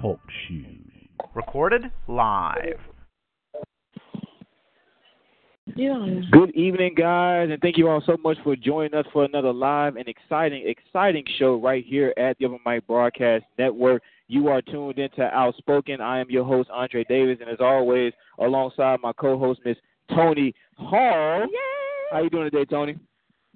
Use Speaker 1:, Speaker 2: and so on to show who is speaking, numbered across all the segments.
Speaker 1: Talk Shoes. Recorded live.
Speaker 2: Good evening, guys, and thank you all so much for joining us for another live and exciting, exciting show right here at the Open Mic Broadcast Network. You are tuned into Outspoken. I am your host, Andre Davis, and as always, alongside my co-host, Miss Tony Hall. How you doing today, Tony?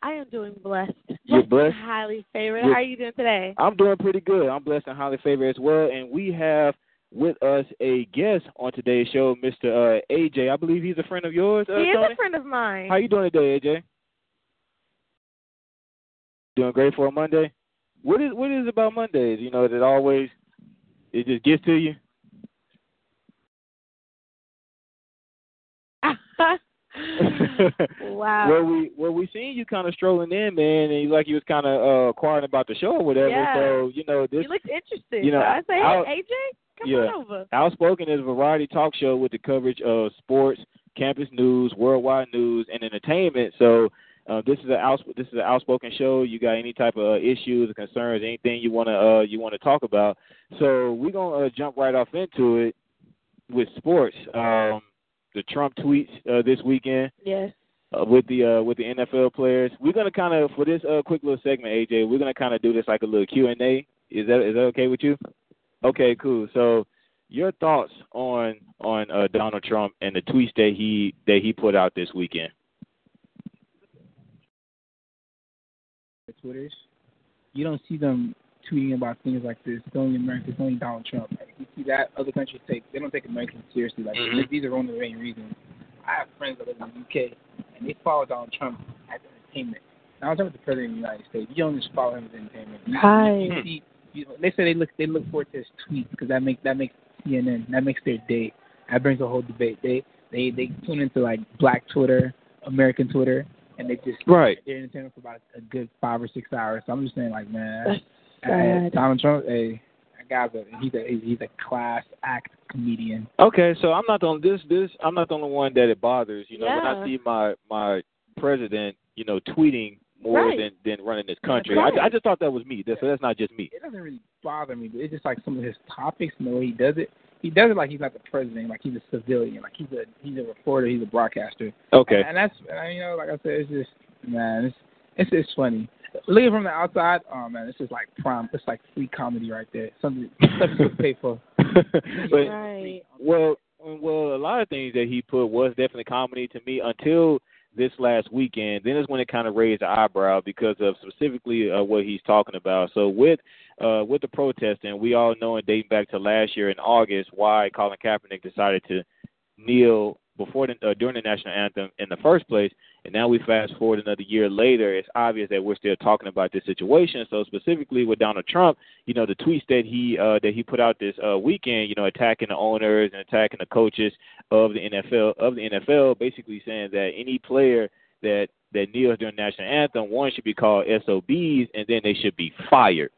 Speaker 3: I am doing blessed.
Speaker 2: You're blessed?
Speaker 3: Highly favored.
Speaker 2: You're-
Speaker 3: How are you doing today?
Speaker 2: I'm doing pretty good. I'm blessed and highly favored as well, and we have with us a guest on today's show, Mr. Uh, AJ. I believe he's a friend of yours, uh,
Speaker 3: he is
Speaker 2: Tony?
Speaker 3: a friend of mine.
Speaker 2: How you doing today, AJ? Doing great for a Monday. What is what is about Mondays? You know that always it just gets to you.
Speaker 3: wow.
Speaker 2: Well, we well we seen you kind of strolling in, man, and you like you was kind of uh, inquiring about the show or whatever.
Speaker 3: Yeah.
Speaker 2: So you know this
Speaker 3: you looked interested.
Speaker 2: you know,
Speaker 3: so I say,
Speaker 2: I'll-
Speaker 3: hey, AJ, come
Speaker 2: yeah.
Speaker 3: on over.
Speaker 2: Outspoken is a variety talk show with the coverage of sports, campus news, worldwide news, and entertainment. So uh, this is an outs- this is an outspoken show. You got any type of uh, issues or concerns, anything you wanna uh, you wanna talk about? So we're gonna uh, jump right off into it with sports. Um, the Trump tweets uh, this weekend
Speaker 3: Yes.
Speaker 2: uh, with the uh, with the NFL players. We're gonna kind of for this uh, quick little segment, AJ. We're gonna kind of do this like a little Q and A. Is that is that okay with you? Okay, cool. So, your thoughts on on uh, Donald Trump and the tweets that he that he put out this weekend?
Speaker 4: the Twitters, you don't see them tweeting about things like this. It's only America. It's only Donald Trump. Like, you see that other countries take they don't take Americans seriously. Like these are one of the main reasons. I have friends that live in the UK and they follow Donald Trump as entertainment. Donald Trump is the president of the United States. You don't just follow him as entertainment. You-
Speaker 3: Right.
Speaker 4: You see, you, they say they look they look forward to his tweet because that makes that makes CNN that makes their day. That brings a whole debate. They they they tune into like Black Twitter, American Twitter, and they just
Speaker 2: Right.
Speaker 4: they're entertainment for about a good five or six hours. So I'm just saying, like, man,
Speaker 3: That's
Speaker 4: I,
Speaker 3: sad.
Speaker 4: Donald Trump, hey, that guy's a he's a he's a class act comedian.
Speaker 2: Okay, so I'm not the only this this I'm not the only one that it bothers. You know, when I
Speaker 3: Yeah.
Speaker 2: see my my president, you know, tweeting more
Speaker 3: Right.
Speaker 2: than than running this country,
Speaker 3: Right.
Speaker 2: I, I just thought that was me. That, so that's not just me.
Speaker 4: It doesn't really bother me, but it's just like some of his topics and the way he does it. He does it like he's not the president, like he's a civilian, like he's a he's a reporter, he's a broadcaster.
Speaker 2: Okay.
Speaker 4: And that's and, you know, like I said, it's just man, it's it's just funny. Looking from the outside, oh man, it's just like prime, it's like free comedy right there. Something stuff you could pay for.
Speaker 2: But-
Speaker 3: Right.
Speaker 2: Well, um, well, a lot of things that he put was definitely comedy to me until this last weekend. Then is when it kind of raised the eyebrow because of specifically uh, what he's talking about. So with uh, with the protesting, we all know and dating back to last year in August why Colin Kaepernick decided to kneel before the, uh, during the national anthem in the first place. And now we fast forward another year later. It's obvious that we're still talking about this situation. So specifically with Donald Trump, you know, the tweets that he uh, that he put out this uh, weekend, you know, attacking the owners and attacking the coaches of the NFL of the NFL, basically saying that any player that that kneels during the national anthem, one should be called SOBs, and then they should be fired.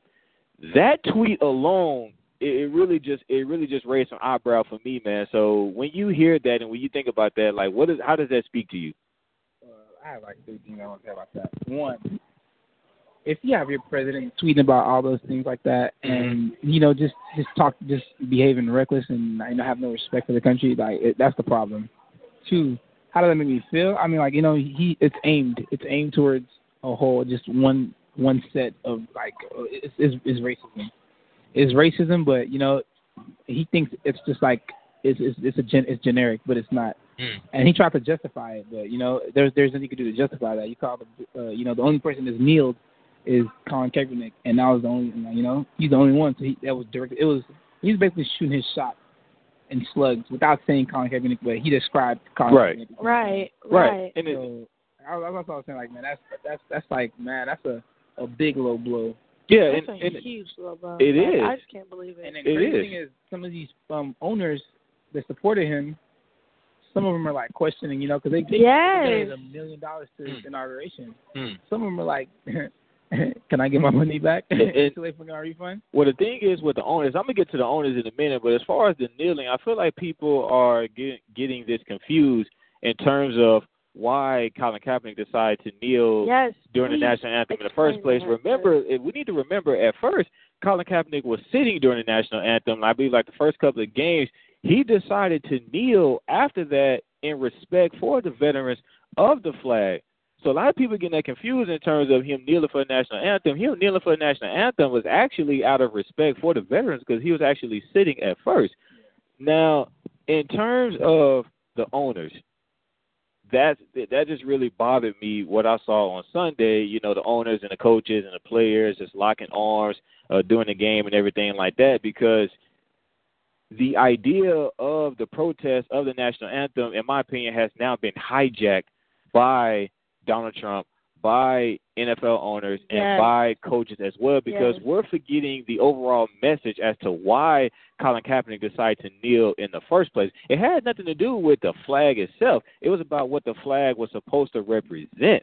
Speaker 2: That tweet alone, it, it really just it really just raised some eyebrow for me, man. So when you hear that and when you think about that, like, what is how does that speak to you?
Speaker 4: Uh, I have like three things I want to say about that. One, if you have your president tweeting about all those things like that, and you know, just just talk, just behaving reckless, and you know, have no respect for the country, like it, that's the problem. Two, how does that make me feel? I mean, like you know, he it's aimed, it's aimed towards a whole, just one one set of like uh, it's is is racism, it's racism, but you know, he thinks it's just like it's it's, it's a gen, it's generic, but it's not and he tried to justify it, but you know, there's there's nothing you could do to justify that. You call the, uh, you know, the only person that's kneeled is Colin Kaepernick, and that was the only, you know, he's the only one. So he, that was direct. It was he's basically shooting his shot and slugs without saying Colin Kaepernick, but he described Colin
Speaker 2: Right.
Speaker 4: Kaepernick.
Speaker 3: Right. Right.
Speaker 2: And it,
Speaker 4: So I, was- that's what I was saying. Like, man, that's that's that's like, man, that's a a big low blow
Speaker 2: Yeah,
Speaker 3: That's
Speaker 2: and,
Speaker 3: a
Speaker 2: and
Speaker 3: huge blow up.
Speaker 2: it
Speaker 3: Like,
Speaker 2: is.
Speaker 3: I just can't believe it.
Speaker 4: And the
Speaker 2: It
Speaker 4: crazy
Speaker 2: is.
Speaker 4: thing is, some of these um, owners that supported him, some of them are like questioning, you know, because they gave
Speaker 3: Yes.
Speaker 4: a million dollars to his inauguration.
Speaker 2: Mm.
Speaker 4: Some of them are like, "Can I get my money back
Speaker 2: And- and-
Speaker 4: until they bring out a refund?"
Speaker 2: Well, the thing is with the owners, I'm gonna get to the owners in a minute. But as far as the kneeling, I feel like people are get, getting this confused in terms of why Colin Kaepernick decided to kneel
Speaker 3: Yes.
Speaker 2: during the
Speaker 3: please
Speaker 2: national anthem in the first
Speaker 3: explain
Speaker 2: place.
Speaker 3: that,
Speaker 2: Remember, it- we need to remember at first, Colin Kaepernick was sitting during the national anthem. and I believe, like the first couple of games, he decided to kneel after that in respect for the veterans of the flag. So a lot of people getting that confused in terms of him kneeling for the national anthem. Him kneeling for the national anthem was actually out of respect for the veterans because he was actually sitting at first. Now, in terms of the owners, that's that just really bothered me what I saw on Sunday. You know, the owners and the coaches and the players just locking arms uh, during the game and everything like that because the idea of the protest of the national anthem, in my opinion, has now been hijacked by Donald Trump, by NFL owners, and
Speaker 3: Yes.
Speaker 2: by coaches as well because
Speaker 3: Yes.
Speaker 2: we're forgetting the overall message as to why Colin Kaepernick decided to kneel in the first place. It had nothing to do with the flag itself. It was about what the flag was supposed to represent,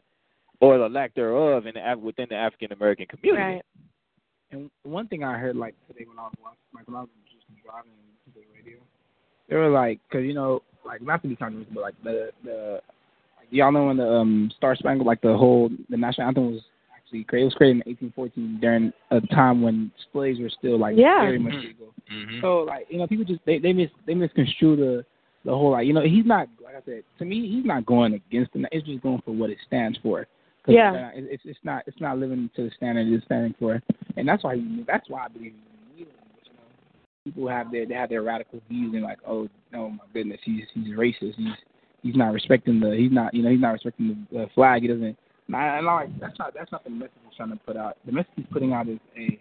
Speaker 2: or the lack thereof, in the, Af- within the African American community.
Speaker 3: Right.
Speaker 4: And one thing I heard like today when I was watching, like when I was just driving to the radio, they were like, because you know, like not to be controversial, but like the the like, y'all know when the um, Star Spangled, like the whole the national anthem was actually created. It was created in 1814 during a time when slaves were still like
Speaker 3: Yeah.
Speaker 4: very much legal. So like you know, people just they they mis they misconstrue the the whole like you know he's not like I said to me he's not going against it. It's just going for what it stands for. 'Cause
Speaker 3: Yeah.
Speaker 4: they're not- it- It's it's not it's not living to the standard it's standing for, and that's why he- that's why I believe he's kneeling. but, You know, people have their they have their radical views and like oh oh my goodness he's he's racist he's he's not respecting the he's not you know he's not respecting the uh, flag he doesn't and I, and I like that's not that's not the message he's trying to put out the message he's putting out is a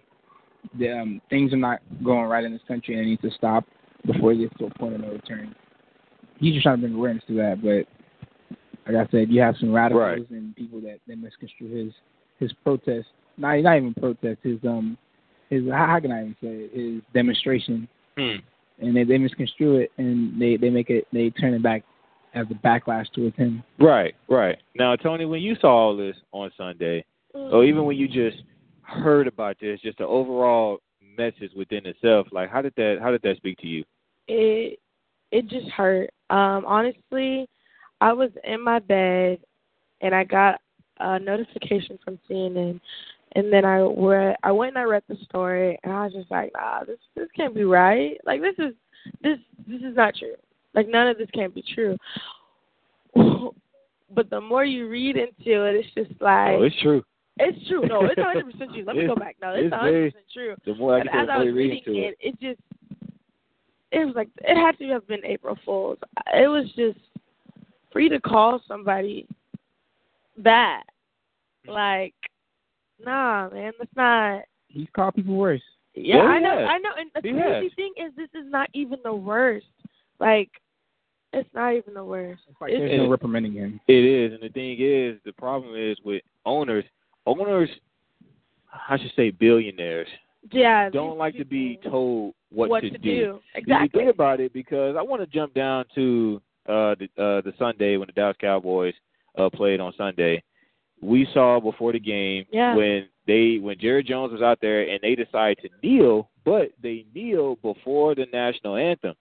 Speaker 4: the um, things are not going right in this country and it needs to stop before it gets to a point of no return. He's just trying to bring awareness to that, but like I said, you have some radicals
Speaker 2: Right.
Speaker 4: and people that, that misconstrue his his protest. Not not even protest, his um his how how can I even say it? His demonstration.
Speaker 2: Hmm.
Speaker 4: And they, they misconstrue it and they, they make it they turn it back as a backlash towards him.
Speaker 2: Right, right. Now, Tony, when you saw all this on Sunday, or even when you just heard about this, just the overall message within itself, like how did that how did that speak to you?
Speaker 3: it it just hurt. Um, honestly, I was in my bed and I got a notification from CNN, and then I read, I went and I read the story, and I was just like, nah, this this can't be right. Like this is this this is not true. Like none of this can't be true. But the more you read into it, it's just like
Speaker 2: oh, it's true.
Speaker 3: it's true. No, it's 100 percent true. Let me
Speaker 2: It's-
Speaker 3: go back. No, it's
Speaker 2: it's
Speaker 3: 100
Speaker 2: very-
Speaker 3: percent true.
Speaker 2: The more I
Speaker 3: And
Speaker 2: get to
Speaker 3: as
Speaker 2: the
Speaker 3: I
Speaker 2: more
Speaker 3: was
Speaker 2: you read
Speaker 3: reading
Speaker 2: into
Speaker 3: it, it just it was like it had to have been April Fools. It was just for you to call somebody that,
Speaker 2: Mm-hmm.
Speaker 3: like, nah, man, that's not.
Speaker 4: He's called people worse.
Speaker 3: Yeah,
Speaker 2: Yeah,
Speaker 3: I know,
Speaker 2: yeah.
Speaker 3: I know. And the
Speaker 2: He
Speaker 3: crazy
Speaker 2: has.
Speaker 3: thing is, this is not even the worst. Like, it's not even the worst.
Speaker 4: It's like
Speaker 3: It's-
Speaker 4: there's no reprimanding him.
Speaker 2: It is, and the thing is, the problem is with owners. Owners, I should say, billionaires
Speaker 3: yeah,
Speaker 2: don't
Speaker 3: these
Speaker 2: like to be
Speaker 3: people-
Speaker 2: told what,
Speaker 3: what to, do.
Speaker 2: If you
Speaker 3: Exactly.
Speaker 2: think about it, because I want to jump down to uh, the uh, the Sunday when the Dallas Cowboys uh, played on Sunday. We saw before the game
Speaker 3: Yeah.
Speaker 2: when they when Jerry Jones was out there and they decided to kneel, but they kneeled before the national anthem.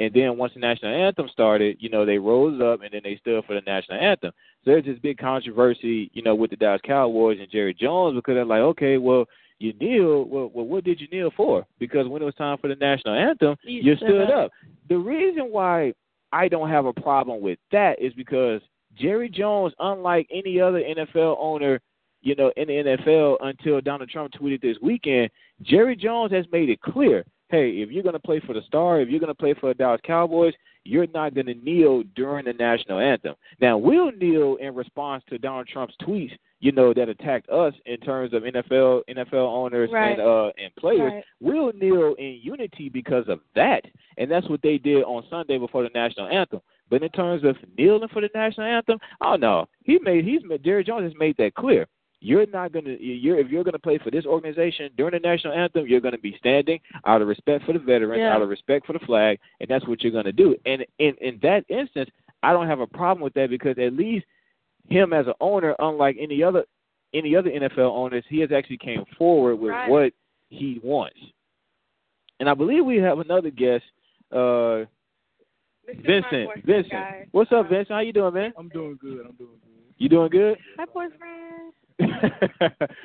Speaker 2: And then once the national anthem started, you know, they rose up and then they stood for the national anthem. So there's this big controversy, you know, with the Dallas Cowboys and Jerry Jones because they're like, okay, well, you kneel. Well, well, what did you kneel for? Because when it was time for the national anthem,
Speaker 3: You
Speaker 2: you
Speaker 3: stood
Speaker 2: stood
Speaker 3: up.
Speaker 2: up. The reason why I don't have a problem with that is because Jerry Jones, unlike any other NFL owner, you know, in the NFL until Donald Trump tweeted this weekend, Jerry Jones has made it clear, hey, if you're going to play for the star, if you're going to play for the Dallas Cowboys, you're not going to kneel during the national anthem. Now, we'll kneel in response to Donald Trump's tweets, you know, that attacked us in terms of NFL NFL owners
Speaker 3: Right.
Speaker 2: and uh and players.
Speaker 3: Right.
Speaker 2: We'll kneel in unity because of that, and that's what they did on Sunday before the national anthem. But in terms of kneeling for the national anthem, oh no, he made he's made Jerry Jones has made that clear. You're not gonna. You're if you're gonna play for this organization during the national anthem, you're gonna be standing out of respect for the veterans,
Speaker 3: Yeah.
Speaker 2: out of respect for the flag, and that's what you're gonna do. And in in that instance, I don't have a problem with that because at least him as an owner, unlike any other any other NFL owners, he has actually came forward with
Speaker 3: Right.
Speaker 2: what he wants. And I believe we have another guest, uh, Vincent. Vincent, what's up, Vincent? How you doing, man?
Speaker 4: I'm doing good. I'm doing good.
Speaker 2: You doing good?
Speaker 3: Hi, boyfriend.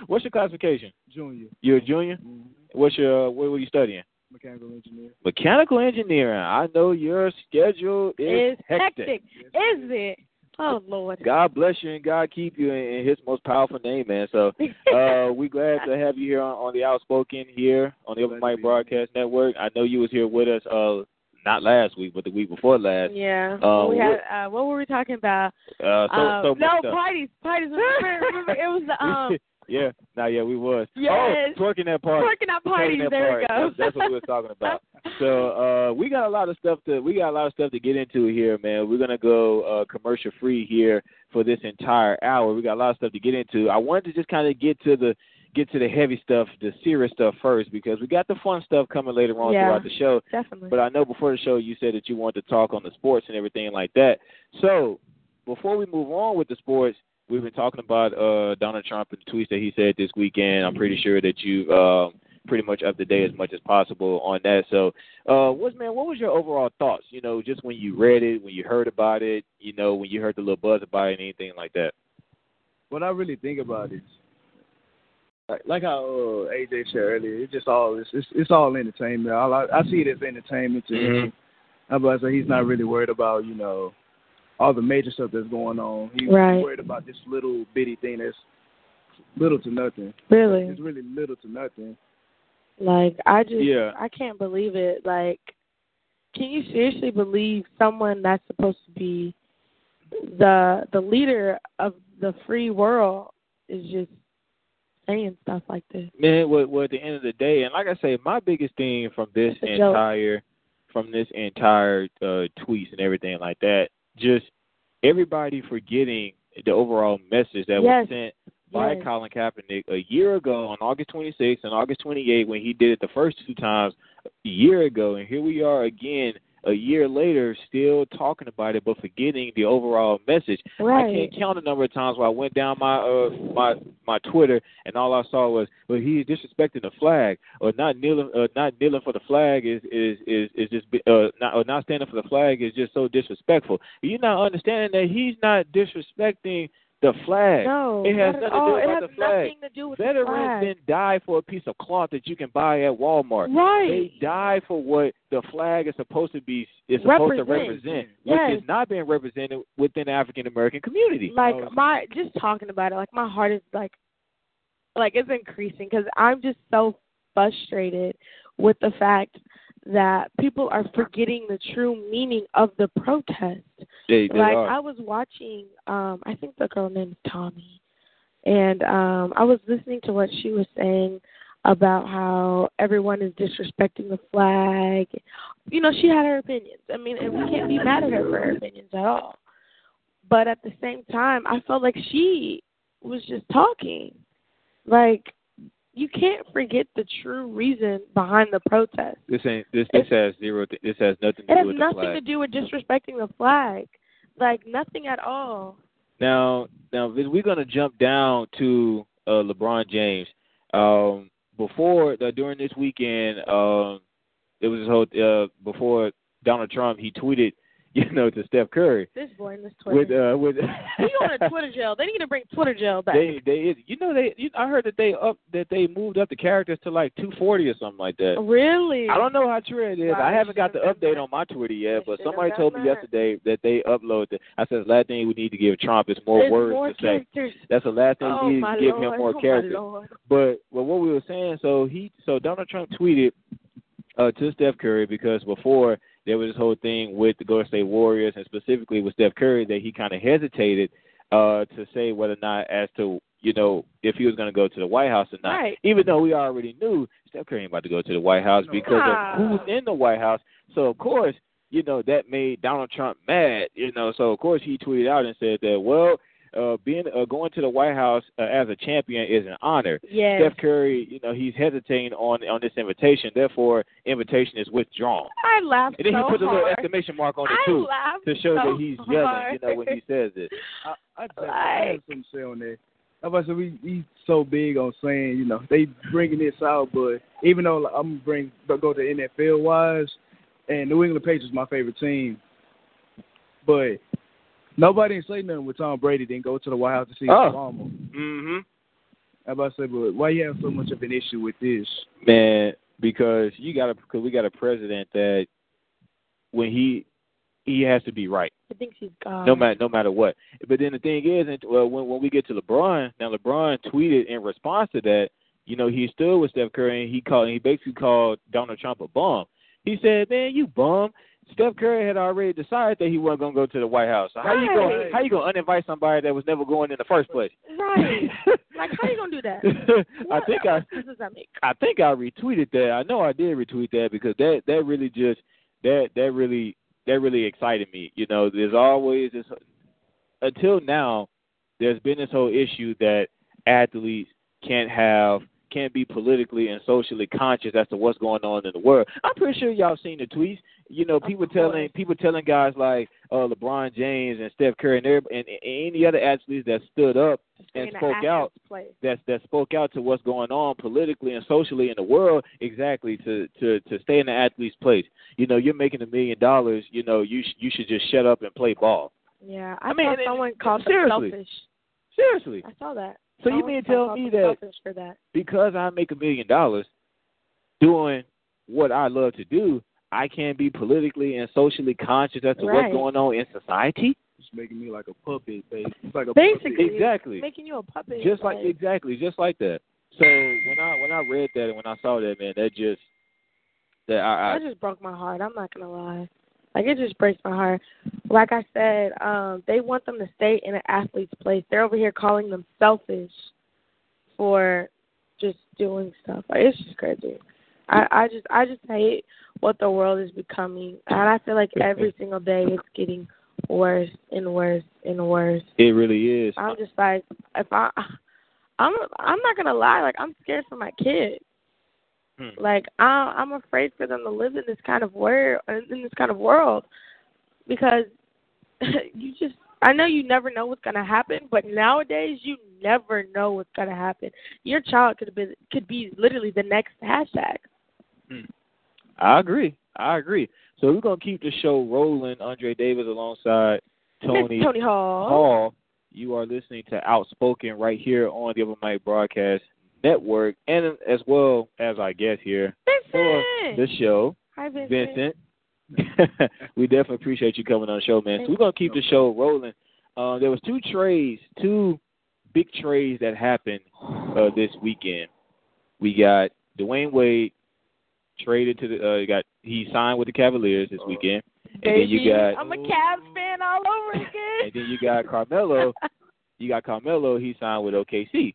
Speaker 2: what's your classification?
Speaker 4: Junior,
Speaker 2: You're a junior.
Speaker 4: Mhm.
Speaker 2: What's your uh, what were you studying?
Speaker 4: mechanical engineer.
Speaker 2: Mechanical engineering. I know your schedule is
Speaker 3: It's hectic. Is it? Oh Lord.
Speaker 2: God bless you and God keep you in, in His most powerful name, man. So uh, we glad to have you here on, on the Outspoken here on the Open Mic Broadcast Network. I know you was here with us uh, not last week, but the week before last.
Speaker 3: yeah.
Speaker 2: Uh,
Speaker 3: we had. Uh, what were we talking about?
Speaker 2: Uh, so,
Speaker 3: Uh,
Speaker 2: so
Speaker 3: no
Speaker 2: much stuff.
Speaker 3: parties. Parties. Remember, remember, it was the um
Speaker 2: yeah, nah, yeah, we was.
Speaker 3: Yes.
Speaker 2: Oh, twerking that party.
Speaker 3: parking out
Speaker 2: Twerking
Speaker 3: parties.
Speaker 2: that
Speaker 3: There
Speaker 2: party.
Speaker 3: we go.
Speaker 2: That's, that's what we were talking about. So uh, we got a lot of stuff to we got a lot of stuff to get into here, man. We're gonna go uh, commercial free here for this entire hour. We got a lot of stuff to get into. I wanted to just kind of get to the get to the heavy stuff, the serious stuff first, because we got the fun stuff coming later on
Speaker 3: Yeah.
Speaker 2: throughout the show.
Speaker 3: Definitely.
Speaker 2: But I know before the show you said that you wanted to talk on the sports and everything like that. So before we move on with the sports, we've been talking about uh, Donald Trump and the tweets that he said this weekend. I'm pretty sure that you um, pretty much up to date as much as possible on that. So, uh, what's man? What was your overall thoughts? You know, just when you read it, when you heard about it, you know, when you heard the little buzz about it, and anything like that.
Speaker 5: when I really think about it, like, like how uh, AJ said earlier, it's just all it's it's, it's all entertainment. All I, I see it as entertainment to him. I'm about to say he's not really worried about you know all the major stuff that's going on. He's
Speaker 3: Right.
Speaker 5: worried about this little bitty thing that's little to nothing.
Speaker 3: really,
Speaker 5: It's really little to nothing.
Speaker 3: like I just
Speaker 2: Yeah.
Speaker 3: I can't believe it. Like, can you seriously believe someone that's supposed to be the the leader of the free world is just saying stuff like this?
Speaker 2: Man, well, well, at the end of the day, and like I say, my biggest thing from this
Speaker 3: It's a joke.
Speaker 2: entire, from this entire uh, tweets and everything like that, just everybody forgetting the overall message that was
Speaker 3: Yes.
Speaker 2: sent by
Speaker 3: Yes.
Speaker 2: Colin Kaepernick a year ago on August 26th and August 28th when he did it the first two times a year ago, and here we are again a year later still talking about it but forgetting the overall message. I
Speaker 3: Right.
Speaker 2: can't count the number of times where I went down my uh my my Twitter and all I saw was, well, he's disrespecting the flag, or not kneeling, uh, not kneeling for the flag is is is is just be- uh not or not standing for the flag is just so disrespectful. You're not understanding that he's not disrespecting the flag.
Speaker 3: No,
Speaker 2: it has
Speaker 3: not
Speaker 2: nothing
Speaker 3: at
Speaker 2: to
Speaker 3: all.
Speaker 2: do
Speaker 3: It
Speaker 2: about
Speaker 3: has
Speaker 2: the flag.
Speaker 3: nothing to do with the
Speaker 2: Veterans
Speaker 3: flag.
Speaker 2: didn't die for a piece of cloth that you can buy at Walmart.
Speaker 3: Right.
Speaker 2: They die for what the flag is supposed to be is supposed to
Speaker 3: Represent.
Speaker 2: represent,
Speaker 3: Yes.
Speaker 2: which is not being represented within the African American community.
Speaker 3: like my just talking about it like my heart is like like it's increasing because i'm just so frustrated with the fact that people are forgetting the true meaning of the protest
Speaker 2: They, they
Speaker 3: like
Speaker 2: are.
Speaker 3: i was watching um i think the girl named tommy and um i was listening to what she was saying about how everyone is disrespecting the flag you know she had her opinions i mean and we can't be mad at her for her opinions at all but at the same time i felt like she was just talking like you can't forget the true reason behind the protest
Speaker 2: this ain't this. This has zero. Th- this has nothing to
Speaker 3: it
Speaker 2: do
Speaker 3: has
Speaker 2: with the
Speaker 3: nothing
Speaker 2: flag.
Speaker 3: to do with disrespecting the flag like nothing at all
Speaker 2: Now, now Vince, we're gonna jump down to uh, LeBron James. Um, before uh, during this weekend, um, it was his whole uh, before Donald Trump. He tweeted, you know, to Steph Curry
Speaker 3: This boy in this
Speaker 2: with uh,
Speaker 3: Twitter.
Speaker 2: with.
Speaker 3: he on a Twitter jail. They need to bring Twitter jail back.
Speaker 2: They they is you know they you, I heard that they up that they moved up the characters to like 240 or something like
Speaker 3: Oh,
Speaker 2: that.
Speaker 3: really?
Speaker 2: I don't know how true it is.
Speaker 3: Wow,
Speaker 2: I
Speaker 3: they
Speaker 2: haven't got the
Speaker 3: should've done
Speaker 2: update
Speaker 3: that.
Speaker 2: on my Twitter yet,
Speaker 3: They
Speaker 2: but
Speaker 3: should've
Speaker 2: somebody
Speaker 3: done
Speaker 2: told me
Speaker 3: that.
Speaker 2: yesterday that they uploaded. it. I said the last thing we need to give Trump is more
Speaker 3: There's
Speaker 2: words
Speaker 3: more
Speaker 2: to say.
Speaker 3: characters.
Speaker 2: That's the last thing
Speaker 3: Oh
Speaker 2: we need
Speaker 3: my
Speaker 2: to give
Speaker 3: lord.
Speaker 2: him more
Speaker 3: oh
Speaker 2: characters.
Speaker 3: My lord.
Speaker 2: But well, what we were saying, so he, so Donald Trump tweeted uh, to Steph Curry because before there was this whole thing with the Golden State Warriors and specifically with Steph Curry that he kind of hesitated uh, to say whether or not as to you know if he was going to go to the White House or not,
Speaker 3: Right.
Speaker 2: even though we already knew Steph Curry ain't about to go to the White House because
Speaker 3: Ah.
Speaker 2: of who's in the White House. So of course, you know that made Donald Trump mad. You know, so of course he tweeted out and said that well uh, being uh, going to the White House uh, as a champion is an honor.
Speaker 3: Yes.
Speaker 2: Steph Curry, you know, he's hesitating on on this invitation. Therefore, invitation is withdrawn.
Speaker 3: I laughed
Speaker 2: And then
Speaker 3: so
Speaker 2: he puts a little
Speaker 3: hard.
Speaker 2: exclamation mark on it
Speaker 3: I
Speaker 2: too
Speaker 3: laughed
Speaker 2: to show
Speaker 3: so
Speaker 2: that he's yelling.
Speaker 3: hard.
Speaker 2: You know, when he says it.
Speaker 5: I, I just I have some shit on that. I was we we so big on saying you know they bringing this out, but even though like, I'm bring but go to NFL wise, and New England Patriots my favorite team, but nobody didn't say nothing with Tom Brady didn't go to the White House to see
Speaker 2: Oh.
Speaker 5: his mama.
Speaker 2: Mm-hmm.
Speaker 5: I about to say, but why you have so much of an issue with this?
Speaker 2: man, because you got a because we got a president that when he he has to be right
Speaker 3: I think she's gone.
Speaker 2: no matter no matter what. But then the thing is, and well, when when we get to LeBron, now LeBron tweeted in response to that, you know, he stood with Steph Curry and he called he basically called Donald Trump a bum. He said, "Man, you bum." Steph Curry had already decided that he wasn't gonna go to the White House. So how you going
Speaker 3: Right.
Speaker 2: how you gonna uninvite somebody that was never going in the first place?
Speaker 3: Right. like, how you going to do that?
Speaker 2: I
Speaker 3: What
Speaker 2: think I
Speaker 3: excuses does that make?
Speaker 2: I think I retweeted that. I know I did retweet that because that that really just that that really that really excited me. You know, there's always this until now there's been this whole issue that athletes can't have can't be politically and socially conscious as to what's going on in the world. I'm pretty sure y'all seen the tweets. You know, people telling people telling guys like uh, LeBron James and Steph Curry and, everybody, and, and any other athletes that stood up and
Speaker 3: In an
Speaker 2: spoke
Speaker 3: athlete's
Speaker 2: out
Speaker 3: Place.
Speaker 2: that that spoke out to what's going on politically and socially in the world exactly to to to stay in the athlete's place. You know, you're making a million dollars. You know, you sh- you should just shut up and play ball.
Speaker 3: Yeah. I,
Speaker 2: I mean,
Speaker 3: saw
Speaker 2: and it-
Speaker 3: someone called them
Speaker 2: seriously.
Speaker 3: selfish.
Speaker 2: Seriously.
Speaker 3: I saw that.
Speaker 2: So you
Speaker 3: Someone
Speaker 2: mean to tell
Speaker 3: called
Speaker 2: me
Speaker 3: them
Speaker 2: that-
Speaker 3: selfish for that?
Speaker 2: because I make a million dollars doing what I love to do, I can't be politically and socially conscious as to
Speaker 3: Right.
Speaker 2: what's going on in society.
Speaker 5: It's making me like a puppet, babe. It's like a
Speaker 3: Basically,
Speaker 5: puppet.
Speaker 2: Exactly.
Speaker 3: making you a puppet.
Speaker 2: Just like exactly, just like that. So when I when I read that and when I saw that, man, that just that I, I
Speaker 3: that just broke my heart. I'm not gonna lie. Like it just breaks my heart. Like I said, um, they want them to stay in an athlete's place. They're over here calling them selfish for just doing stuff. Like it's just crazy. I, I just I just hate what the world is becoming, and I feel like every single day it's getting worse and worse and worse.
Speaker 2: it really is.
Speaker 3: I'm just like, if I, I'm I'm not gonna lie, like I'm scared for my kids.
Speaker 2: Hmm.
Speaker 3: Like I, I'm afraid for them to live in this kind of world, in this kind of world, because you just, I know you never know what's gonna happen, but nowadays you never know what's gonna happen. Your child could have been, could be literally the next hashtag.
Speaker 2: I agree. I agree. So we're gonna keep the show rolling. Andre Davis alongside Tony,
Speaker 3: Tony Hall.
Speaker 2: Hall. You are listening to Outspoken right here on the Upper Mic Broadcast Network, and as well as I guess here for
Speaker 3: Vincent.
Speaker 2: the show,
Speaker 3: Hi, Vincent.
Speaker 2: Vincent. we definitely appreciate you coming on the show, man. So
Speaker 3: Thank
Speaker 2: we're gonna keep the show rolling. Uh, there was two trades, two big trades that happened uh, this weekend. We got Dwayne Wade traded to the. Uh, he got he signed with the Cavaliers this weekend, and then
Speaker 3: Baby,
Speaker 2: you got
Speaker 3: I'm a Cavs fan all over again.
Speaker 2: and then you got Carmelo. You got Carmelo. He signed with OKC.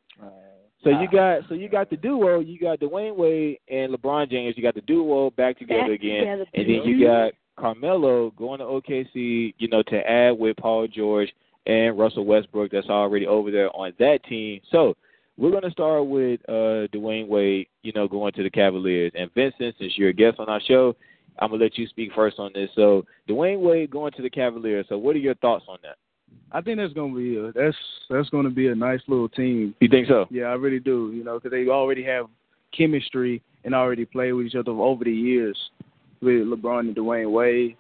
Speaker 2: So you got so you got the duo. You got Dwayne Wade and LeBron James. You got the duo back together
Speaker 3: Back
Speaker 2: again,
Speaker 3: together,
Speaker 2: and then you
Speaker 3: baby.
Speaker 2: got Carmelo going to OKC. You know to add with Paul George and Russell Westbrook. That's already over there on that team. So we're gonna start with uh, Dwayne Wade. You know going to the Cavaliers and Vincent. Since you're a guest on our show, I'm gonna let you speak first on this. So Dwayne Wade going to the Cavaliers. So what are your thoughts on that?
Speaker 5: I think that's gonna be a that's that's gonna be a nice little team.
Speaker 2: You think so?
Speaker 5: Yeah, I really do. You know, because they already have chemistry and already played with each other over the years with LeBron and Dwayne Wade.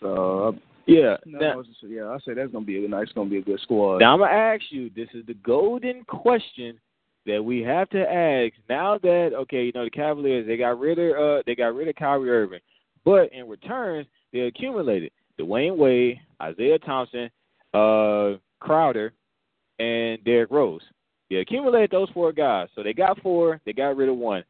Speaker 5: So
Speaker 2: Yeah.
Speaker 5: I, no, I
Speaker 2: Now,
Speaker 5: was just- yeah, I say that's gonna be a nice, gonna be a good squad.
Speaker 2: now I'm gonna ask you. This is the golden question that we have to ask. Now that okay, you know the Cavaliers they got rid of uh they got rid of Kyrie Irving, but in return they accumulated Dwayne Wade, Isaiah Thompson, uh Crowder, and Derrick Rose. They accumulated those four guys. So they got four. They got rid of one.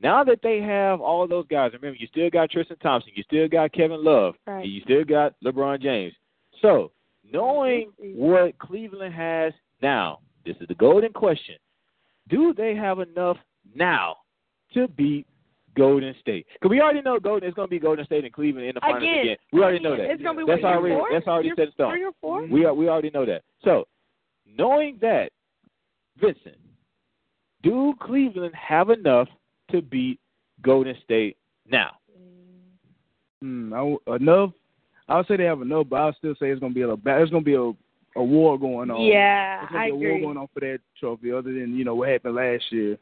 Speaker 2: Now that they have all those guys, remember you still got Tristan Thompson, you still got Kevin Love,
Speaker 3: Right.
Speaker 2: and you still got LeBron James. So knowing
Speaker 3: Mm-hmm.
Speaker 2: what Cleveland has now, this is the golden question: Do they have enough now to beat Golden State? Because we already know Golden it's going to be Golden State and Cleveland in the finals
Speaker 3: Again.
Speaker 2: again. We already know that.
Speaker 3: It's gonna be
Speaker 2: that's
Speaker 3: what, year
Speaker 2: already
Speaker 3: four?
Speaker 2: that's already
Speaker 3: Year
Speaker 2: set in stone.
Speaker 3: Three or four?
Speaker 2: We are, we already know that. So knowing that, Vincent, do Cleveland have enough to beat Golden State now?
Speaker 5: Mm, I w enough. I would say they have enough, but I would still say it's gonna be a ba- There's gonna be a a war going on.
Speaker 3: yeah,
Speaker 5: There's gonna
Speaker 3: I
Speaker 5: be a war
Speaker 3: agree.
Speaker 5: going on for that trophy. Other than you know what happened last year,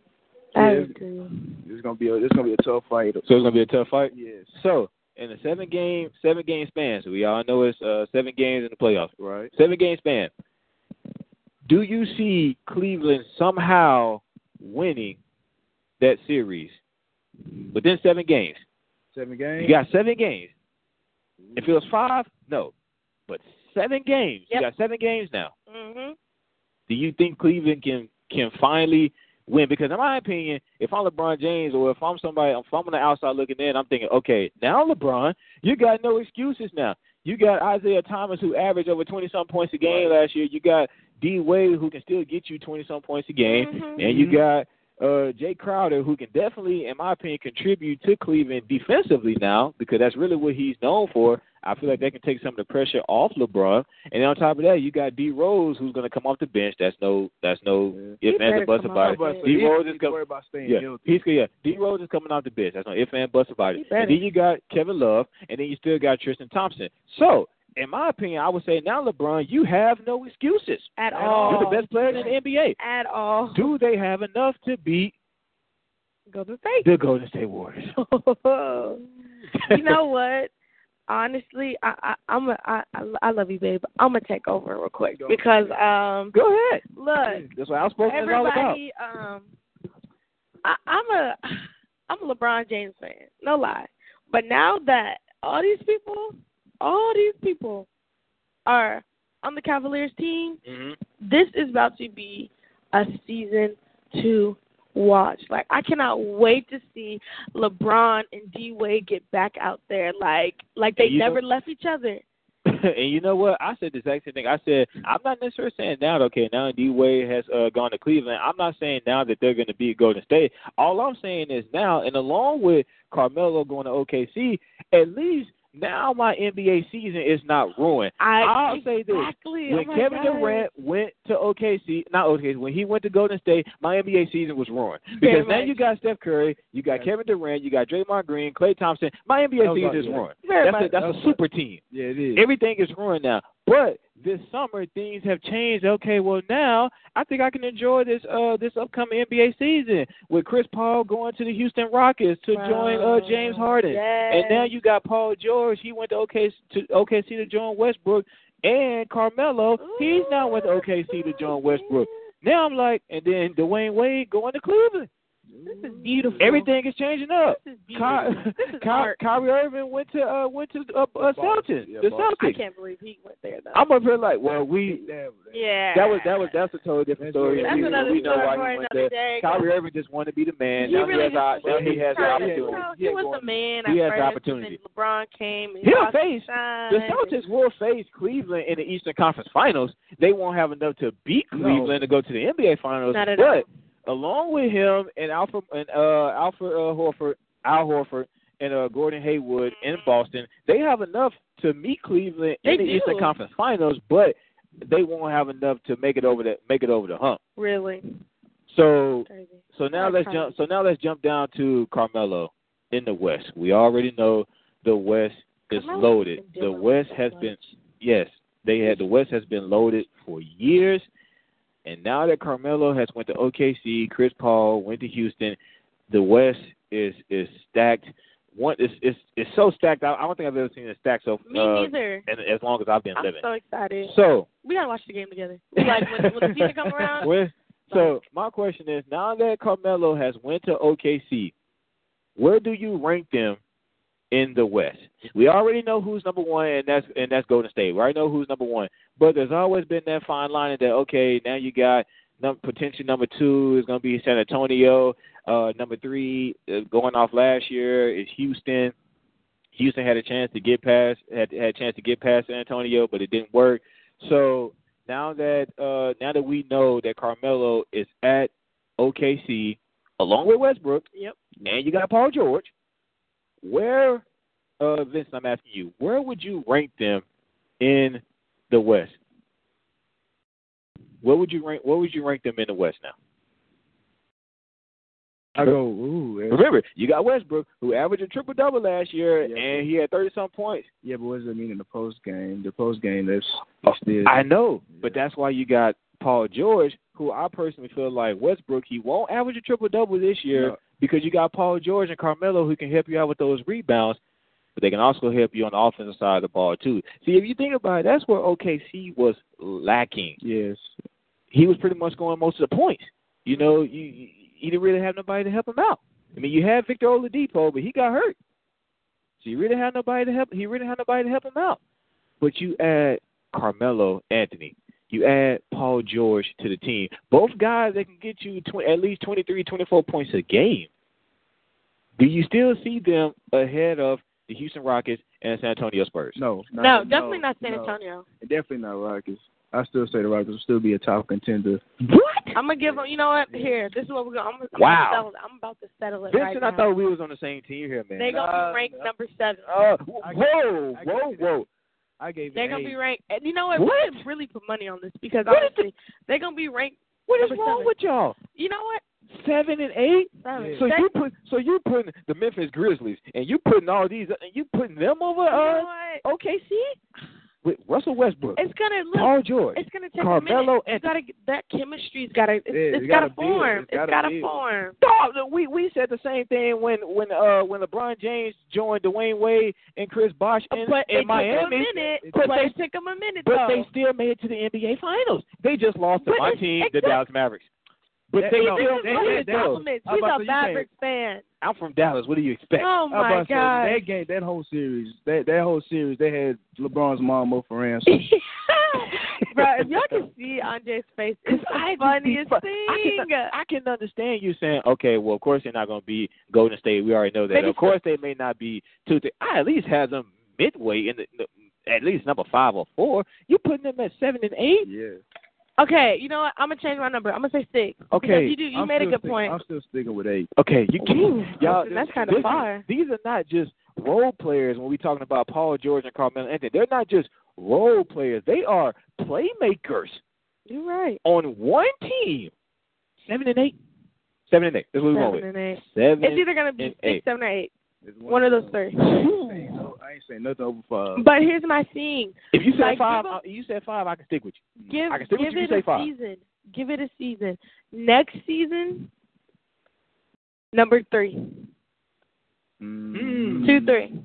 Speaker 3: I
Speaker 5: Yeah.
Speaker 3: agree.
Speaker 5: it's gonna be a, it's gonna be a tough fight.
Speaker 2: So it's gonna be a tough fight.
Speaker 5: Yes.
Speaker 2: So in a seven game seven game span, so we all know it's uh, seven games in the playoffs.
Speaker 5: Right.
Speaker 2: Seven game span. Do you see Cleveland somehow winning that series within seven games?
Speaker 5: Seven games.
Speaker 2: You got seven games. If it was five, no, but seven games.
Speaker 3: Yep.
Speaker 2: You got seven games now.
Speaker 3: Mhm.
Speaker 2: Do you think Cleveland can can finally win? Because in my opinion, if I'm LeBron James or if I'm somebody, if I'm on the outside looking in, I'm thinking, okay, now LeBron, you got no excuses now. You got Isaiah Thomas who averaged over twenty some points a game last year. You got D Wade who can still get you twenty some points a game,
Speaker 3: Mhm.
Speaker 2: and you got uh Jay Crowder who can definitely, in my opinion, contribute to Cleveland defensively now because that's really what he's known for. I feel like that can take some of the pressure off LeBron. And then on top of that, you got D Rose who's going to come off the bench. That's no, that's no
Speaker 5: Yeah.
Speaker 2: if
Speaker 3: He
Speaker 2: ands
Speaker 3: better
Speaker 2: or buts
Speaker 3: come
Speaker 2: about
Speaker 3: off the
Speaker 2: it.
Speaker 5: But
Speaker 3: bench.
Speaker 5: so
Speaker 2: D Rose
Speaker 5: you
Speaker 2: is
Speaker 5: need to
Speaker 2: coming.
Speaker 5: worry about staying
Speaker 2: Yeah,
Speaker 5: healthy.
Speaker 2: he's yeah. D Rose is coming off the bench. That's no if and buts about
Speaker 3: He
Speaker 2: it.
Speaker 3: better.
Speaker 2: And then you got Kevin Love, and then you still got Tristan Thompson. So, in my opinion, I would say now LeBron, you have no excuses
Speaker 3: At
Speaker 2: You're
Speaker 3: all.
Speaker 2: the best player in the NBA.
Speaker 3: At all.
Speaker 2: Do they have enough to beat
Speaker 3: Go to Vegas.
Speaker 2: the Golden State Warriors?
Speaker 3: you know what? Honestly, I, I I'm a, I, I I love you, babe. I'm gonna take over real quick
Speaker 5: Go.
Speaker 3: because um
Speaker 2: Go ahead.
Speaker 3: look,
Speaker 2: That's what outspoken is all about.
Speaker 3: everybody um I, I'm a I'm a LeBron James fan, no lie. But now that all these people, all these people are on the Cavaliers team,
Speaker 2: Mm-hmm.
Speaker 3: this is about to be a season to watch. Like I cannot wait to see LeBron and D Wade get back out there like like they
Speaker 2: And you know-
Speaker 3: never left each other.
Speaker 2: and you know what? I said the exact same thing. I said I'm not necessarily saying now. Okay, now D Wade has uh, gone to Cleveland. I'm not saying now that they're going to be Golden State. All I'm saying is now, and along with Carmelo going to OKC, at least now my NBA season is not ruined.
Speaker 3: I
Speaker 2: I'll say this.
Speaker 3: exactly. Oh
Speaker 2: when
Speaker 3: my
Speaker 2: Kevin
Speaker 3: God.
Speaker 2: Durant went to OKC, not OKC, when he went to Golden State, my NBA season was ruined
Speaker 3: Very
Speaker 2: because now
Speaker 3: much.
Speaker 2: you got Steph Curry, you got
Speaker 5: Yes.
Speaker 2: Kevin Durant, you got Draymond Green, Klay Thompson. My
Speaker 5: That
Speaker 2: NBA
Speaker 5: was
Speaker 2: season
Speaker 5: all-
Speaker 2: is
Speaker 5: yeah.
Speaker 2: ruined.
Speaker 3: Very
Speaker 2: That's a,
Speaker 3: much.
Speaker 2: that's a super team
Speaker 5: Yeah, it is.
Speaker 2: everything is ruined now. But this summer things have changed. Okay, well now I think I can enjoy this uh this upcoming NBA season with Chris Paul going to the Houston Rockets to join uh James Harden.
Speaker 3: Yes.
Speaker 2: And now you got Paul George, he went to OKC to OKC to join Westbrook and Carmelo, he's now with OKC to join Westbrook. Now I'm like and then Dwayne Wade going to Cleveland.
Speaker 3: This is beautiful.
Speaker 2: Everything is changing up.
Speaker 3: This is
Speaker 2: Ky-
Speaker 3: beautiful. This is
Speaker 2: Ky-
Speaker 3: art.
Speaker 2: Kyrie Irving went to uh went to uh, uh
Speaker 5: Boston.
Speaker 2: Celtics.
Speaker 5: Yeah,
Speaker 2: the
Speaker 5: Boston.
Speaker 3: I
Speaker 2: Celtics.
Speaker 3: can't believe he went there though.
Speaker 2: I'm up here like, well, we
Speaker 5: Damn, damn.
Speaker 3: yeah.
Speaker 2: that was that was that's a totally different
Speaker 5: That's right.
Speaker 2: story.
Speaker 3: That's
Speaker 2: we,
Speaker 3: another
Speaker 2: we know
Speaker 3: story for
Speaker 2: why he went
Speaker 3: another
Speaker 2: there.
Speaker 3: day.
Speaker 2: Kyrie Irving just wanted to be the man.
Speaker 3: He
Speaker 2: now
Speaker 3: really
Speaker 2: he has,
Speaker 3: just-
Speaker 2: the- now he has the
Speaker 3: Turned it-
Speaker 2: opportunity.
Speaker 3: No, he was the man
Speaker 2: He has
Speaker 3: at
Speaker 2: the
Speaker 3: first,
Speaker 2: opportunity.
Speaker 3: and LeBron came. And
Speaker 2: He'll
Speaker 3: lost
Speaker 2: face-
Speaker 3: shine.
Speaker 2: The Celtics will face Cleveland in the Eastern Conference Finals. They won't have enough to beat
Speaker 5: No.
Speaker 2: Cleveland to go to the NBA Finals.
Speaker 3: Not at
Speaker 2: but
Speaker 3: all.
Speaker 2: along with him and Alfred and uh, Alfred uh, Horford, Al Horford, and uh, Gordon Haywood in Boston, they have enough to meet Cleveland
Speaker 3: Mm-hmm. They
Speaker 2: in the
Speaker 3: do.
Speaker 2: Eastern Conference Finals, but they won't have enough to make it over the make it over the hump.
Speaker 3: Really.
Speaker 2: So
Speaker 3: Crazy.
Speaker 2: so now
Speaker 3: Not
Speaker 2: let's
Speaker 3: Carmelo.
Speaker 2: jump. So now let's jump down to Carmelo in the West. We already know the West is
Speaker 3: Carmelo's
Speaker 2: loaded.
Speaker 3: been
Speaker 2: The
Speaker 3: dealing with
Speaker 2: West
Speaker 3: so
Speaker 2: has
Speaker 3: much.
Speaker 2: been yes, they had the West has been loaded for years, and now that Carmelo has went to OKC, Chris Paul went to Houston, the West is is stacked. One, it's it's it's so stacked. I, I don't think I've ever seen it stacked so
Speaker 3: Me
Speaker 2: uh,
Speaker 3: neither.
Speaker 2: and as long as I've been
Speaker 3: I'm
Speaker 2: living.
Speaker 3: so excited.
Speaker 2: so
Speaker 3: we gotta watch the game together. Like when, when the season come around.
Speaker 2: when- so my question is: Now that Carmelo has went to OKC, where do you rank them in the West? We already know who's number one, and that's and that's Golden State. We already know who's number one, but there's always been that fine line that okay, now you got num- potential number two is going to be San Antonio. Uh, number three, uh, going off last year, is Houston. Houston had a chance to get past had had a chance to get past San Antonio, but it didn't work. So now that uh, now that we know that Carmelo is at OKC along with Westbrook,
Speaker 3: Yep.
Speaker 2: and you got Paul George, where uh, Vince, I'm asking you, where would you rank them in the West? What would you rank? What would you rank them in the West now?
Speaker 5: I go, ooh. eh.
Speaker 2: Remember, you got Westbrook, who averaged a triple double last year,
Speaker 5: Yeah.
Speaker 2: and he had thirty some points.
Speaker 5: Yeah, but what does it mean in the post game? The post game, that's still.
Speaker 2: Oh, I know, but that's why you got Paul George, who I personally feel like Westbrook, he won't average a triple double this year
Speaker 5: No.
Speaker 2: because you got Paul George and Carmelo who can help you out with those rebounds, but they can also help you on the offensive side of the ball too. See, if you think about it, that's where OKC was lacking.
Speaker 5: Yes.
Speaker 2: He was pretty much going most of the points. You know, you, you he didn't really have nobody to help him out. I mean, you had Victor Oladipo, but he got hurt, so you really had nobody to help. He really had nobody to help him out. But you add Carmelo Anthony. You add Paul George to the team. Both guys that can get you tw- at least 23, 24 points a game. Do you still see them ahead of the Houston Rockets and San Antonio Spurs?
Speaker 5: No. not-
Speaker 3: No, definitely not San
Speaker 5: no.
Speaker 3: Antonio.
Speaker 5: Definitely not Rockets. I still say the Rockets will still be a top contender.
Speaker 2: What?
Speaker 3: I'm gonna give them. You know what? Here, this is what we're gonna. I'm, I'm
Speaker 2: Wow.
Speaker 3: gonna settle, it. I'm about to settle it
Speaker 2: Vincent,
Speaker 3: right
Speaker 2: I
Speaker 3: now.
Speaker 2: thought we was on the same team here, man.
Speaker 3: They're gonna be ranked number seven.
Speaker 2: uh,
Speaker 5: I can-
Speaker 2: whoa,
Speaker 5: I can
Speaker 2: whoa,
Speaker 5: see that.
Speaker 2: whoa.
Speaker 5: I gave
Speaker 3: They're
Speaker 5: it
Speaker 3: gonna
Speaker 5: eight.
Speaker 3: be ranked. And you know what?
Speaker 2: What?
Speaker 3: We should really put money on this because
Speaker 2: What is
Speaker 3: honestly, they're gonna be ranked.
Speaker 2: What is
Speaker 3: Number
Speaker 2: wrong
Speaker 3: seven.
Speaker 2: with y'all?
Speaker 3: You know what?
Speaker 2: Seven and eight?
Speaker 3: Seven.
Speaker 2: So
Speaker 3: They-
Speaker 2: you put so you putting the Memphis Grizzlies and you putting all these and you putting them over
Speaker 3: you
Speaker 2: uh
Speaker 3: know what?
Speaker 2: OKC with Russell Westbrook,
Speaker 3: It's gonna look.
Speaker 2: Paul George,
Speaker 3: it's gonna take a
Speaker 2: Carmelo
Speaker 3: minute.
Speaker 2: and-
Speaker 3: You gotta get- that chemistry's gotta. It's,
Speaker 5: Yeah,
Speaker 3: it's
Speaker 5: you
Speaker 3: gotta,
Speaker 5: gotta build.
Speaker 3: form.
Speaker 5: It's gotta
Speaker 3: gotta
Speaker 5: build.
Speaker 3: form.
Speaker 2: Dog, we we said the same thing when when uh when LeBron James joined Dwayne Wade and Chris Bosh in,
Speaker 3: but
Speaker 2: in
Speaker 3: it took 'em a
Speaker 2: Miami,
Speaker 3: minute.
Speaker 2: but
Speaker 3: but
Speaker 2: they-
Speaker 3: it took them a minute
Speaker 2: but
Speaker 3: though.
Speaker 2: they still made it to the NBA Finals. They just lost to
Speaker 3: But
Speaker 2: my
Speaker 3: it's-
Speaker 2: team, the
Speaker 3: exact-
Speaker 2: Dallas Mavericks. But
Speaker 5: That-
Speaker 2: they
Speaker 5: you
Speaker 3: This
Speaker 5: know,
Speaker 2: still
Speaker 3: is
Speaker 5: they-
Speaker 2: made
Speaker 3: one
Speaker 5: they-
Speaker 2: it
Speaker 3: of the
Speaker 5: they-
Speaker 2: though.
Speaker 3: compliments.
Speaker 5: I'm
Speaker 3: He's
Speaker 5: about
Speaker 3: a
Speaker 5: to say, you
Speaker 3: Mavericks fan.
Speaker 2: I'm from Dallas. What do you expect?
Speaker 3: Oh
Speaker 5: I'm about
Speaker 3: my
Speaker 5: to say, that
Speaker 3: god.
Speaker 5: game, that whole series, that that whole series, they had LeBron's mom up for ransom.
Speaker 3: Bro, if y'all can see Andre's face, it's the
Speaker 2: I just
Speaker 3: funniest
Speaker 2: be-
Speaker 3: thing.
Speaker 2: I can, I can understand you saying, okay, well, of course they're not going to be Golden State. We already know that.
Speaker 3: They
Speaker 2: of
Speaker 3: just-
Speaker 2: course they may not be two. Three. I at least have them midway in the, the at least number five or four. You putting them at seven and eight?
Speaker 5: yeah.
Speaker 3: Okay, you know what? I'm gonna change my number. I'm gonna say six. Because
Speaker 2: Okay,
Speaker 3: you do. You
Speaker 5: I'm
Speaker 3: made a
Speaker 5: still
Speaker 3: good
Speaker 5: stick-
Speaker 3: point.
Speaker 5: I'm still sticking with eight.
Speaker 2: Okay, you
Speaker 3: Ooh,
Speaker 2: can't. Y'all,
Speaker 3: that's
Speaker 2: this-
Speaker 3: kinda
Speaker 2: this-
Speaker 3: far.
Speaker 2: These are not just role players when we're talking about Paul George and Carmelo Anthony. They're not just role players. They are playmakers
Speaker 3: You're right.
Speaker 2: on one team. Seven and eight. Seven and eight. That's what we're going
Speaker 3: Seven
Speaker 2: with.
Speaker 3: and eight.
Speaker 2: Seven.
Speaker 3: It's either gonna be
Speaker 2: and eight.
Speaker 3: six, seven, or eight.
Speaker 5: It's
Speaker 3: One of those three. Mm-hmm.
Speaker 5: I ain't, no- I ain't saying nothing over five.
Speaker 3: But here's my thing.
Speaker 2: If you said
Speaker 3: Like,
Speaker 2: five,
Speaker 3: give
Speaker 2: I- you said five, I can stick with you.
Speaker 3: Give
Speaker 2: I can stick with
Speaker 3: give
Speaker 2: you. You
Speaker 3: it
Speaker 2: say
Speaker 3: a
Speaker 2: five.
Speaker 3: season. Give it a season. Next season, number three.
Speaker 5: Mm.
Speaker 3: two, three.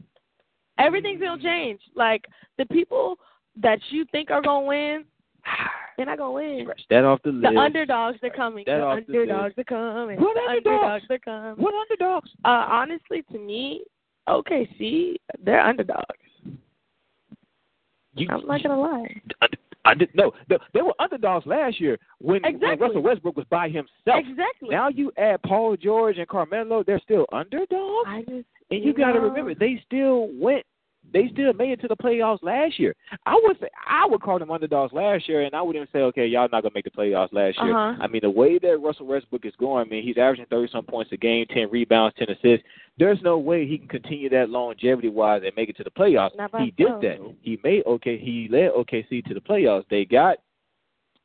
Speaker 3: Everything's gonna change. Like the people that you think are gonna win, they're not gonna win.
Speaker 2: Scratch that off the
Speaker 3: The
Speaker 2: list.
Speaker 3: underdogs are coming.
Speaker 2: That
Speaker 3: the
Speaker 2: off the
Speaker 3: underdogs are coming.
Speaker 2: What
Speaker 3: the
Speaker 2: underdogs?
Speaker 3: underdogs are coming.
Speaker 2: What underdogs?
Speaker 3: Uh, honestly, to me, OKC, they're underdogs.
Speaker 2: You,
Speaker 3: I'm not gonna lie.
Speaker 2: you- under- under- no, they, they were underdogs last year when, when
Speaker 3: Exactly.
Speaker 2: Russell Westbrook was by himself.
Speaker 3: Exactly.
Speaker 2: Now you add Paul George and Carmelo, they're still underdogs.
Speaker 3: I just
Speaker 2: and you got to
Speaker 5: Mm-hmm.
Speaker 2: remember, they still went. They still made it to the playoffs last year. I would say I would call them underdogs last year, and I would even say, okay, y'all not gonna make the playoffs last year.
Speaker 3: Uh-huh.
Speaker 2: I mean, the way that Russell Westbrook is going, I mean, he's averaging thirty some points a game, ten rebounds, ten assists. There's no way he can continue that longevity wise and make it to the playoffs.
Speaker 3: Not by
Speaker 2: He did
Speaker 3: himself.
Speaker 2: that. He made okay. He led OKC to the playoffs. They got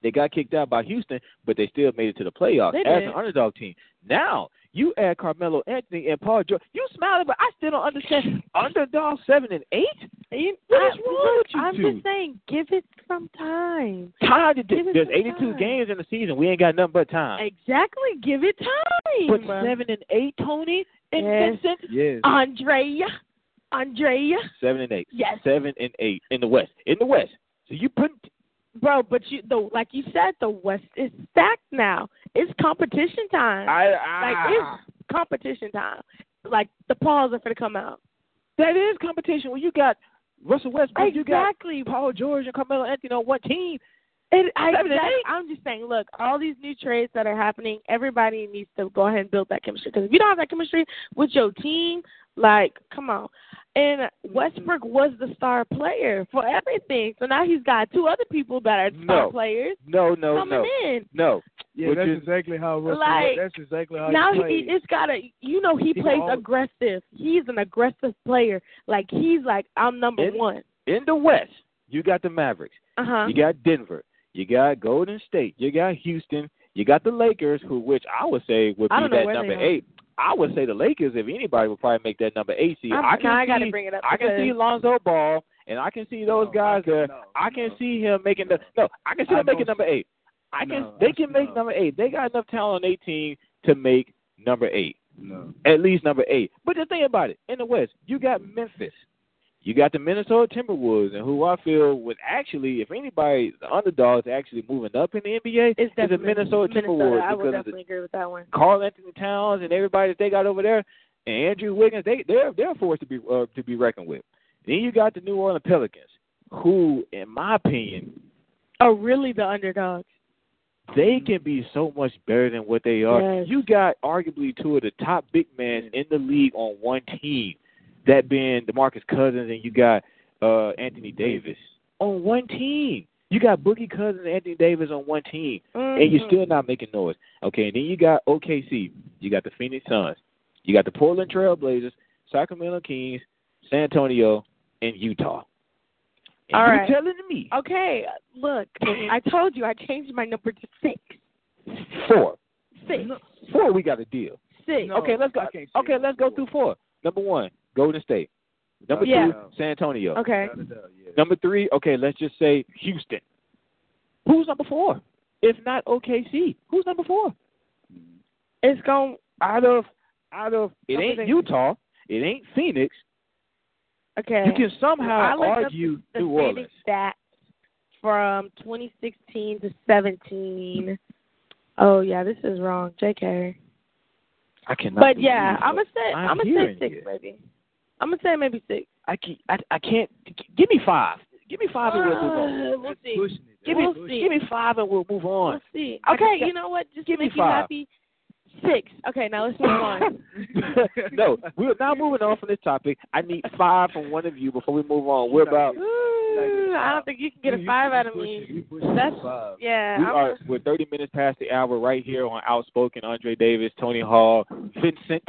Speaker 2: they got kicked out by Houston, but they still made it to the playoffs
Speaker 3: They
Speaker 2: as
Speaker 3: did.
Speaker 2: an underdog team. Now you add Carmelo Anthony and Paul George. You smiling, but I still don't understand underdog seven and eight.
Speaker 3: You-
Speaker 2: What is
Speaker 3: I-
Speaker 2: wrong with you
Speaker 3: I'm
Speaker 2: two?
Speaker 3: just saying, give it some time.
Speaker 2: Time to
Speaker 3: Give it
Speaker 2: there's
Speaker 3: some
Speaker 2: 82
Speaker 3: time.
Speaker 2: games in the season. We ain't got nothing but time.
Speaker 3: Exactly, give it time.
Speaker 2: But seven and eight, Tony and
Speaker 3: Yes.
Speaker 2: Vincent.
Speaker 5: Yes.
Speaker 3: Andrea, Andrea.
Speaker 2: Seven and eight.
Speaker 3: Yes.
Speaker 2: Seven and eight in the West. In the West. So you put
Speaker 3: Bro, but you the like you said, the West is stacked now. It's competition time.
Speaker 2: I,
Speaker 3: like
Speaker 2: I
Speaker 3: it's competition time. Like the paws are gonna come out.
Speaker 2: that is competition. When you got Russell Westbrook, you got
Speaker 3: Exactly.
Speaker 2: Paul George and Carmelo Anthony on one team.
Speaker 3: It, I,
Speaker 2: Seven and
Speaker 3: exact-
Speaker 2: eight.
Speaker 3: I'm just saying, look, all these new trades that are happening, everybody needs to go ahead and build that chemistry. Because if you don't have that chemistry with your team, like, come on. And Westbrook was the star player for everything. So now he's got two other people that are star
Speaker 2: No.
Speaker 3: players
Speaker 2: No, no,
Speaker 3: coming
Speaker 2: no,
Speaker 3: in.
Speaker 2: no.
Speaker 5: yeah,
Speaker 2: Which
Speaker 5: that's
Speaker 2: is-
Speaker 5: exactly how Russell.
Speaker 3: Like,
Speaker 5: that's exactly how
Speaker 3: now
Speaker 5: he,
Speaker 3: he,
Speaker 5: played.
Speaker 3: it's gotta you know he,
Speaker 5: He
Speaker 3: plays
Speaker 5: all-
Speaker 3: aggressive he's an aggressive player like he's like i'm number
Speaker 2: It-
Speaker 3: one
Speaker 2: In the West, you got the Mavericks.
Speaker 3: uh-huh
Speaker 2: You got Denver.
Speaker 4: You got Golden State. You got Houston. You got the Lakers, who which I would say would
Speaker 3: I
Speaker 4: be
Speaker 3: don't know
Speaker 4: that
Speaker 3: where they
Speaker 4: number
Speaker 3: are.
Speaker 4: eight. I would say the Lakers, if anybody, would probably make that number eight seed.
Speaker 3: I'm-
Speaker 4: I can
Speaker 3: now I
Speaker 4: see,
Speaker 3: gotta bring Oh, it up
Speaker 4: I can
Speaker 3: because-
Speaker 4: see Lonzo Ball, and I can see those
Speaker 2: No,
Speaker 4: guys
Speaker 2: I can-
Speaker 4: there.
Speaker 2: no,
Speaker 4: I can
Speaker 2: no.
Speaker 4: see him making the no. I can see
Speaker 2: I
Speaker 4: them making
Speaker 2: don't-
Speaker 4: number eight. I can.
Speaker 2: No,
Speaker 4: they
Speaker 2: I-
Speaker 4: can make
Speaker 2: no.
Speaker 4: number eight. They got enough talent on their team to make number eight
Speaker 2: No.
Speaker 4: at least number eight. But just think about it. In the West, you got Memphis. You got the Minnesota Timberwolves, and who I feel would actually, if anybody, the underdogs actually moving up in the NBA
Speaker 3: It's
Speaker 4: is the
Speaker 3: definitely
Speaker 4: Minnesota
Speaker 3: Minnesota. I
Speaker 4: Timberwolves
Speaker 3: would
Speaker 4: because of the
Speaker 3: definitely agree with that one.
Speaker 4: Carl Anthony Towns and everybody that they got over there, and Andrew Wiggins, they they're they're a force to be uh, to be reckoned with. Then you got the New Orleans Pelicans, who, in my opinion,
Speaker 3: Oh, really? The underdogs.
Speaker 4: they can be so much better than what they are.
Speaker 3: Yes.
Speaker 4: You got arguably two of the top big men in the league on one team, that being DeMarcus Cousins and you got uh Anthony Davis on one team. You got Boogie Cousins and Anthony Davis on one team,
Speaker 3: Mm.
Speaker 4: and you're still not making noise. Okay, and then you got OKC, you got the Phoenix Suns, you got the Portland Trail Blazers, Sacramento Kings, San Antonio, and Utah. And
Speaker 3: All
Speaker 4: you're
Speaker 3: right.
Speaker 4: telling me
Speaker 3: Okay, look, I told you I changed my number to six.
Speaker 4: four,
Speaker 3: Six.
Speaker 4: four, we got a deal.
Speaker 3: Six.
Speaker 2: No,
Speaker 4: okay, let's go.
Speaker 2: I can't see
Speaker 4: Okay,
Speaker 2: it.
Speaker 4: let's go through four. Number one, Golden State. Number
Speaker 3: Yeah.
Speaker 4: two, San Antonio.
Speaker 3: Okay.
Speaker 2: Without a doubt, yeah.
Speaker 4: Number three, okay, let's just say Houston. Who's number four? If not OKC, who's number four?
Speaker 3: It's going.
Speaker 4: Out of out of it
Speaker 3: Number
Speaker 4: ain't
Speaker 3: six.
Speaker 4: Utah, it ain't Phoenix.
Speaker 3: Okay.
Speaker 4: You can
Speaker 3: I
Speaker 4: somehow
Speaker 3: looked up
Speaker 4: argue
Speaker 3: the
Speaker 4: New
Speaker 3: standing
Speaker 4: Orleans.
Speaker 3: stats from 2016 to 17. Oh yeah, this is wrong. JK.
Speaker 4: I cannot.
Speaker 3: But
Speaker 4: believe
Speaker 3: yeah,
Speaker 4: it.
Speaker 3: I'm gonna say
Speaker 4: I'm
Speaker 3: I'm, gonna
Speaker 4: hearing
Speaker 3: say six
Speaker 4: you.
Speaker 3: maybe. I'm gonna say maybe six.
Speaker 4: I can't. I, I can't. Give me five. Give me five and we'll move on.
Speaker 3: Uh, we'll see.
Speaker 2: Pushing it.
Speaker 4: Give
Speaker 3: we'll
Speaker 4: me
Speaker 3: see.
Speaker 4: give me five and we'll move on.
Speaker 3: We'll see.
Speaker 4: I
Speaker 3: Okay,
Speaker 4: just got-
Speaker 3: you know what? Just
Speaker 4: Give me
Speaker 3: make you
Speaker 4: five.
Speaker 3: happy. Six. Okay, now let's move on.
Speaker 4: no, we're now moving on from this topic. I need five from one of you before we move on. We're about
Speaker 3: Ooh, Mm, I don't think you can get a five out of me.
Speaker 2: You pushing
Speaker 3: That's
Speaker 2: it. five.
Speaker 3: yeah.
Speaker 4: we
Speaker 3: I'm
Speaker 4: are we're thirty minutes past the hour right here on Outspoken Andre Davis, Tony Hall, Vincent,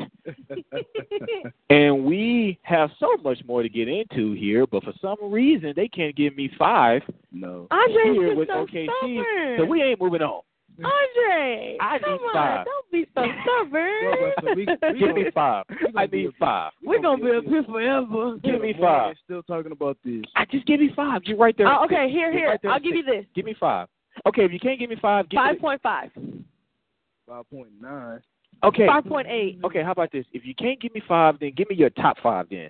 Speaker 4: and we have so much more to get into here. But for some reason, they can't give me five.
Speaker 2: No.
Speaker 3: Andre's
Speaker 4: here
Speaker 3: just
Speaker 4: with
Speaker 3: so
Speaker 4: OKC,
Speaker 3: stubborn.
Speaker 4: So we ain't moving on.
Speaker 3: Andre,
Speaker 4: I
Speaker 3: come
Speaker 4: need
Speaker 3: on,
Speaker 4: five.
Speaker 3: don't be so
Speaker 2: Well, but so we-
Speaker 3: stubborn.
Speaker 2: we
Speaker 4: Give me five.
Speaker 2: gonna
Speaker 4: I
Speaker 2: be
Speaker 4: need
Speaker 2: a-
Speaker 4: five.
Speaker 3: We're gonna be up here forever.
Speaker 4: Give me
Speaker 2: Boy,
Speaker 4: five.
Speaker 2: they're Still talking about this.
Speaker 4: I just give me five. You're right there.
Speaker 3: Oh, okay, here,
Speaker 4: You're
Speaker 3: here.
Speaker 4: right there at
Speaker 3: I'll give you
Speaker 4: six.
Speaker 3: this.
Speaker 4: Give me five. Okay, if you can't give me five, give
Speaker 3: Five
Speaker 4: me
Speaker 3: point five.
Speaker 2: Five point nine.
Speaker 4: Okay.
Speaker 3: Five point eight.
Speaker 4: Okay, how about this? If you can't give me five, then give me your top five. Then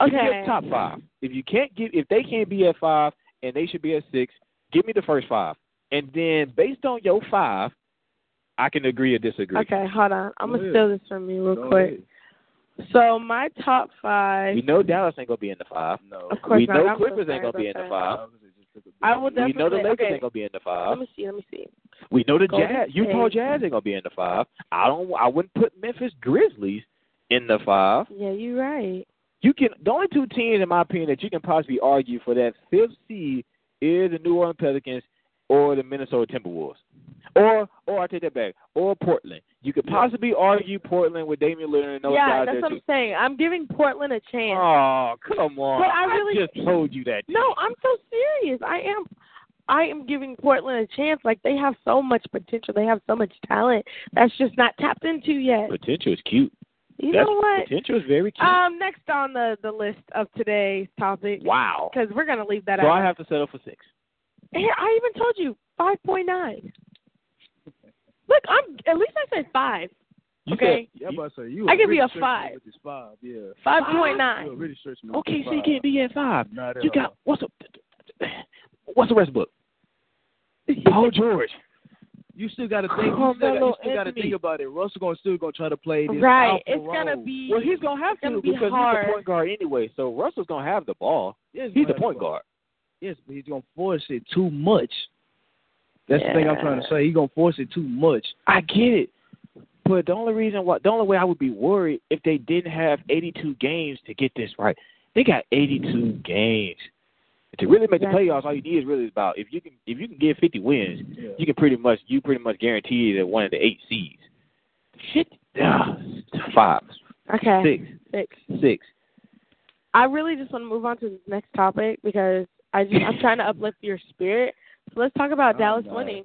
Speaker 4: give me
Speaker 3: Okay.
Speaker 4: your top five. If you can't give, if they can't be at five and they should be at six, give me the first five, and then based on your five, I can agree or disagree.
Speaker 3: Okay, hold on. I'm
Speaker 2: Go
Speaker 3: gonna
Speaker 2: ahead.
Speaker 3: steal this from you real
Speaker 2: Go
Speaker 3: quick. So my top five.
Speaker 4: We know Dallas ain't gonna be in the five.
Speaker 2: ahead. No.
Speaker 3: Of course
Speaker 4: we
Speaker 3: not.
Speaker 4: know
Speaker 3: I'm so
Speaker 4: Clippers
Speaker 3: sorry
Speaker 4: ain't gonna
Speaker 3: about
Speaker 4: be in the
Speaker 3: that.
Speaker 4: five.
Speaker 3: I will
Speaker 4: we
Speaker 3: definitely.
Speaker 4: know the Lakers
Speaker 3: okay.
Speaker 4: ain't gonna be in the
Speaker 3: Let
Speaker 4: five.
Speaker 3: me see. Let me see.
Speaker 4: We know the
Speaker 3: Golden
Speaker 4: Jazz, Utah
Speaker 3: State.
Speaker 4: Jazz ain't gonna be in the five. I don't. I wouldn't put Memphis Grizzlies in the five.
Speaker 3: Yeah, you're right.
Speaker 4: you can the only two teams in my opinion that you can possibly argue for that fifth seed is the New Orleans Pelicans or the Minnesota Timberwolves. Or or I take that back. Or Portland. You could possibly argue Portland with Damian Lillard and those
Speaker 3: yeah,
Speaker 4: guys
Speaker 3: that's
Speaker 4: there
Speaker 3: what I'm saying. I'm giving Portland a
Speaker 4: too.
Speaker 3: chance.
Speaker 4: Oh, come on.
Speaker 3: But I really-
Speaker 4: just told you that.
Speaker 3: No, I'm so serious. I am. I am giving Portland a chance. Like they have so much potential. They have so much talent that's just not tapped into yet.
Speaker 4: Potential is cute.
Speaker 3: You
Speaker 4: That's-
Speaker 3: know what?
Speaker 4: Potential is very cute.
Speaker 3: Um, next on the the list of today's topic,
Speaker 4: wow.
Speaker 3: because we're gonna leave that
Speaker 4: So
Speaker 3: out.
Speaker 4: I have to settle for six.
Speaker 3: Here, I even told you five point nine. Look, I'm at least I said five.
Speaker 4: You
Speaker 3: Okay.
Speaker 4: said-
Speaker 2: Yeah, but so you.
Speaker 3: I
Speaker 2: are
Speaker 3: give you
Speaker 2: really
Speaker 3: a
Speaker 2: stretching me
Speaker 3: five.
Speaker 2: With this five, yeah.
Speaker 3: Five point
Speaker 2: You are
Speaker 3: nine.
Speaker 2: really stretching me with
Speaker 4: okay,
Speaker 2: this
Speaker 4: so you
Speaker 2: five.
Speaker 4: can't be at five.
Speaker 2: Not at
Speaker 4: You got
Speaker 2: all.
Speaker 4: what's a what's the rest book? Paul George.
Speaker 2: You still got to think. You still, gotta,
Speaker 4: Carmelo
Speaker 2: you still gotta
Speaker 4: Anthony.
Speaker 2: think about it. Russell gonna still gonna try to play this
Speaker 3: Right.
Speaker 2: alpha
Speaker 3: It's gonna
Speaker 2: role.
Speaker 3: be.
Speaker 4: Well, he's gonna have
Speaker 3: It's gonna
Speaker 4: to
Speaker 3: be
Speaker 4: because
Speaker 3: hard.
Speaker 4: he's a point guard anyway. So Russell's gonna have the ball.
Speaker 2: Yes,
Speaker 4: He's
Speaker 2: but-
Speaker 4: a point guard.
Speaker 2: Yes, but he's gonna force it too much. That's the thing I'm trying to
Speaker 3: Yeah.
Speaker 2: say. He's gonna force it too much.
Speaker 4: I get it, but the only reason why, the only way I would be worried if they didn't have 82 games to get this right. They got 82 games to really make
Speaker 3: Exactly.
Speaker 4: the playoffs. All you need is really about if you can if you can get 50 wins,
Speaker 2: Yeah.
Speaker 4: you can pretty much you pretty much guarantee that one of the eight seeds. Shit, ah, five,
Speaker 3: okay.
Speaker 4: six,
Speaker 3: Six.
Speaker 4: six.
Speaker 3: I really just want to move on to the next topic because I just, I'm trying to uplift your spirit let's talk about
Speaker 4: Oh,
Speaker 3: Dallas
Speaker 4: no.
Speaker 3: winning.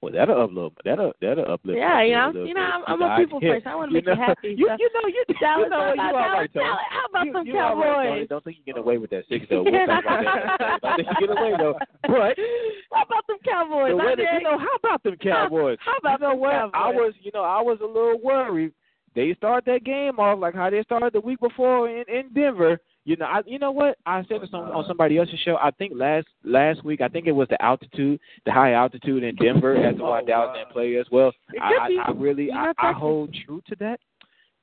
Speaker 4: Well, that'll uplift. That'll that'll uplift.
Speaker 3: Yeah, you know,
Speaker 4: that
Speaker 3: you
Speaker 4: a
Speaker 3: know,
Speaker 4: little
Speaker 3: I'm,
Speaker 4: bit.
Speaker 3: I'm a people
Speaker 4: Yeah,
Speaker 3: person. I want to
Speaker 4: you
Speaker 3: make
Speaker 4: know,
Speaker 3: you happy.
Speaker 4: You,
Speaker 3: so-
Speaker 4: you know, you
Speaker 3: Dallas,
Speaker 4: you know,
Speaker 3: oh my
Speaker 4: you
Speaker 3: God,
Speaker 4: all right,
Speaker 3: Dallas,
Speaker 4: Tony.
Speaker 3: Dallas. How about
Speaker 4: you,
Speaker 3: some
Speaker 4: you all right, Tony.
Speaker 3: Cowboys?
Speaker 4: Don't think you get away with that six though. We'll talk about that. Don't think you get away though. But
Speaker 3: How about them Cowboys?
Speaker 4: the way that,
Speaker 3: Isaiah?
Speaker 4: you know, how about them Cowboys?
Speaker 3: How about
Speaker 4: you know
Speaker 3: them
Speaker 4: what? I
Speaker 3: Cowboys?
Speaker 4: was, you know, I was a little worried. They start that game off like how they started the week before in, in Denver. You know, I you know what? I said this on, on somebody else's show. I think last last week, I think it was the altitude, the high altitude in Denver. That's why
Speaker 2: Oh,
Speaker 4: Dallas
Speaker 2: wow.
Speaker 4: didn't play as well.
Speaker 3: It
Speaker 4: I,
Speaker 3: could
Speaker 4: I-
Speaker 3: be.
Speaker 4: I really,
Speaker 3: You're
Speaker 4: I,
Speaker 3: not
Speaker 4: I
Speaker 3: Texas.
Speaker 4: hold true to that.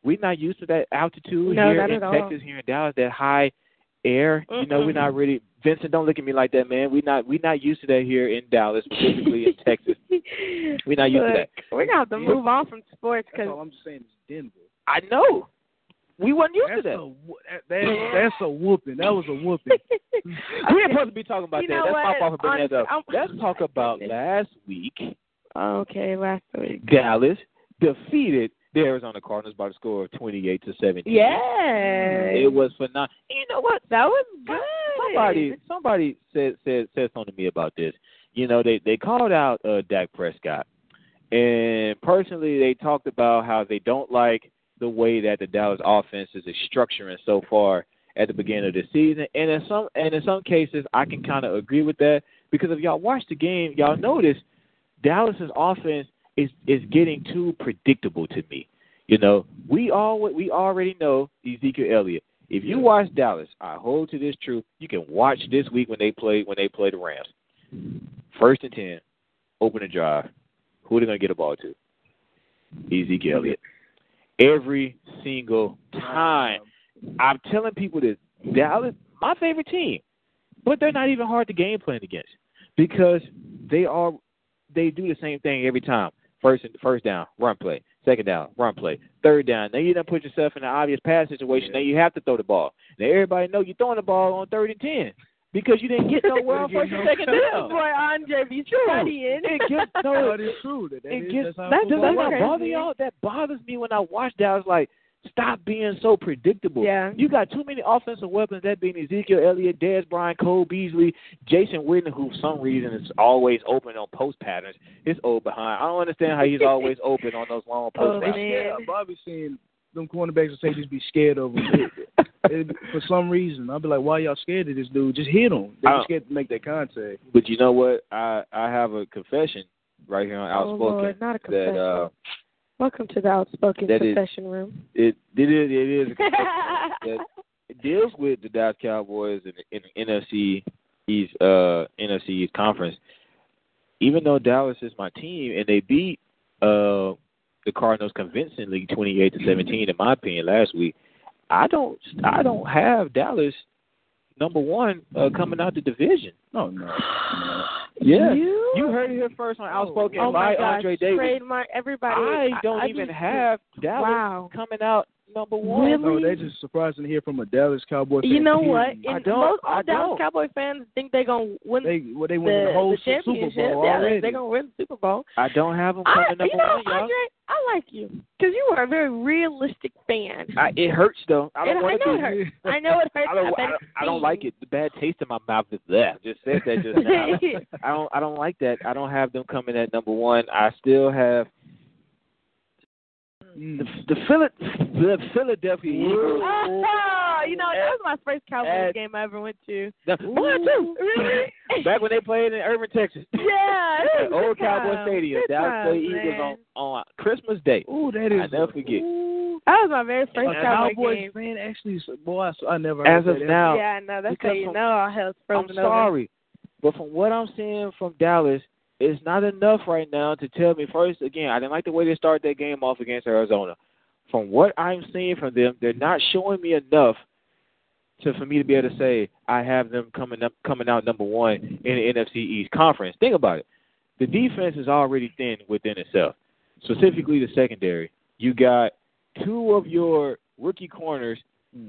Speaker 4: We're not used to that altitude
Speaker 3: No,
Speaker 4: here
Speaker 3: not
Speaker 4: in
Speaker 3: at all.
Speaker 4: Texas, here in Dallas, that high air. You know, we're
Speaker 3: Mm-mm.
Speaker 4: not really. Vincent, don't look at me like that, man. We're not we're not used to that here in Dallas, specifically in Texas. We're not used to that.
Speaker 3: Look, We're gonna have to move on from sports
Speaker 2: That's
Speaker 3: because
Speaker 2: all I'm just saying is Denver.
Speaker 4: I know. We weren't used
Speaker 2: That's
Speaker 4: to that.
Speaker 2: a, whoo- that, that, that's a whooping. That was a whooping.
Speaker 4: We ain't supposed to be talking about
Speaker 3: You
Speaker 4: that.
Speaker 3: know
Speaker 4: That's my
Speaker 3: what?
Speaker 4: fault for bringing that up.
Speaker 3: Honestly, I'm-
Speaker 4: Let's talk about last week.
Speaker 3: okay, last week.
Speaker 4: Dallas defeated the Arizona Cardinals by the score of twenty-eight to seventeen.
Speaker 3: Yeah,
Speaker 4: it was phenomenal. You know what?
Speaker 3: that was good.
Speaker 4: Some- Somebody somebody said said said something to me about this. You know, they they called out uh Dak Prescott. And personally they talked about how they don't like the way that the Dallas offense is structuring so far at the beginning of the season. And in some and in some cases I can kinda agree with that because if y'all watch the game, y'all notice Dallas's offense is is getting too predictable to me. You know, we all we already know Ezekiel Elliott. If you watch Dallas, I hold to this truth. You can watch this week when they play when they play the Rams. First and ten, open the drive. Who are they gonna get the ball to? Ezekiel Elliott. Every single time. I'm telling people this. Dallas, my favorite team, but they're not even hard to game plan against because they are they do the same thing every time. First and first down, run play. Second down, run play. Third down. Now you done put yourself in an obvious pass situation. Now you have to throw the ball. Now everybody know you're throwing the ball on third and ten because you didn't get nowhere on first and second
Speaker 3: This
Speaker 4: down.
Speaker 3: boy Andre be studying.
Speaker 4: It gets no.
Speaker 2: that is true. That, that
Speaker 4: It
Speaker 2: is-
Speaker 4: gets
Speaker 2: that's how
Speaker 4: that does that
Speaker 2: football
Speaker 4: not
Speaker 2: works.
Speaker 4: bother y'all? That bothers me when I watch that. I was like, stop being so predictable.
Speaker 3: Yeah.
Speaker 4: You got too many offensive weapons, that being Ezekiel Elliott, Dez Bryant, Cole Beasley, Jason Witten, who for some reason is always open on post patterns. His old behind. I don't understand how he's always open on those long
Speaker 3: Oh,
Speaker 4: post routes.
Speaker 2: Yeah,
Speaker 3: man.
Speaker 2: Bobby seeing them cornerbacks and safeties be scared of him. It- for some reason, I'd be like, "Why y'all scared of this dude? Just hit him." They
Speaker 4: Oh.
Speaker 2: just scared to make that contact.
Speaker 4: But you know what? I I have a confession right here on
Speaker 3: Oh,
Speaker 4: Outspoken
Speaker 3: Lord, not a confession.
Speaker 4: that uh
Speaker 3: Welcome to the outspoken
Speaker 4: that is-
Speaker 3: confession room.
Speaker 4: it it is it is a confession that it deals with the Dallas Cowboys and the, and the NFC East uh NFC East conference. Even though Dallas is my team and they beat uh the Cardinals convincingly 28 to 17 in my opinion last week, I don't I don't have Dallas number 1 uh, coming out the division.
Speaker 2: No, no.
Speaker 4: Yeah.
Speaker 3: You?
Speaker 4: Oh, You heard it here first on Outspoken
Speaker 3: oh
Speaker 4: by
Speaker 3: my gosh,
Speaker 4: Andre Davis.
Speaker 3: trademark everybody.
Speaker 4: I don't even
Speaker 3: just-
Speaker 4: have Dallas
Speaker 3: Wow.
Speaker 4: coming out number 1.
Speaker 3: Really?
Speaker 2: No, that's just surprising to hear from a Dallas Cowboy.
Speaker 3: You
Speaker 2: fan,
Speaker 3: know
Speaker 2: period.
Speaker 3: what?
Speaker 4: I
Speaker 3: And
Speaker 4: don't-
Speaker 3: Most all
Speaker 4: I
Speaker 3: Dallas
Speaker 4: don't.
Speaker 3: Cowboy fans think they're gonna win
Speaker 2: They well, they
Speaker 3: the,
Speaker 2: won the whole
Speaker 3: the
Speaker 2: Super Bowl
Speaker 3: championship. yeah,
Speaker 2: already.
Speaker 3: they're gonna win the Super Bowl.
Speaker 4: I don't have them
Speaker 3: I,
Speaker 4: coming number
Speaker 3: you know,
Speaker 4: one, y'all.
Speaker 3: Andre, I like you because you are a very realistic fan.
Speaker 4: I, it hurts though. I
Speaker 3: And
Speaker 4: don't
Speaker 3: I
Speaker 4: want
Speaker 3: know
Speaker 4: to
Speaker 3: it hurts. I know it hurts.
Speaker 4: I don't,
Speaker 3: I've
Speaker 4: I
Speaker 3: been
Speaker 4: don't. I don't
Speaker 3: seeing.
Speaker 4: like it. The bad taste in my mouth is there. Just said that just now. I don't. I don't like that. I don't have them coming at number one. I still have the
Speaker 2: Mm.
Speaker 4: the, Phila, the Philadelphia Eagles.
Speaker 3: Oh, you know, that was my first Cowboys
Speaker 4: At-
Speaker 3: game I ever went to.
Speaker 4: The, one, two,
Speaker 3: Really?
Speaker 4: Back when they played in Irving, Texas.
Speaker 3: Yeah,
Speaker 4: At
Speaker 3: it was a
Speaker 4: old
Speaker 3: good
Speaker 4: Cowboy
Speaker 3: time.
Speaker 4: Stadium.
Speaker 3: Good
Speaker 4: Dallas
Speaker 3: time,
Speaker 4: played Eagles
Speaker 3: man.
Speaker 4: on on Oh, uh, Christmas Day.
Speaker 2: Ooh, that
Speaker 4: I
Speaker 2: is
Speaker 4: never forget.
Speaker 3: That was my very first
Speaker 2: a
Speaker 3: Cowboy
Speaker 2: Cowboys
Speaker 3: game.
Speaker 2: fan actually. is- Boy, I, I never.
Speaker 4: As
Speaker 2: heard
Speaker 4: of
Speaker 2: that.
Speaker 4: now,
Speaker 3: yeah, I know. That's how
Speaker 4: because
Speaker 3: you
Speaker 4: from-
Speaker 3: know our hell's
Speaker 4: I'm
Speaker 3: frozen over.
Speaker 4: sorry, but from what I'm seeing from Dallas, it's not enough right now to tell me. First, again, I didn't like the way they started that game off against Arizona. From what I'm seeing from them, they're not showing me enough to for me to be able to say I have them coming up coming out number one in the NFC East conference. Think about it. The defense is already thin within itself, specifically the secondary. You got two of your rookie corners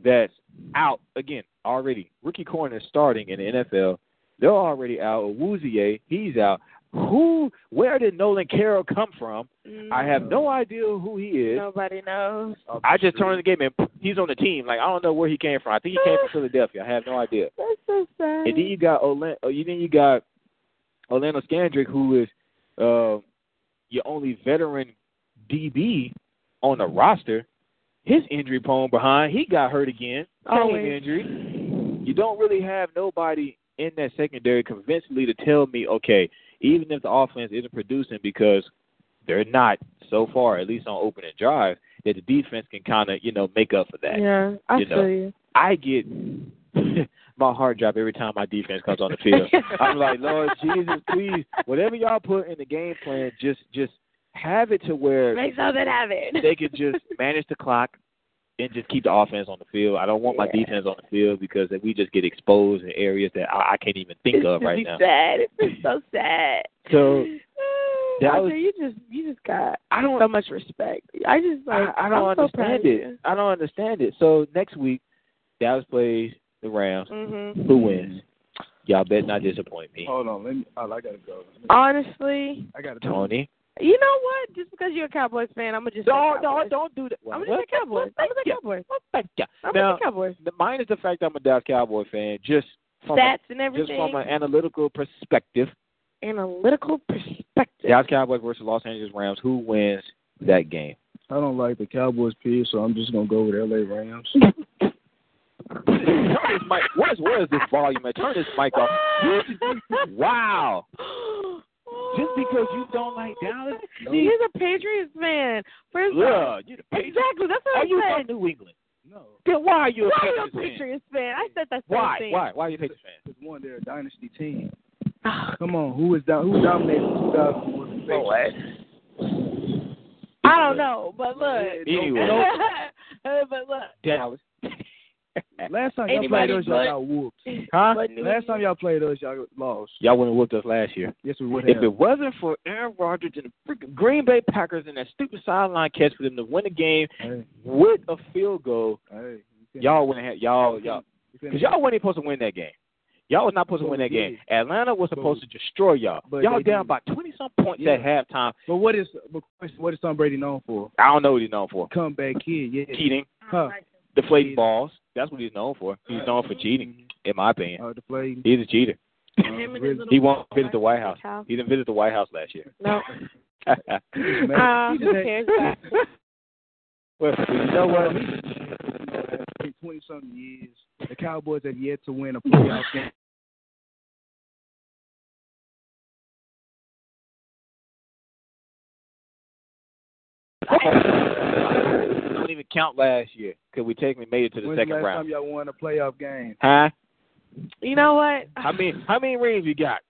Speaker 4: that's out again already. Rookie corners starting in the NFL. They're already out. Awuzie, he's out. Who? Where did Nolan Carroll come from? I have no idea who he is.
Speaker 3: Nobody knows.
Speaker 4: I just turned on the game and he's on the team. Like I don't know where he came from. I think he came from Philadelphia. I have no idea.
Speaker 3: That's so sad.
Speaker 4: And then you got Olin. Oh, you then you got Orlando Scandrick, who is uh, your only veteran DB on the roster, his injury prone behind, he got hurt again. Same
Speaker 3: Always.
Speaker 4: injury. You don't really have nobody in that secondary convincingly to tell me, okay, even if the offense isn't producing because they're not so far, at least on opening drive, that the defense can kind of, you know, make up for that.
Speaker 3: Yeah, I
Speaker 4: You know.
Speaker 3: feel you.
Speaker 4: I get my heart drop every time my defense comes on the field. I'm like, Lord Jesus, please, whatever y'all put in the game plan, just just have it to where
Speaker 3: Make something happen.
Speaker 4: they could just manage the clock and just keep the offense on the field. I don't want my
Speaker 3: Yeah.
Speaker 4: defense on the field because then we just get exposed in areas that I, I can't even think
Speaker 3: it's
Speaker 4: of
Speaker 3: just
Speaker 4: right now.
Speaker 3: sad. It's just so sad.
Speaker 4: So that
Speaker 3: Roger,
Speaker 4: was-
Speaker 3: you just you just got
Speaker 4: I don't
Speaker 3: so much respect. I just like
Speaker 4: I, I don't
Speaker 3: am so proud
Speaker 4: understand
Speaker 3: of
Speaker 4: it. I don't understand it. So next week, Dallas plays the Rams.
Speaker 3: Mm-hmm.
Speaker 4: Who wins? Y'all bet not disappoint me.
Speaker 2: Hold on, let me. Oh, I gotta go.
Speaker 3: Honestly,
Speaker 2: I gotta go.
Speaker 4: Tony.
Speaker 3: you know what? Just because you're a Cowboys fan, I'm gonna just
Speaker 4: No,
Speaker 3: say
Speaker 4: no,
Speaker 3: Cowboys.
Speaker 4: don't do that. Well,
Speaker 3: I'm gonna say Cowboys. I'm gonna say Cowboys.
Speaker 4: Well, thank you.
Speaker 3: I'm
Speaker 4: Now,
Speaker 3: gonna say Cowboys.
Speaker 4: the- minus the fact I'm a Dallas Cowboy fan, just from a,
Speaker 3: Stats and
Speaker 4: just
Speaker 3: everything.
Speaker 4: from an analytical perspective,
Speaker 3: analytical perspective.
Speaker 4: Dallas Cowboys versus Los Angeles Rams, who wins that game?
Speaker 2: I don't like the Cowboys piece, so I'm just gonna go with L.A. Rams.
Speaker 4: turn this mic. Where's where's this volume? at? Turn this mic off. wow. Just because you don't like Dallas,
Speaker 3: He's a Patriots fan. First
Speaker 4: yeah, you're the Patriots.
Speaker 3: exactly. That's what
Speaker 4: Are
Speaker 3: I'm
Speaker 4: you
Speaker 3: saying.
Speaker 4: from New England?
Speaker 2: No,
Speaker 4: Then why are you a
Speaker 3: Why are you a
Speaker 4: Patriots fan?
Speaker 3: Patriots fan? I said that same
Speaker 4: Why?
Speaker 3: thing.
Speaker 4: Why? Why are you a Patriots fan?
Speaker 2: because one, they're a dynasty team.
Speaker 3: Ah,
Speaker 2: Come on, who is down? Who dominated 2001? The
Speaker 4: Oh,
Speaker 2: Patriots.
Speaker 3: I don't know, but look.
Speaker 4: Anyway.
Speaker 3: but look.
Speaker 4: Dallas.
Speaker 2: Last time y'all
Speaker 3: Anybody
Speaker 2: played us,
Speaker 3: but-
Speaker 2: y'all got whooped.
Speaker 4: Huh?
Speaker 3: But New
Speaker 2: Last time y'all played us, y'all lost.
Speaker 4: Y'all wouldn't have whooped us last year.
Speaker 2: Yes, we would
Speaker 4: If
Speaker 2: have.
Speaker 4: it wasn't for Aaron Rodgers and the freaking Green Bay Packers and that stupid sideline catch for them to win the game
Speaker 2: Hey,
Speaker 4: with a field goal,
Speaker 2: hey,
Speaker 4: y'all wouldn't have y'all y'all
Speaker 2: You
Speaker 4: because
Speaker 2: couldn't-
Speaker 4: y'all weren't even supposed to win that game. Y'all was not supposed to win that game. Atlanta was supposed to destroy y'all.
Speaker 2: But
Speaker 4: Y'all
Speaker 2: they
Speaker 4: down
Speaker 2: didn't.
Speaker 4: by twenty some points
Speaker 2: Yeah.
Speaker 4: at halftime.
Speaker 2: But what is but question, what is Tom Brady known for?
Speaker 4: I don't know what he's known for.
Speaker 2: Comeback kid, yeah.
Speaker 4: Cheating,
Speaker 2: Huh.
Speaker 4: deflating
Speaker 2: Cheating.
Speaker 4: balls. That's what he's known for. He's known for cheating, in my opinion.
Speaker 2: Uh, the play.
Speaker 4: He's a cheater.
Speaker 2: Uh,
Speaker 3: Him and his
Speaker 2: really.
Speaker 3: little-
Speaker 4: He won't visit the White House.
Speaker 3: Cow.
Speaker 4: He didn't visit the White House last year.
Speaker 3: No.
Speaker 2: Man,
Speaker 3: Uh,
Speaker 2: he
Speaker 3: who
Speaker 2: just had-
Speaker 3: cares?
Speaker 4: well, you know what?
Speaker 2: in 20 something years, the Cowboys have yet to win a playoff game.
Speaker 4: I don't even count last year because we technically made it to the
Speaker 2: When's
Speaker 4: second
Speaker 2: last
Speaker 4: round.
Speaker 2: time y'all won a playoff game?
Speaker 4: Huh?
Speaker 3: You know what?
Speaker 4: How many how many rings you got? Oh.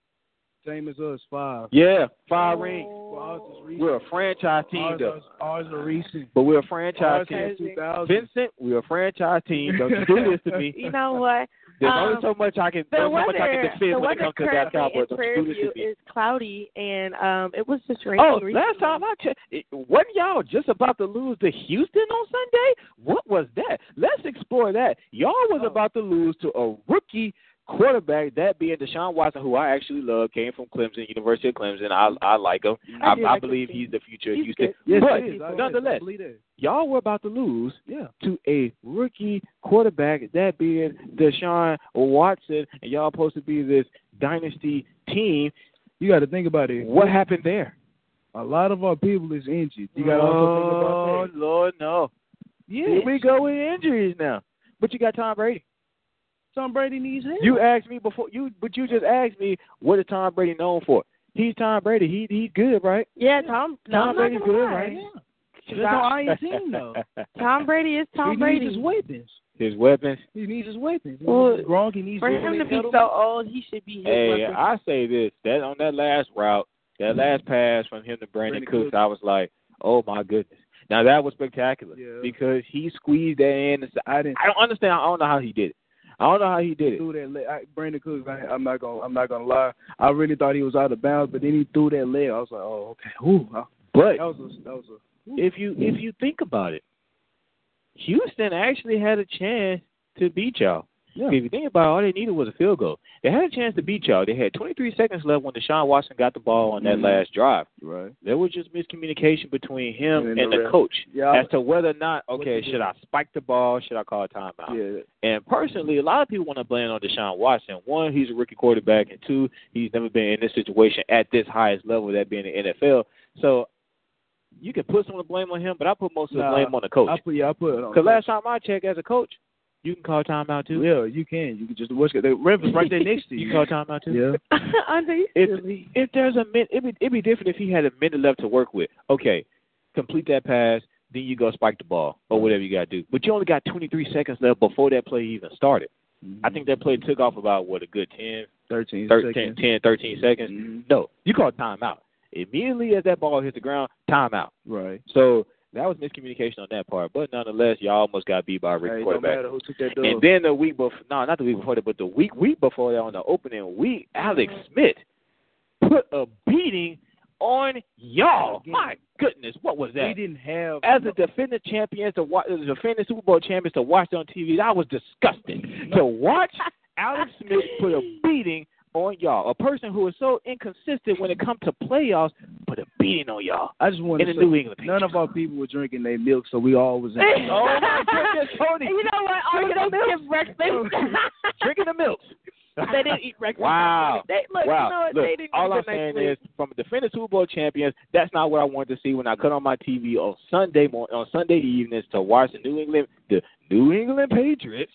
Speaker 2: Same as us, five.
Speaker 4: Yeah, five rings.
Speaker 2: Well, ours is recent.
Speaker 4: We're a franchise team
Speaker 2: Ours,
Speaker 4: though.
Speaker 2: is- ours are recent.
Speaker 4: But we're a franchise
Speaker 2: Ours
Speaker 4: team.
Speaker 2: is 2000.
Speaker 4: Vincent, we're a franchise team. Don't you do this to me.
Speaker 3: You know what?
Speaker 4: There's
Speaker 3: Um,
Speaker 4: only so much I can
Speaker 3: The
Speaker 4: there's so much I can
Speaker 3: weather,
Speaker 4: defend
Speaker 3: the
Speaker 4: when it
Speaker 3: weather
Speaker 4: comes to that
Speaker 3: currently
Speaker 4: Cowboys.
Speaker 3: in
Speaker 4: Don't
Speaker 3: Prairie
Speaker 4: you do this
Speaker 3: View
Speaker 4: to me.
Speaker 3: is cloudy, and um, it was just raining.
Speaker 4: Oh,
Speaker 3: recently.
Speaker 4: last time I checked, it- wasn't y'all just about to lose to Houston on Sunday? What was that? Let's explore that. Y'all was about to lose to a rookie quarterback, that being Deshaun Watson, who I actually love, came from Clemson, University of Clemson. I I like him.
Speaker 3: I
Speaker 4: I,
Speaker 3: do
Speaker 4: I
Speaker 3: like
Speaker 4: believe
Speaker 3: Clemson.
Speaker 4: he's the future of
Speaker 3: He's
Speaker 4: Houston.
Speaker 3: good.
Speaker 2: Yes,
Speaker 4: but
Speaker 2: it is. I- yes, I
Speaker 4: nonetheless,
Speaker 2: believe it.
Speaker 4: y'all were about to lose
Speaker 2: Yeah.
Speaker 4: to a rookie quarterback, that being Deshaun Watson, and y'all supposed to be this dynasty team.
Speaker 2: You got to think about it.
Speaker 4: What happened there?
Speaker 2: A lot of our people is injured. You got to also think about that.
Speaker 4: Oh, Lord, no.
Speaker 2: Yeah.
Speaker 4: Here we go with injuries now. But you got Tom Brady.
Speaker 2: Tom Brady needs help.
Speaker 4: You asked me before you, but you just asked me what is Tom Brady known for? He's Tom Brady. He he's good, right?
Speaker 3: yeah, Tom. No,
Speaker 4: Tom
Speaker 3: I'm
Speaker 4: Brady's
Speaker 3: not gonna
Speaker 4: good,
Speaker 3: lie.
Speaker 4: right?
Speaker 2: That's how I ain't seen though.
Speaker 3: Tom Brady is Tom
Speaker 2: he
Speaker 3: Brady.
Speaker 2: needs his weapons.
Speaker 4: His weapons.
Speaker 2: He needs his weapons. He
Speaker 3: Well,
Speaker 2: needs his Gronk. He needs
Speaker 3: For
Speaker 2: his
Speaker 3: him to be
Speaker 2: Edelman.
Speaker 3: so old, he should be his
Speaker 4: Hey,
Speaker 3: weapon.
Speaker 4: I say this that on that last route, that last pass from him to Brandon
Speaker 2: Mm-hmm. Brandon
Speaker 4: Cooks,
Speaker 2: Cooks.
Speaker 4: I was like, oh my goodness. Now that was spectacular
Speaker 2: Yeah.
Speaker 4: because he squeezed that in. I
Speaker 2: I didn't
Speaker 4: I don't understand. I don't know how he did it. I don't know how he did it.
Speaker 2: threw that. Leg. I, Brandon Cooks. I, I'm not gonna. I'm not gonna lie. I really thought he was out of bounds, but then he threw that leg. I was like, oh, okay. Ooh, I-
Speaker 4: But
Speaker 2: that was a. That was a.
Speaker 4: if you if you think about it, Houston actually had a chance to beat y'all. Yeah. If you think about it, all they needed was a field goal. They had a chance to beat y'all. They had 23 seconds left when Deshaun Watson got the ball on that last drive.
Speaker 2: Mm-hmm. Right.
Speaker 4: There was just miscommunication between him
Speaker 2: And
Speaker 4: and,
Speaker 2: the
Speaker 4: the
Speaker 2: ref.
Speaker 4: coach
Speaker 2: Yeah.
Speaker 4: as to whether or not, okay,
Speaker 2: What's the
Speaker 4: should I spike the ball? Should I call a timeout?
Speaker 2: Yeah.
Speaker 4: And personally, a lot of people want to blame it on Deshaun Watson. One, he's a rookie quarterback, and two, he's never been in this situation at this highest level, that being the NFL. So you can put some of the blame on him, but I put most of the
Speaker 2: Nah,
Speaker 4: blame on the coach.
Speaker 2: I put yeah, I put it on.
Speaker 4: Because last time I checked, as a coach, you can call timeout too.
Speaker 2: yeah, you can. You can just watch it. The ref is right there next to you.
Speaker 4: You call timeout too.
Speaker 2: yeah.
Speaker 3: Andre,
Speaker 4: If
Speaker 3: you silly.
Speaker 4: if there's a minute, it'd be, it'd be different if he had a minute left to work with. Okay, complete that pass, then you go spike the ball or
Speaker 2: Mm-hmm.
Speaker 4: whatever you got to do. But you only got 23 seconds left before that play even started. I
Speaker 2: Mm-hmm.
Speaker 4: think that play took off about what a good 10,
Speaker 2: 13
Speaker 4: 13,
Speaker 2: seconds.
Speaker 4: 10, 13 seconds.
Speaker 2: Mhm.
Speaker 4: No, you call timeout immediately as that ball hits the ground. Timeout.
Speaker 2: Right.
Speaker 4: So that was miscommunication on that part. But nonetheless, y'all almost got beat by a rookie
Speaker 2: Hey, no
Speaker 4: quarterback.
Speaker 2: matter who took that dub.
Speaker 4: And then the week before, no, not the week before that, but the week week before that, on the opening week, Alex
Speaker 2: Mm-hmm.
Speaker 4: Smith put a beating on y'all.
Speaker 2: Again.
Speaker 4: My goodness, what was
Speaker 2: we
Speaker 4: that?
Speaker 2: didn't have
Speaker 4: As a defending champions to watch, the defending Super Bowl champions to watch on TV, I was disgusted to watch Alex Smith put a beating on y'all. A person who is so inconsistent when it comes to playoffs, put a beating on y'all.
Speaker 2: I just wanted
Speaker 4: in
Speaker 2: to
Speaker 4: the
Speaker 2: say,
Speaker 4: New England
Speaker 2: none of our people were drinking their milk, so we all was in.
Speaker 4: Oh my goodness, Tony!
Speaker 3: you know what? All
Speaker 4: Drinking
Speaker 3: of
Speaker 4: the
Speaker 3: them give breakfast.
Speaker 4: Drinking the milk.
Speaker 3: they didn't eat breakfast.
Speaker 4: Wow.
Speaker 3: They, look,
Speaker 4: wow.
Speaker 3: you know what?
Speaker 4: Look,
Speaker 3: they didn't eat
Speaker 4: all
Speaker 3: the
Speaker 4: I'm
Speaker 3: next
Speaker 4: saying
Speaker 3: week.
Speaker 4: is, from a defending Super Bowl champions, that's not what I wanted to see when I cut on my TV on Sunday mor- on Sunday evenings to watch the New England the New England Patriots.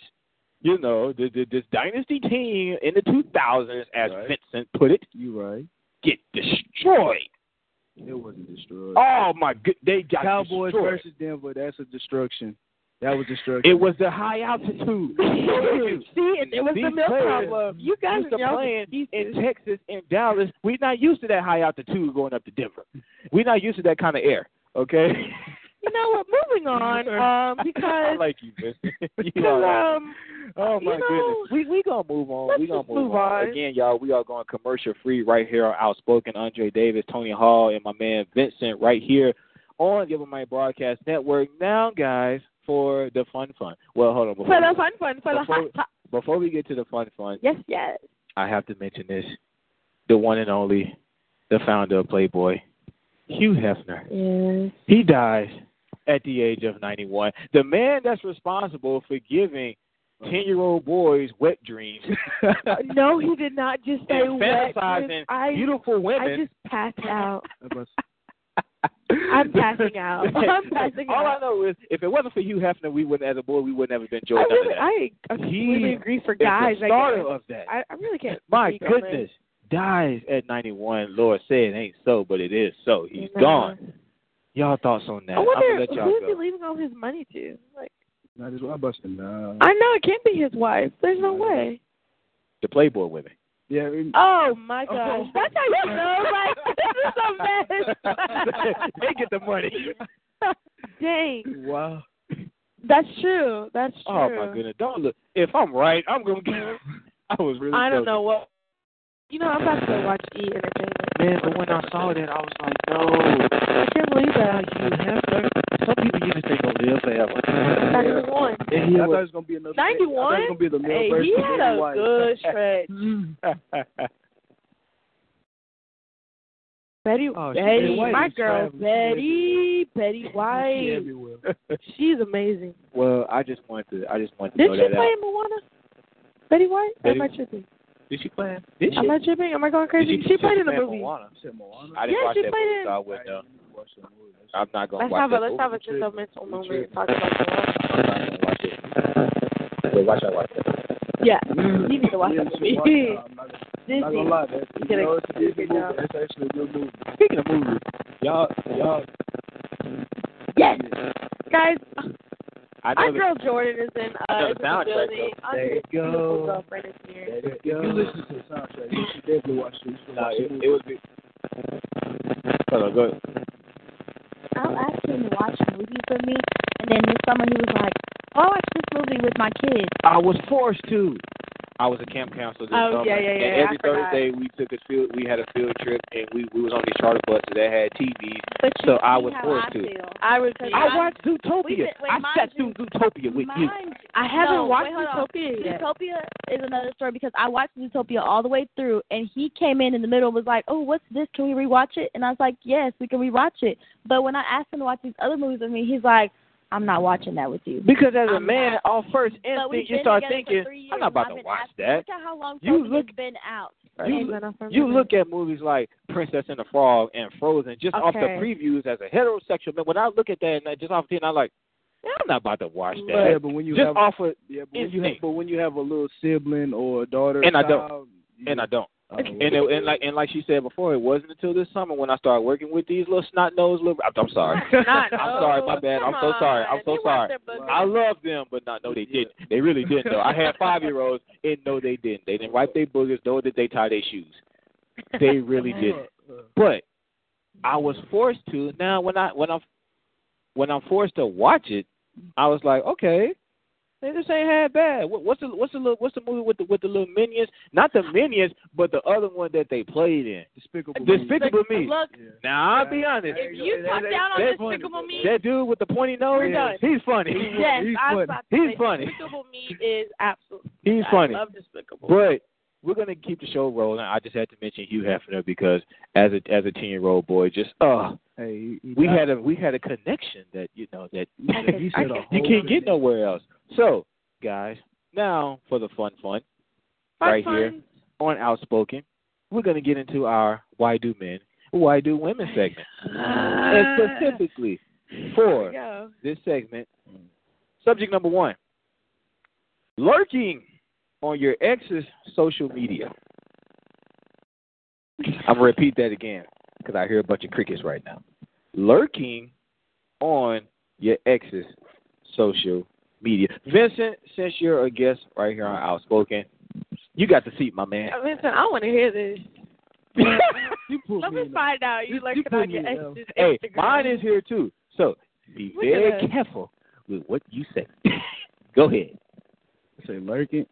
Speaker 4: You know, the, the, this dynasty team in the 2000s, as
Speaker 2: Right.
Speaker 4: Vincent put it,
Speaker 2: You right?
Speaker 4: get destroyed.
Speaker 2: It wasn't destroyed.
Speaker 4: Oh my good, they got
Speaker 2: Cowboys
Speaker 4: destroyed.
Speaker 2: versus Denver. That's a destruction. That was destruction.
Speaker 4: It was the high altitude.
Speaker 3: See, and it was
Speaker 4: These
Speaker 3: the milk
Speaker 4: players
Speaker 3: problem. You guys
Speaker 4: used to
Speaker 3: y'all
Speaker 4: playing
Speaker 3: pieces.
Speaker 4: in Texas and Dallas. We're not used to that high altitude going up to Denver. We're not used to that kind of air. Okay.
Speaker 3: You know what? Moving on, um,
Speaker 4: I
Speaker 3: because
Speaker 4: like you, Mister. You
Speaker 3: because,
Speaker 4: all right.
Speaker 3: um,
Speaker 4: Oh my
Speaker 3: you know,
Speaker 4: goodness. We we gonna move on.
Speaker 3: let's
Speaker 4: we gonna
Speaker 3: just move on.
Speaker 4: Again, y'all, we are going commercial free right here on Outspoken Andre Davis, Tony Hall, and my man Vincent right here on the Upper Mind Broadcast Network. Now, guys, for the fun fun. Well, hold on. Before,
Speaker 3: for the fun, fun, for the
Speaker 4: Before-
Speaker 3: hot, hot.
Speaker 4: before we get to the fun fun,
Speaker 3: Yes, yes.
Speaker 4: I have to mention this. The one and only, the founder of Playboy, Hugh Hefner.
Speaker 3: Yes.
Speaker 4: He dies at the age of 91. The man that's responsible for giving 10 year old boys wet dreams
Speaker 3: No, he did not just say
Speaker 4: and
Speaker 3: wet.
Speaker 4: fantasizing
Speaker 3: I,
Speaker 4: beautiful
Speaker 3: I
Speaker 4: women.
Speaker 3: just passed out.
Speaker 4: I'm
Speaker 3: I'm passing out. I'm passing
Speaker 4: All I
Speaker 3: out.
Speaker 4: know is if it wasn't for Hugh Hefner, we wouldn't, as a boy, we wouldn't have been
Speaker 3: I
Speaker 4: enjoying none
Speaker 3: really,
Speaker 4: of that.
Speaker 3: I completely
Speaker 4: He
Speaker 3: agree for
Speaker 4: It's the
Speaker 3: guys. I
Speaker 4: starter
Speaker 3: guess.
Speaker 4: of that.
Speaker 3: I, I really can't.
Speaker 4: My
Speaker 3: speak on it.
Speaker 4: goodness. Dies at 91. Lord said it ain't so, but it is so. He's
Speaker 3: No.
Speaker 4: gone. Y'all thoughts on that?
Speaker 3: I wonder
Speaker 4: am gonna let y'all
Speaker 3: who's he
Speaker 4: go.
Speaker 3: leaving all his money to. Like,
Speaker 2: Not just, I busted down.
Speaker 3: I know it can't be his wife. There's no way.
Speaker 4: The Playboy women.
Speaker 2: Yeah, it-
Speaker 3: Oh my gosh, that's how you know. Like, this is a mess.
Speaker 4: they get the money.
Speaker 3: Dang,
Speaker 2: wow.
Speaker 3: that's true. That's true.
Speaker 4: Oh my goodness! Don't look. If I'm right, I'm gonna get. I was really.
Speaker 3: I don't
Speaker 4: joking.
Speaker 3: know what. You know, I'm about to watch E Entertainment.
Speaker 4: Man, but when I saw that, I was like, no.
Speaker 3: I can't believe
Speaker 4: How
Speaker 3: that.
Speaker 4: you Hefner? Some people you just think oh, gonna live forever.
Speaker 3: Ninety-one.
Speaker 4: And
Speaker 2: I
Speaker 4: he
Speaker 2: thought it
Speaker 4: was.
Speaker 2: was gonna be another. I thought
Speaker 3: Ninety-one.
Speaker 2: it was gonna be the male
Speaker 3: Hey,
Speaker 2: version
Speaker 3: he
Speaker 2: of
Speaker 3: had
Speaker 2: Betty
Speaker 3: a
Speaker 2: White.
Speaker 3: good stretch. Betty,
Speaker 4: Oh, she-
Speaker 3: Betty,
Speaker 4: Betty White
Speaker 3: my
Speaker 4: is
Speaker 3: girl,
Speaker 4: fabulous.
Speaker 3: Betty, Betty White.
Speaker 2: everywhere.
Speaker 3: She's amazing.
Speaker 4: well, I just wanted to. I just wanted to
Speaker 3: Didn't
Speaker 4: throw
Speaker 3: she
Speaker 4: that uh,
Speaker 3: play
Speaker 4: out.
Speaker 3: in Moana? Betty White? Or
Speaker 4: Betty-
Speaker 3: Am I tripping?
Speaker 4: Did she play? Did she?
Speaker 3: Am I tripping? Am I going
Speaker 4: Did
Speaker 3: crazy?
Speaker 4: she,
Speaker 3: She, played in the
Speaker 4: played
Speaker 3: movie.
Speaker 4: Moana.
Speaker 2: Said Moana.
Speaker 4: I didn't
Speaker 3: Yeah,
Speaker 4: watch
Speaker 3: she
Speaker 4: that
Speaker 3: played
Speaker 4: movie,
Speaker 3: in-
Speaker 4: so I wouldn't know.
Speaker 2: Watch that movie.
Speaker 4: I'm not gonna
Speaker 3: Let's
Speaker 4: watch
Speaker 3: have a
Speaker 4: that
Speaker 3: let's
Speaker 4: movie.
Speaker 3: have a just a mental moment and talk about
Speaker 4: I'm not gonna watch it. Wait, watch I watch Mm. it.
Speaker 3: Moana. Yeah, you need to watch
Speaker 2: Yeah,
Speaker 3: that
Speaker 2: you
Speaker 3: movie.
Speaker 2: should watch it. I'm not
Speaker 3: Disney.
Speaker 2: not gonna lie, that's,
Speaker 3: You
Speaker 2: you
Speaker 3: gotta-
Speaker 2: know, it's a
Speaker 3: you
Speaker 2: Disney
Speaker 3: gotta-
Speaker 2: movie. That's actually a good movie.
Speaker 4: Speaking of movies, y'all, y'all,
Speaker 3: Yes, guys.
Speaker 4: I know
Speaker 3: Our
Speaker 4: that-
Speaker 3: girl Jordan is in. Uh,
Speaker 4: I know the
Speaker 3: is in the building.
Speaker 4: soundtrack,
Speaker 2: There
Speaker 3: Andre's
Speaker 4: though.
Speaker 2: you go.
Speaker 3: beautiful Girlfriend is here.
Speaker 2: If you listen to the soundtrack, you should definitely watch it. You should
Speaker 4: Nah,
Speaker 2: watch
Speaker 4: it,
Speaker 2: movie.
Speaker 4: it was. Hold on, go ahead.
Speaker 6: I'll ask him to watch a movie with me, and then this summer he was like, "Oh, I watched this movie with my kids."
Speaker 4: I was forced to. I was a camp counselor this
Speaker 3: Oh,
Speaker 4: summer.
Speaker 3: yeah, yeah,
Speaker 4: and
Speaker 3: yeah,
Speaker 4: every
Speaker 3: I forgot.
Speaker 4: Thursday we took a field we had a field trip and we, we was on these charter buses that had TVs.
Speaker 6: But you
Speaker 4: so I
Speaker 6: see
Speaker 4: was
Speaker 6: how
Speaker 4: forced
Speaker 6: I
Speaker 4: to.
Speaker 6: Feel.
Speaker 3: I was.
Speaker 4: I watched Zootopia.
Speaker 6: Wait, wait,
Speaker 4: I
Speaker 6: mind
Speaker 4: sat
Speaker 6: you-
Speaker 4: through Zootopia with you.
Speaker 6: Mind
Speaker 3: I
Speaker 6: no,
Speaker 3: haven't watched
Speaker 6: wait, hold on.
Speaker 3: Zootopia yet.
Speaker 6: Zootopia is another story because I watched Zootopia all the way through, and he came in in the middle and was like, "Oh, what's this? Can we rewatch it?" And I was like, "Yes, we can rewatch it." But when I asked him to watch these other movies with me, he's like, "I'm not watching that with you."
Speaker 4: Because as a
Speaker 6: I'm
Speaker 4: man,
Speaker 6: not.
Speaker 4: off first
Speaker 6: but we've
Speaker 4: instinct, you
Speaker 6: been
Speaker 4: start
Speaker 6: together
Speaker 4: thinking,
Speaker 6: for three years,
Speaker 4: I'm not about
Speaker 6: and I've
Speaker 4: to
Speaker 6: been
Speaker 4: watch
Speaker 6: asking-
Speaker 4: that.
Speaker 6: Look at how long
Speaker 4: You
Speaker 6: Zootopia
Speaker 4: look-
Speaker 6: has been out.
Speaker 4: you-
Speaker 6: And-
Speaker 4: You look at movies like Princess and the Frog and Frozen just off the
Speaker 3: Okay.
Speaker 4: previews as a heterosexual man. When I look at that and I just off the and I'm like, "Man, I'm not about to watch that.
Speaker 2: Yeah, but when you
Speaker 4: just
Speaker 2: have
Speaker 4: off of,
Speaker 2: yeah, but when you have
Speaker 4: instinct.
Speaker 2: but when you have a little sibling or a daughter,
Speaker 4: And I don't.
Speaker 2: child, you-
Speaker 4: and I don't.
Speaker 2: oh,
Speaker 4: And it, and like and like she said before, it wasn't until this summer when I started working with these little snot nosed little. I'm, I'm sorry.
Speaker 3: Not-
Speaker 4: I'm sorry, my bad. I'm so
Speaker 3: Oh, Come
Speaker 4: sorry. I'm
Speaker 3: on.
Speaker 4: so
Speaker 3: They
Speaker 4: sorry.
Speaker 3: watch their boogers.
Speaker 4: I love them, but not no, they didn't. They really didn't. Though I had five year olds, and no, they didn't. They didn't wipe their boogers, nor did they tie their shoes. They really didn't. But I was forced to. Now when I when I'm when I'm forced to watch it, I was like, okay. Man, this ain't half bad. What, what's the what's the little, what's the movie with the with the little minions? Not the minions, but the other one that they played in.
Speaker 2: despicable. Me.
Speaker 4: Despicable Me.
Speaker 3: Look,
Speaker 4: Now I'll be honest.
Speaker 2: If
Speaker 3: you talk down on
Speaker 4: that-
Speaker 3: Despicable Me,
Speaker 4: That dude with the pointy nose,
Speaker 3: We're done.
Speaker 4: he's funny.
Speaker 3: yes,
Speaker 2: he's
Speaker 3: I
Speaker 2: funny.
Speaker 3: was about to
Speaker 4: He's
Speaker 3: say,
Speaker 4: funny.
Speaker 3: Despicable Me is absolutely.
Speaker 4: He's funny.
Speaker 3: I love Despicable.
Speaker 4: But we're gonna keep the show rolling. I just had to mention Hugh Hefner because as a as a ten year old boy, just uh
Speaker 2: Hey, he- he
Speaker 4: we
Speaker 2: died.
Speaker 4: had a we had a connection that you know that you
Speaker 3: I can- I
Speaker 2: said a
Speaker 3: can-
Speaker 2: whole
Speaker 4: can't get
Speaker 2: minute.
Speaker 4: nowhere else. So guys, now for the fun fun
Speaker 3: Fun
Speaker 4: right here.
Speaker 3: times.
Speaker 4: on Outspoken, we're gonna get into our why do men, why do women segment, and specifically for
Speaker 3: Go.
Speaker 4: this segment. Subject number one lurking on your ex's social media. I'm going to repeat that again because I hear a bunch of crickets right now. Lurking on your ex's social media. Vincent, since you're a guest right here on Outspoken, you got the seat, my man.
Speaker 3: Uh, Listen, I want to hear this.
Speaker 2: You put
Speaker 3: Let
Speaker 2: me
Speaker 3: me
Speaker 2: in the-
Speaker 3: find out. You
Speaker 2: You-
Speaker 3: lurking
Speaker 2: you put
Speaker 3: on
Speaker 2: me
Speaker 3: your
Speaker 2: in hell.
Speaker 3: ex's
Speaker 4: hey,
Speaker 3: Instagram.
Speaker 4: mine is here too. So be
Speaker 3: Look at
Speaker 4: very
Speaker 3: us.
Speaker 4: careful with what you say. Go ahead.
Speaker 2: say lurking,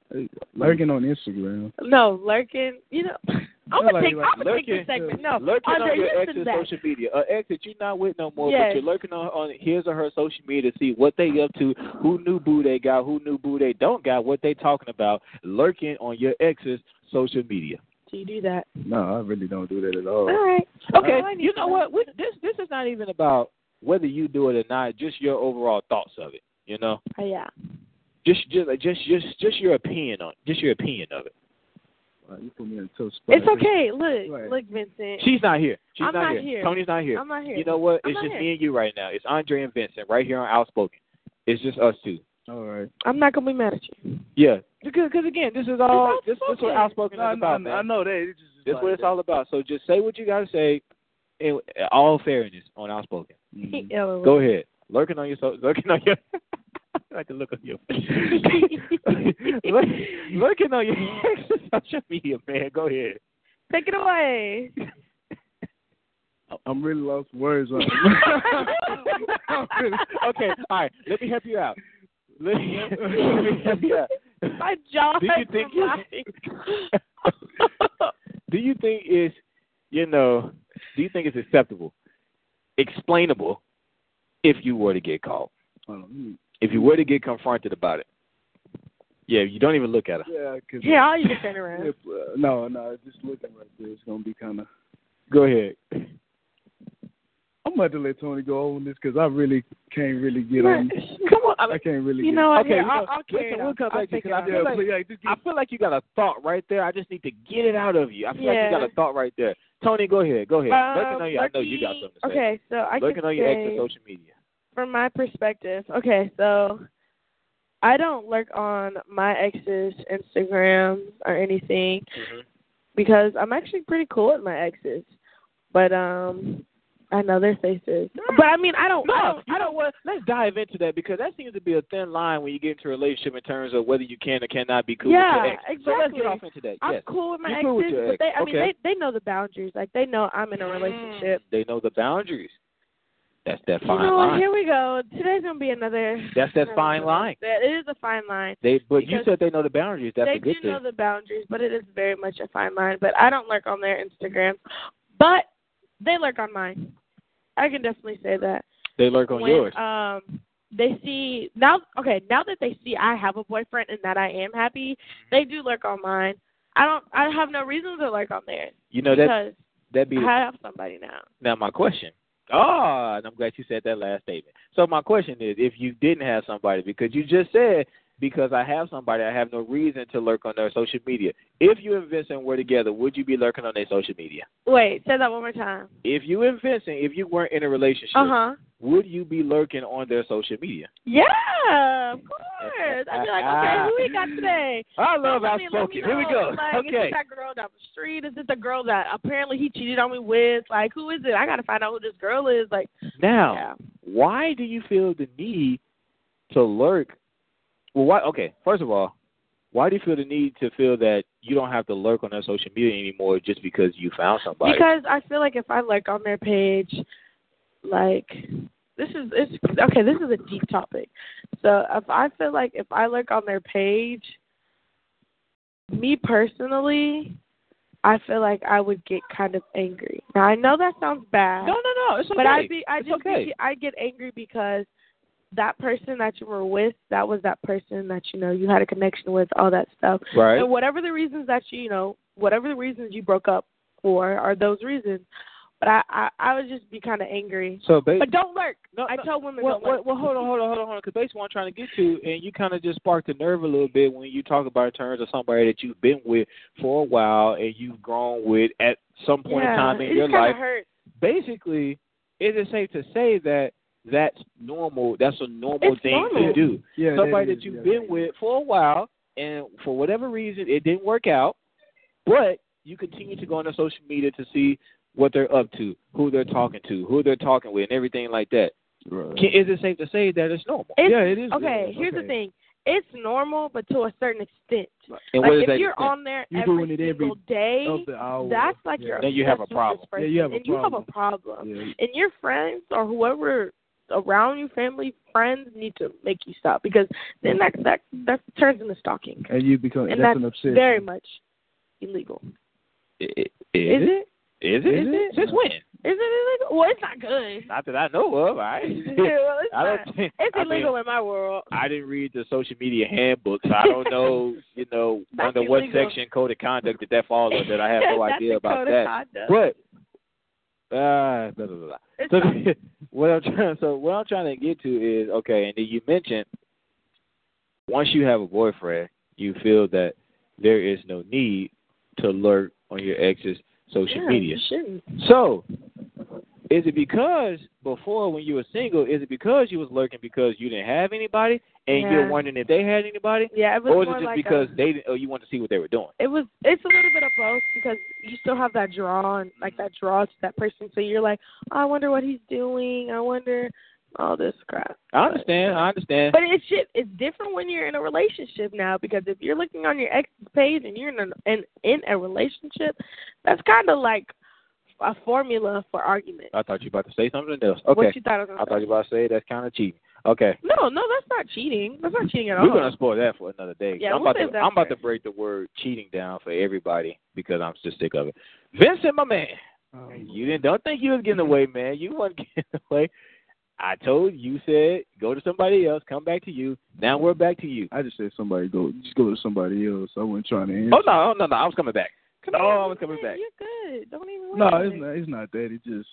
Speaker 2: lurking on Instagram.
Speaker 3: No, lurking. You know, I'm
Speaker 2: Nobody
Speaker 3: gonna take.
Speaker 2: likes
Speaker 3: I'm gonna take
Speaker 4: lurking.
Speaker 3: this segment. No,
Speaker 4: lurking
Speaker 3: Andre,
Speaker 4: on your
Speaker 3: listen to
Speaker 4: ex's
Speaker 3: that.
Speaker 4: social media, an ex that you're not with no more,
Speaker 3: Yes.
Speaker 4: but you're lurking on, on his or her social media to see what they up to, who new boo they got, who new boo they don't got, what they talking about, lurking on your ex's social media.
Speaker 3: Do you do that?
Speaker 2: No, I really don't do that at
Speaker 4: Oh.
Speaker 3: All
Speaker 2: all.
Speaker 3: right.
Speaker 4: Okay,
Speaker 3: All I need
Speaker 4: you
Speaker 3: to
Speaker 4: know what? We, this this is not even about whether you do it or not, just your overall thoughts of it. You know,
Speaker 3: Oh, yeah.
Speaker 4: just just just just just your opinion on just your opinion of it.
Speaker 2: Wow, you put me in a tough spot.
Speaker 3: It's okay. Look,
Speaker 2: Right.
Speaker 3: look, Vincent.
Speaker 4: She's not here. She's
Speaker 3: I'm not
Speaker 4: here.
Speaker 3: here.
Speaker 4: Tony's not here.
Speaker 3: I'm not here.
Speaker 4: You know what?
Speaker 3: I'm
Speaker 4: it's
Speaker 3: not
Speaker 4: just
Speaker 3: here.
Speaker 4: me and you right now. It's Andre and Vincent right here on Outspoken. It's just us two.
Speaker 2: All right.
Speaker 3: I'm not gonna be mad at you.
Speaker 4: Yeah. Because, cause again, this is all this, this is what
Speaker 3: Outspoken.
Speaker 4: outspoken
Speaker 2: I,
Speaker 4: is about, man.
Speaker 2: I, I know that. It's just
Speaker 4: That's
Speaker 2: like
Speaker 4: what it's
Speaker 2: that.
Speaker 4: all about. So just say what you gotta say, in all fairness on outspoken.
Speaker 2: Mhm.
Speaker 3: LOL.
Speaker 4: Mm-hmm. Go ahead, lurking on your so- lurking on your. I like to look on your. Look- lurking on your social media, man. Go ahead.
Speaker 3: Take it away.
Speaker 2: I'm really lost for words. Right
Speaker 4: okay, all right. Let me help you out. Let me, let me help you out.
Speaker 3: My jaw
Speaker 4: Do you
Speaker 3: is
Speaker 4: think-
Speaker 3: dropping.
Speaker 4: do you think it's you know do you think it's acceptable explainable if you were to get caught
Speaker 2: Hold on, let me-
Speaker 4: if you were to get confronted about it yeah you don't even look at her
Speaker 2: yeah, 'cause-
Speaker 3: Yeah, all you can turn around.
Speaker 2: If, uh, no, no, just looking right there. It's gonna be kind of.
Speaker 4: go ahead
Speaker 2: I'm about to let Tony go on this because I really can't really get
Speaker 4: um,
Speaker 2: on.
Speaker 3: Come on. I
Speaker 2: I
Speaker 3: mean,
Speaker 2: can't really.
Speaker 3: you
Speaker 2: get
Speaker 3: know,
Speaker 4: okay
Speaker 3: yeah,
Speaker 4: we
Speaker 3: I'll,
Speaker 4: gonna-
Speaker 3: I'll carry
Speaker 4: listen,
Speaker 3: it
Speaker 4: we'll
Speaker 3: out.
Speaker 4: come
Speaker 3: I'll
Speaker 4: back to
Speaker 3: take
Speaker 4: you
Speaker 3: it
Speaker 4: 'cause I
Speaker 3: out.
Speaker 4: feel
Speaker 2: Yeah,
Speaker 4: like
Speaker 2: please, yeah, just
Speaker 4: I
Speaker 2: get,
Speaker 4: feel like you got a thought right there. I just need to get it out of you. I feel like
Speaker 3: Yeah.
Speaker 4: you got a thought right there. Tony, go ahead. Go ahead.
Speaker 3: Um,
Speaker 4: looking on you. I know you got
Speaker 3: lurking-
Speaker 4: something to say.
Speaker 3: Okay, so I
Speaker 4: looking
Speaker 3: can
Speaker 4: on your
Speaker 3: say-
Speaker 4: extra social media.
Speaker 3: from my perspective, okay, so I don't lurk on my ex's Instagram or anything
Speaker 4: Mm-hmm.
Speaker 3: because I'm actually pretty cool with my exes. But um I know their faces. But I mean I don't I
Speaker 4: No,
Speaker 3: don't,
Speaker 4: you
Speaker 3: I
Speaker 4: know
Speaker 3: don't
Speaker 4: what? Let's dive into that because that seems to be a thin line when you get into a relationship in terms of whether you can or cannot be cool
Speaker 3: Yeah,
Speaker 4: with your ex. So let's get
Speaker 3: exactly.
Speaker 4: off into that.
Speaker 3: I'm
Speaker 4: yes.
Speaker 3: cool with my
Speaker 4: You're
Speaker 3: exes,
Speaker 4: cool with your ex.
Speaker 3: but they I mean
Speaker 4: Okay. Mm.
Speaker 3: they they know the boundaries. Like they know I'm in a relationship.
Speaker 4: They know the boundaries. That's that
Speaker 3: You
Speaker 4: fine
Speaker 3: know, what?
Speaker 4: line.
Speaker 3: here we go. Today's gonna be another.
Speaker 4: That's that
Speaker 3: another
Speaker 4: fine
Speaker 3: one.
Speaker 4: line.
Speaker 3: That it is a fine line.
Speaker 4: They, but you
Speaker 3: Because
Speaker 4: said they know the boundaries. That's
Speaker 3: they
Speaker 4: a good
Speaker 3: do
Speaker 4: thing.
Speaker 3: know the boundaries, but it is very much a fine line. But I don't lurk on their Instagram, but they lurk on mine. I can definitely say that.
Speaker 4: they lurk on
Speaker 3: when,
Speaker 4: yours.
Speaker 3: Um, they see now. Okay, now that they see I have a boyfriend and that I am happy, they do lurk on mine. I don't. I have no reason to lurk on theirs
Speaker 4: you know that
Speaker 3: because
Speaker 4: that be
Speaker 3: I have somebody now.
Speaker 4: now my question. Ah, and I'm glad you said that last statement. So my question is, if you didn't have somebody, because you just said because I have somebody, I have no reason to lurk on their social media. If you and Vincent were together, would you be lurking on their social media?
Speaker 3: Wait, say that one more time.
Speaker 4: If you and Vincent, if you weren't in a relationship,
Speaker 3: Uh huh.
Speaker 4: would you be lurking on their social media?
Speaker 3: Yeah, of course. I'd be like, okay, who we got today?
Speaker 4: I
Speaker 3: Let
Speaker 4: love
Speaker 3: me- let me
Speaker 4: outspoken. Here we
Speaker 3: know.
Speaker 4: go.
Speaker 3: Like, Is
Speaker 4: okay.
Speaker 3: it that girl down the street? Is it the girl that apparently he cheated on me with? Like, who is it? I got to find out who this girl is. Like,
Speaker 4: Now,
Speaker 3: yeah.
Speaker 4: why do you feel the need to lurk? Well, why? Okay, first of all, why do you feel the need to feel that you don't have to lurk on their social media anymore just because you found somebody?
Speaker 3: Because I feel like if I like on their page, like this is it's okay. This is a deep topic. So if I feel like if I like on their page, me personally, I feel like I would get kind of angry. Now I know that sounds bad.
Speaker 4: no, no, no. It's okay.
Speaker 3: But I be I
Speaker 4: It's
Speaker 3: just
Speaker 4: okay.
Speaker 3: be, I get angry because that person that you were with, that was that person that you know you had a connection with, all that stuff.
Speaker 4: right.
Speaker 3: And whatever the reasons that you, you know, whatever the reasons you broke up for are those reasons. But I I, I would just be kind of angry.
Speaker 4: So, ba-
Speaker 3: But don't lurk.
Speaker 4: No,
Speaker 3: I
Speaker 4: no.
Speaker 3: tell women
Speaker 4: well,
Speaker 3: don't
Speaker 4: well,
Speaker 3: lurk.
Speaker 4: well, hold on, hold on, hold on, hold on. Because basically, what I'm trying to get to, and you kind of just sparked the nerve a little bit when you talk about in terms of somebody that you've been with for a while and you've grown with at some point
Speaker 3: yeah,
Speaker 4: in time in
Speaker 3: it
Speaker 4: your
Speaker 3: just kinda
Speaker 4: life.
Speaker 3: hurts.
Speaker 4: basically, is it safe to say that that's normal? That's a normal
Speaker 3: It's
Speaker 4: thing to
Speaker 3: normal.
Speaker 4: do.
Speaker 2: Yeah,
Speaker 4: Somebody
Speaker 2: is,
Speaker 4: that you've
Speaker 2: yeah.
Speaker 4: been with for a while, and for whatever reason, it didn't work out, but you continue to go on their social media to see what they're up to, who they're talking to, who they're talking with, and everything like that.
Speaker 2: Right.
Speaker 4: Can, is it safe to say that it's normal?
Speaker 3: It's-
Speaker 2: yeah, it is.
Speaker 3: Okay,
Speaker 2: yeah,
Speaker 3: here's the
Speaker 2: okay.
Speaker 3: thing. It's normal, but to a certain extent.
Speaker 4: And
Speaker 3: like
Speaker 4: what is
Speaker 3: if
Speaker 4: that?
Speaker 3: you're on there
Speaker 2: You're
Speaker 3: every
Speaker 2: doing it every-
Speaker 3: single day,
Speaker 2: Of the hour.
Speaker 3: that's like
Speaker 2: Oh, yeah.
Speaker 3: you're
Speaker 4: Then you have a
Speaker 3: obsessed with this
Speaker 4: problem.
Speaker 3: person,
Speaker 2: Yeah, you have a
Speaker 3: and you have a
Speaker 2: problem.
Speaker 3: problem.
Speaker 2: Yeah.
Speaker 3: and your friends or whoever around you, family, friends, need to make you stop because then that that that turns into stalking,
Speaker 2: And you become
Speaker 3: and
Speaker 2: that's,
Speaker 3: that's,
Speaker 2: an obsession.
Speaker 3: very much illegal.
Speaker 4: Is
Speaker 3: Is
Speaker 4: it? Is it?
Speaker 2: Is it?
Speaker 4: Since when?
Speaker 3: Is it illegal? Well, it's not good.
Speaker 4: Not that I know of. I,
Speaker 3: Yeah, well, it's
Speaker 4: I
Speaker 3: not.
Speaker 4: don't think.
Speaker 3: It's
Speaker 4: I mean,
Speaker 3: illegal in my world.
Speaker 4: I didn't read the social media handbook, so I don't know, you know,
Speaker 3: That's
Speaker 4: under what
Speaker 3: illegal.
Speaker 4: section code of conduct did that fall under. That I have no
Speaker 3: That's
Speaker 4: idea
Speaker 3: the
Speaker 4: about
Speaker 3: code of
Speaker 4: that.
Speaker 3: conduct.
Speaker 4: But
Speaker 2: Ah,
Speaker 4: uh, blah, blah, blah, blah.
Speaker 3: It's
Speaker 4: So
Speaker 3: not-
Speaker 4: what I'm trying, so what I'm trying to get to is okay. And then you mentioned once you have a boyfriend, you feel that there is no need to lurk on your ex's social
Speaker 3: yeah,
Speaker 4: media.
Speaker 3: you shouldn't.
Speaker 4: So, is it because before when you were single, is it because you was lurking because you didn't have anybody and you're
Speaker 3: Yeah.
Speaker 4: wondering if they had anybody,
Speaker 3: Yeah, it was
Speaker 4: or is it
Speaker 3: more
Speaker 4: just
Speaker 3: like
Speaker 4: because
Speaker 3: a,
Speaker 4: they didn't, or you wanted to see what they were doing?
Speaker 3: it was it's a little bit of both because you still have that draw and like that draw to that person so you're like oh, i wonder what he's doing i wonder all this crap
Speaker 4: I understand. I understand.
Speaker 3: but it's shit it's different when you're in a relationship now because if you're looking on your ex's page and you're in a in, in a relationship that's kind of like a formula for argument
Speaker 4: I thought you were about to say something else. Uh, Okay.
Speaker 3: what you thought I was gonna
Speaker 4: I thought
Speaker 3: say.
Speaker 4: you were about to say that's kind of cheating. Okay.
Speaker 3: no no that's not cheating that's not cheating at
Speaker 4: We're
Speaker 3: all
Speaker 4: gonna spoil that for another day.
Speaker 3: Yeah,
Speaker 4: I'm
Speaker 3: we'll
Speaker 4: about
Speaker 3: save
Speaker 4: to
Speaker 3: that
Speaker 4: I'm about
Speaker 3: for-
Speaker 4: to break the word cheating down for everybody because I'm just sick of it. Vincent, my man,
Speaker 2: Oh,
Speaker 4: you didn't don't think you was getting away, man. You wasn't getting away. I told you, you said go to somebody else, come back to you. Now we're back to you.
Speaker 2: I just said somebody go, just go to somebody else. I wasn't trying to answer.
Speaker 4: Oh no, oh, no, no, I was coming back. No, I was coming
Speaker 3: Hey,
Speaker 4: back.
Speaker 3: you're good don't even
Speaker 2: No,
Speaker 3: worry about
Speaker 2: it's
Speaker 3: it.
Speaker 2: not. It's not that. It just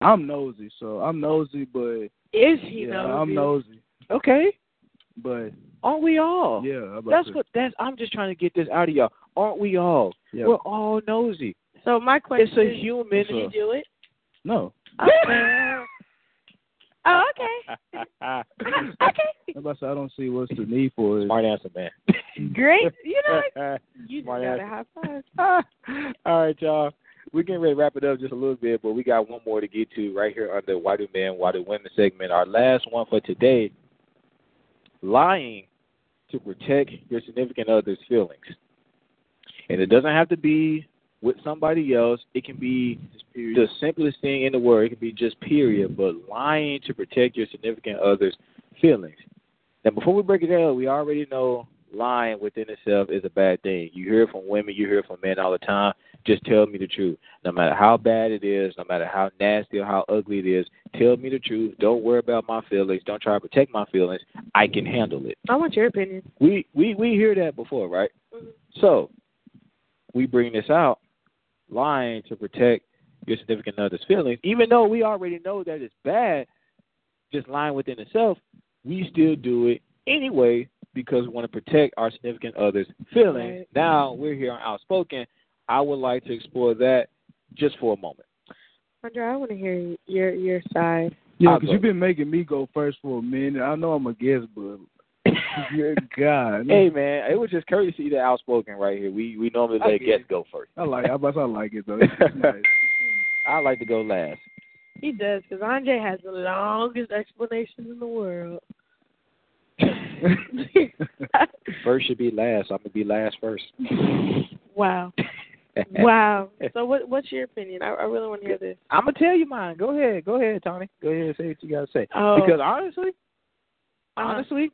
Speaker 2: I'm nosy, so I'm nosy, but
Speaker 3: is he
Speaker 2: yeah,
Speaker 3: nosy?
Speaker 2: I'm nosy,
Speaker 4: Okay.
Speaker 2: but
Speaker 4: Aren't we all?
Speaker 2: yeah, I'm about
Speaker 4: Oh. That's
Speaker 2: to-
Speaker 4: what that's I'm just trying to get this out of y'all. Aren't we all?
Speaker 2: Yeah.
Speaker 4: We're all nosy.
Speaker 3: so my question
Speaker 4: It's a
Speaker 3: is,
Speaker 4: human
Speaker 3: did you do it
Speaker 2: No,
Speaker 3: Okay. oh, okay.
Speaker 2: I'm
Speaker 3: okay.
Speaker 2: about to say I don't see what's the need for it.
Speaker 4: Smart answer, man.
Speaker 3: Great. You know, what?
Speaker 4: All
Speaker 3: you just
Speaker 4: Smart
Speaker 3: got
Speaker 4: ass.
Speaker 3: a high five.
Speaker 4: right, y'all. We're getting ready to wrap it up just a little bit, but we got one more to get to right here under Why Do Men, Why Do Women segment. Our last one for today lying to protect your significant other's feelings. And it doesn't have to be with somebody else. It can be the simplest thing in the world. It can be just period. But lying to protect your significant other's feelings. Now, before we break it down, we already know lying within itself is a bad thing. You hear it from women, you hear it from men all the time. Just tell me the truth. No matter how bad it is, no matter how nasty or how ugly it is, tell me the truth. Don't worry about my feelings. Don't try to protect my feelings. I can handle it.
Speaker 3: I want your opinion.
Speaker 4: We we we hear that before, right? So we bring this out, lying to protect your significant other's feelings, even though we already know that it's bad, just lying within itself, we still do it anyway because we want to protect our significant other's feelings.
Speaker 3: Right.
Speaker 4: Now we're here on Outspoken. I would like to explore that just for a moment.
Speaker 3: Andre, I want to hear your your side.
Speaker 2: Yeah,
Speaker 4: I'll
Speaker 2: because
Speaker 4: go.
Speaker 2: you've been making me go first for a minute. I know I'm a guest, but good God,
Speaker 4: Hey man, it was just courtesy to outspoken right here. We we normally
Speaker 2: I
Speaker 4: let
Speaker 2: get
Speaker 4: guests
Speaker 2: it.
Speaker 4: go first.
Speaker 2: I like. I, must- I like it though. It's nice.
Speaker 4: I like to go last.
Speaker 3: He does because Andre has the longest explanation in the world.
Speaker 4: First should be last. I'm gonna be last first.
Speaker 3: wow, wow. So what what's your opinion? I, I really want to hear this.
Speaker 4: I'm gonna tell you mine. Go ahead, go ahead, Tony. Go ahead and say what you gotta say.
Speaker 3: Oh.
Speaker 4: Because honestly,
Speaker 3: Uh-huh.
Speaker 4: honestly,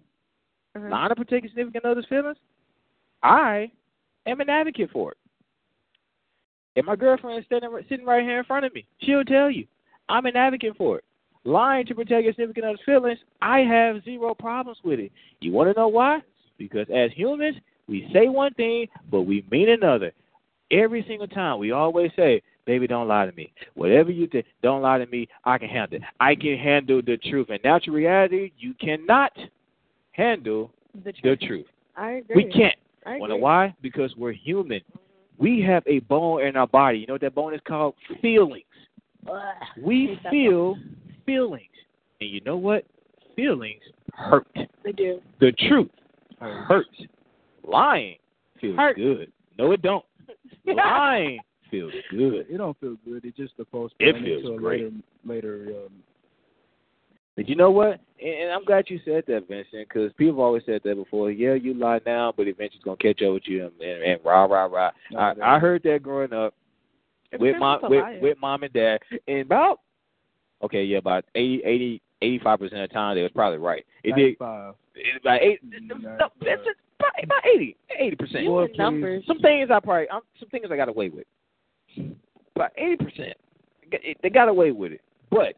Speaker 3: Uh-huh.
Speaker 4: lying to protect your significant other's feelings, I am an advocate for it. And my girlfriend is standing sitting right here in front of me. She'll tell you, I'm an advocate for it. Lying to protect your significant other's feelings, I have zero problems with it. You want to know why? Because as humans, we say one thing, but we mean another. Every single time, we always say, "Baby, don't lie to me. Whatever you think, don't lie to me. I can handle it. I can handle the truth." And natural reality, you cannot handle
Speaker 3: The
Speaker 4: the
Speaker 3: truth.
Speaker 4: truth.
Speaker 3: I agree.
Speaker 4: We can't.
Speaker 3: I agree.
Speaker 4: Wanna why? Because we're human. We have a bone in our body. You know what that bone is called? Feelings. We
Speaker 3: hate that
Speaker 4: feel feelings. And you know what? Feelings hurt.
Speaker 3: They do.
Speaker 4: The truth hurts. Lying feels
Speaker 3: Hurt.
Speaker 4: good. No, it don't. Lying feels good.
Speaker 2: It don't feel good. It just the post.
Speaker 4: It feels
Speaker 2: to a
Speaker 4: great.
Speaker 2: Later, later um,
Speaker 4: But you know what? And, and I'm glad you said that, Vincent, because people have always said that before. Yeah, you lie now, but eventually it's gonna catch up with you, and, and, and rah rah rah.
Speaker 2: No, it
Speaker 4: I, I
Speaker 2: doesn't.
Speaker 4: heard that growing up
Speaker 3: It
Speaker 4: with
Speaker 3: depends
Speaker 4: mom
Speaker 3: what's a
Speaker 4: with,
Speaker 3: liar.
Speaker 4: with mom and dad, and about okay, yeah, about eighty eighty eighty five percent of the time they was probably right. It did
Speaker 2: 95.
Speaker 4: it, about eight. No, it's just about, about eighty eighty percent.
Speaker 3: You and numbers.
Speaker 4: Some things I probably um, some things I got away with. About eighty percent, they got away with it. But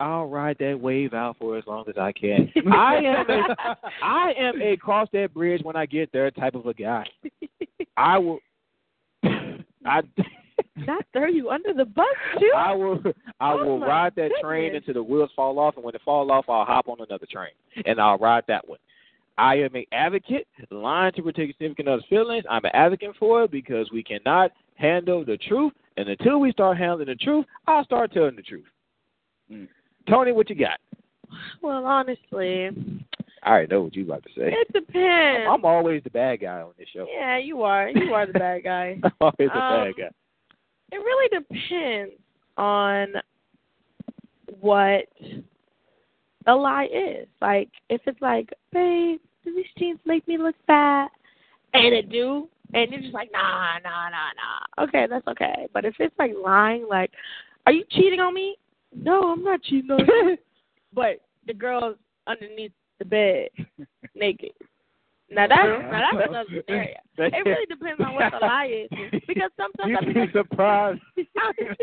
Speaker 4: I'll ride that wave out for as long as I can. I am a I am a cross that bridge when I get there type of a guy. I will. I
Speaker 3: Not throw you under the bus too.
Speaker 4: I will I
Speaker 3: Oh
Speaker 4: will
Speaker 3: my
Speaker 4: ride that train
Speaker 3: goodness.
Speaker 4: until the wheels fall off, and when it fall off, I'll hop on another train and I'll ride that one. I am an advocate, lying to protect your significant other's feelings. I'm an advocate for it because we cannot handle the truth, and until we start handling the truth, I'll start telling the truth.
Speaker 3: Mm.
Speaker 4: Tony, what you got?
Speaker 3: well, honestly,
Speaker 4: I already know what you about to say.
Speaker 3: it depends.
Speaker 4: I'm always the bad guy on this show.
Speaker 3: yeah, you are. You are the bad guy.
Speaker 4: I'm always the
Speaker 3: Um,
Speaker 4: bad guy.
Speaker 3: It really depends on what a lie is. Like, if it's like, babe, do these jeans make me look fat? And it do. And you're just like, nah, nah, nah, nah. Okay, that's okay. But if it's like lying, like, are you cheating on me? No, I'm not cheating on you. but the girl's underneath the bed, naked. Now that's now that's another scenario. It really depends on what the lie is, because sometimes I
Speaker 4: You'd
Speaker 3: mean,
Speaker 4: be surprised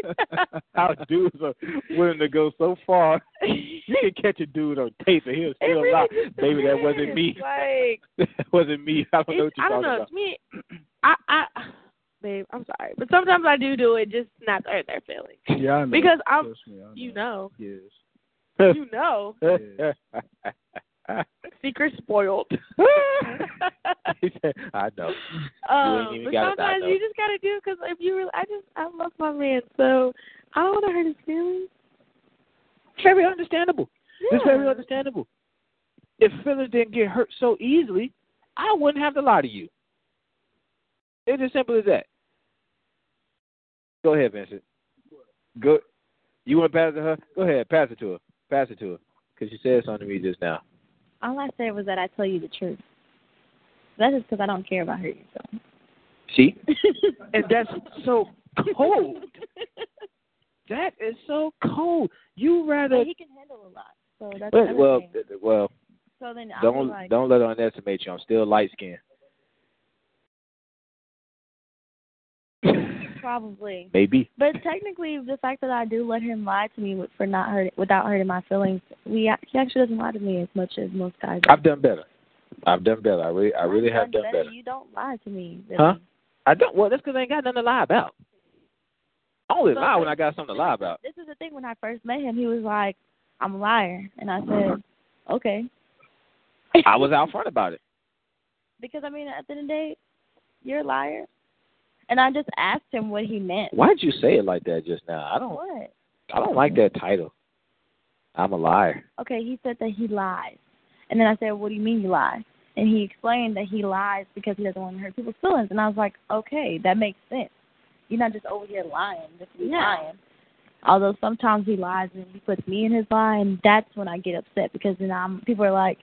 Speaker 4: how dudes are willing to go so far You can catch a dude on tape and he'll
Speaker 3: it
Speaker 4: still
Speaker 3: really
Speaker 4: lie.
Speaker 3: just
Speaker 4: Baby, that
Speaker 3: depends.
Speaker 4: wasn't me.
Speaker 3: Like
Speaker 4: that wasn't me. I don't know what
Speaker 3: it's,
Speaker 4: you're
Speaker 3: I don't
Speaker 4: talking
Speaker 3: know.
Speaker 4: about.
Speaker 3: To me, I, I, babe, I'm sorry, but sometimes I do do it just not to hurt their feelings.
Speaker 2: Yeah, I know.
Speaker 3: Because I'm-
Speaker 2: Trust me, I know.
Speaker 3: You know,
Speaker 2: Yes.
Speaker 3: you know, secret spoiled.
Speaker 4: he said, I know.
Speaker 3: Um,
Speaker 4: even
Speaker 3: but
Speaker 4: gotta die,
Speaker 3: sometimes
Speaker 4: though.
Speaker 3: you just gotta do because if you really, I just I love my man, so I don't want to hurt his feelings.
Speaker 4: Very understandable. It's very
Speaker 3: Yeah.
Speaker 4: understandable. If feelings didn't get hurt so easily, I wouldn't have to lie to you. It's as simple as that. Go ahead, Vincent. Go. You want to pass it to her? Go ahead, pass it to her. Pass it to her, because she said something to me just now.
Speaker 7: All I said was that I tell you the truth. That's just because I don't care about hurting yourself.
Speaker 2: See?
Speaker 8: and that's so cold. that is so cold. You rather
Speaker 3: But he can handle a lot. So that's
Speaker 2: Well, well,
Speaker 3: everything.
Speaker 2: th- well,
Speaker 3: so then I was
Speaker 2: don't
Speaker 3: like,
Speaker 2: don't let her underestimate you. I'm still light skinned.
Speaker 3: probably.
Speaker 2: Maybe.
Speaker 3: But technically, the fact that I do let him lie to me with- for not hurt, without hurting my feelings, we act- he actually doesn't lie to me as much as most guys.
Speaker 2: I've done better. I've done better. I really, I really have done better.
Speaker 3: You don't lie to me. Really.
Speaker 2: Huh? I don't. Well, that's because I ain't got nothing to lie about. I only
Speaker 3: So-
Speaker 2: lie when I got something to lie about.
Speaker 3: This is the thing. When I first met him, he was like, "I'm a liar," and I said,
Speaker 2: Mm-hmm.
Speaker 3: "Okay,"
Speaker 2: I was out front about it.
Speaker 3: because I mean, at the end of the day, you're a liar. And I just asked him what he meant.
Speaker 2: Why'd you say it like that just now? I don't.
Speaker 3: What?
Speaker 2: I don't like that title. I'm a liar.
Speaker 3: Okay, he said that he lies, and then I said, "What do you mean you lie?" And he explained that he lies because he doesn't want to hurt people's feelings, and I was like, "Okay, that makes sense. You're not just over here lying, just to be lying." Although sometimes he lies and he puts me in his lie, and that's when I get upset because then I'm people are like,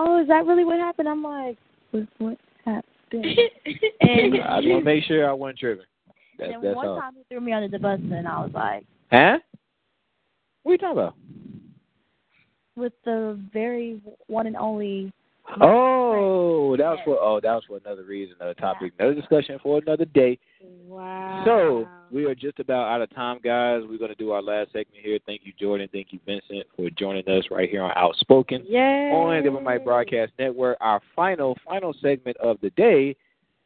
Speaker 3: "Oh, is that really what happened?" I'm like, "What, what happened?"
Speaker 2: I
Speaker 3: and
Speaker 2: just want to make sure I wasn't tripping. That's
Speaker 3: and
Speaker 2: that's
Speaker 3: one
Speaker 2: all.
Speaker 3: time he threw me under the bus, and I was like,
Speaker 2: Huh? What are you talking about?
Speaker 3: with the very one and only.
Speaker 2: Oh, that was for oh, that was for another reason, another topic, another discussion for another day.
Speaker 4: Wow.
Speaker 2: So we are just about out of time, guys. We're going to do our last segment here. Thank you, Jordan. Thank you, Vincent, for joining us right here on Outspoken
Speaker 4: Yay.
Speaker 2: on the Mike Broadcast Network. Our final, final segment of the day.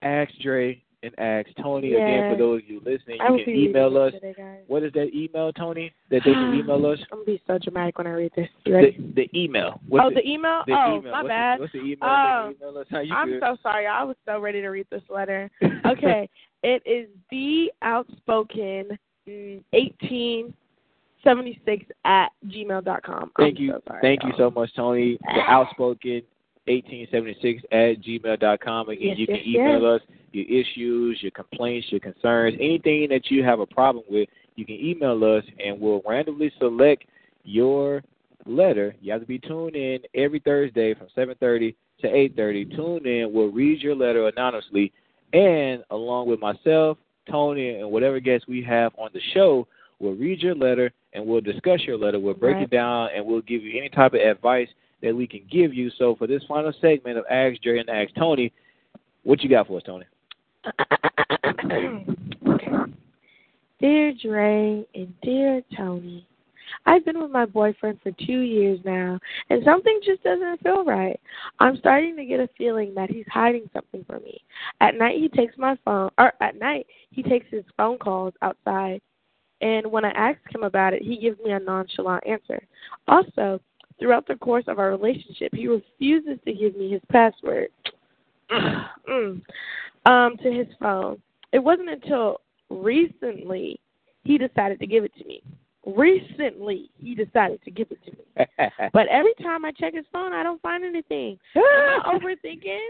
Speaker 2: Ask Dre and ask Tony again
Speaker 4: Yes.
Speaker 2: for those of you listening.
Speaker 4: I will
Speaker 2: You can
Speaker 4: be
Speaker 2: email
Speaker 4: reading Ah.
Speaker 2: us.
Speaker 4: this Today, guys.
Speaker 2: What is that email, Tony? That they can email us.
Speaker 4: I'm gonna be so dramatic when I read this. You
Speaker 2: The,
Speaker 4: ready?
Speaker 2: the email. What's
Speaker 4: oh,
Speaker 2: the,
Speaker 4: the email.
Speaker 2: the
Speaker 4: oh,
Speaker 2: email.
Speaker 4: my
Speaker 2: What's the-
Speaker 4: bad.
Speaker 2: what's the email? They can
Speaker 4: Um,
Speaker 2: email us. How you
Speaker 4: I'm
Speaker 2: feel?
Speaker 4: so sorry. I was so ready to read this letter. Okay, it is the outspoken mm, eighteen seventy six at gmail dot com.
Speaker 2: Thank
Speaker 4: I'm
Speaker 2: you.
Speaker 4: So sorry,
Speaker 2: Thank you
Speaker 4: y'all.
Speaker 2: so much, Tony. The outspoken. 1876 at gmail dot com. Again,
Speaker 4: Yes,
Speaker 2: you can
Speaker 4: yes,
Speaker 2: email us your issues, your complaints, your concerns, anything that you have a problem with. You can email us, and we'll randomly select your letter. You have to be tuned in every Thursday from 7:30 to 8:30. Tune in. We'll read your letter anonymously, and along with myself, Tony, and whatever guests we have on the show, we'll read your letter and we'll discuss your letter. We'll break it
Speaker 4: Right.
Speaker 2: down, and we'll give you any type of advice that we can give you. So for this final segment of Ask Jerry and Ask Tony, what you got for us, Tony?
Speaker 4: Dear Dre and dear Tony, I've been with my boyfriend for two years now, and something just doesn't feel right. I'm starting to get a feeling that he's hiding something from me. At night, he takes my phone, or at night, he takes his phone calls outside, and when I ask him about it, he gives me a nonchalant answer. Also, throughout the course of our relationship, he refuses to give me his password mm, um, to his phone. It wasn't until recently he decided to give it to me. Recently, he decided to give it to me. But every time I check his phone, I don't find anything. Am I overthinking?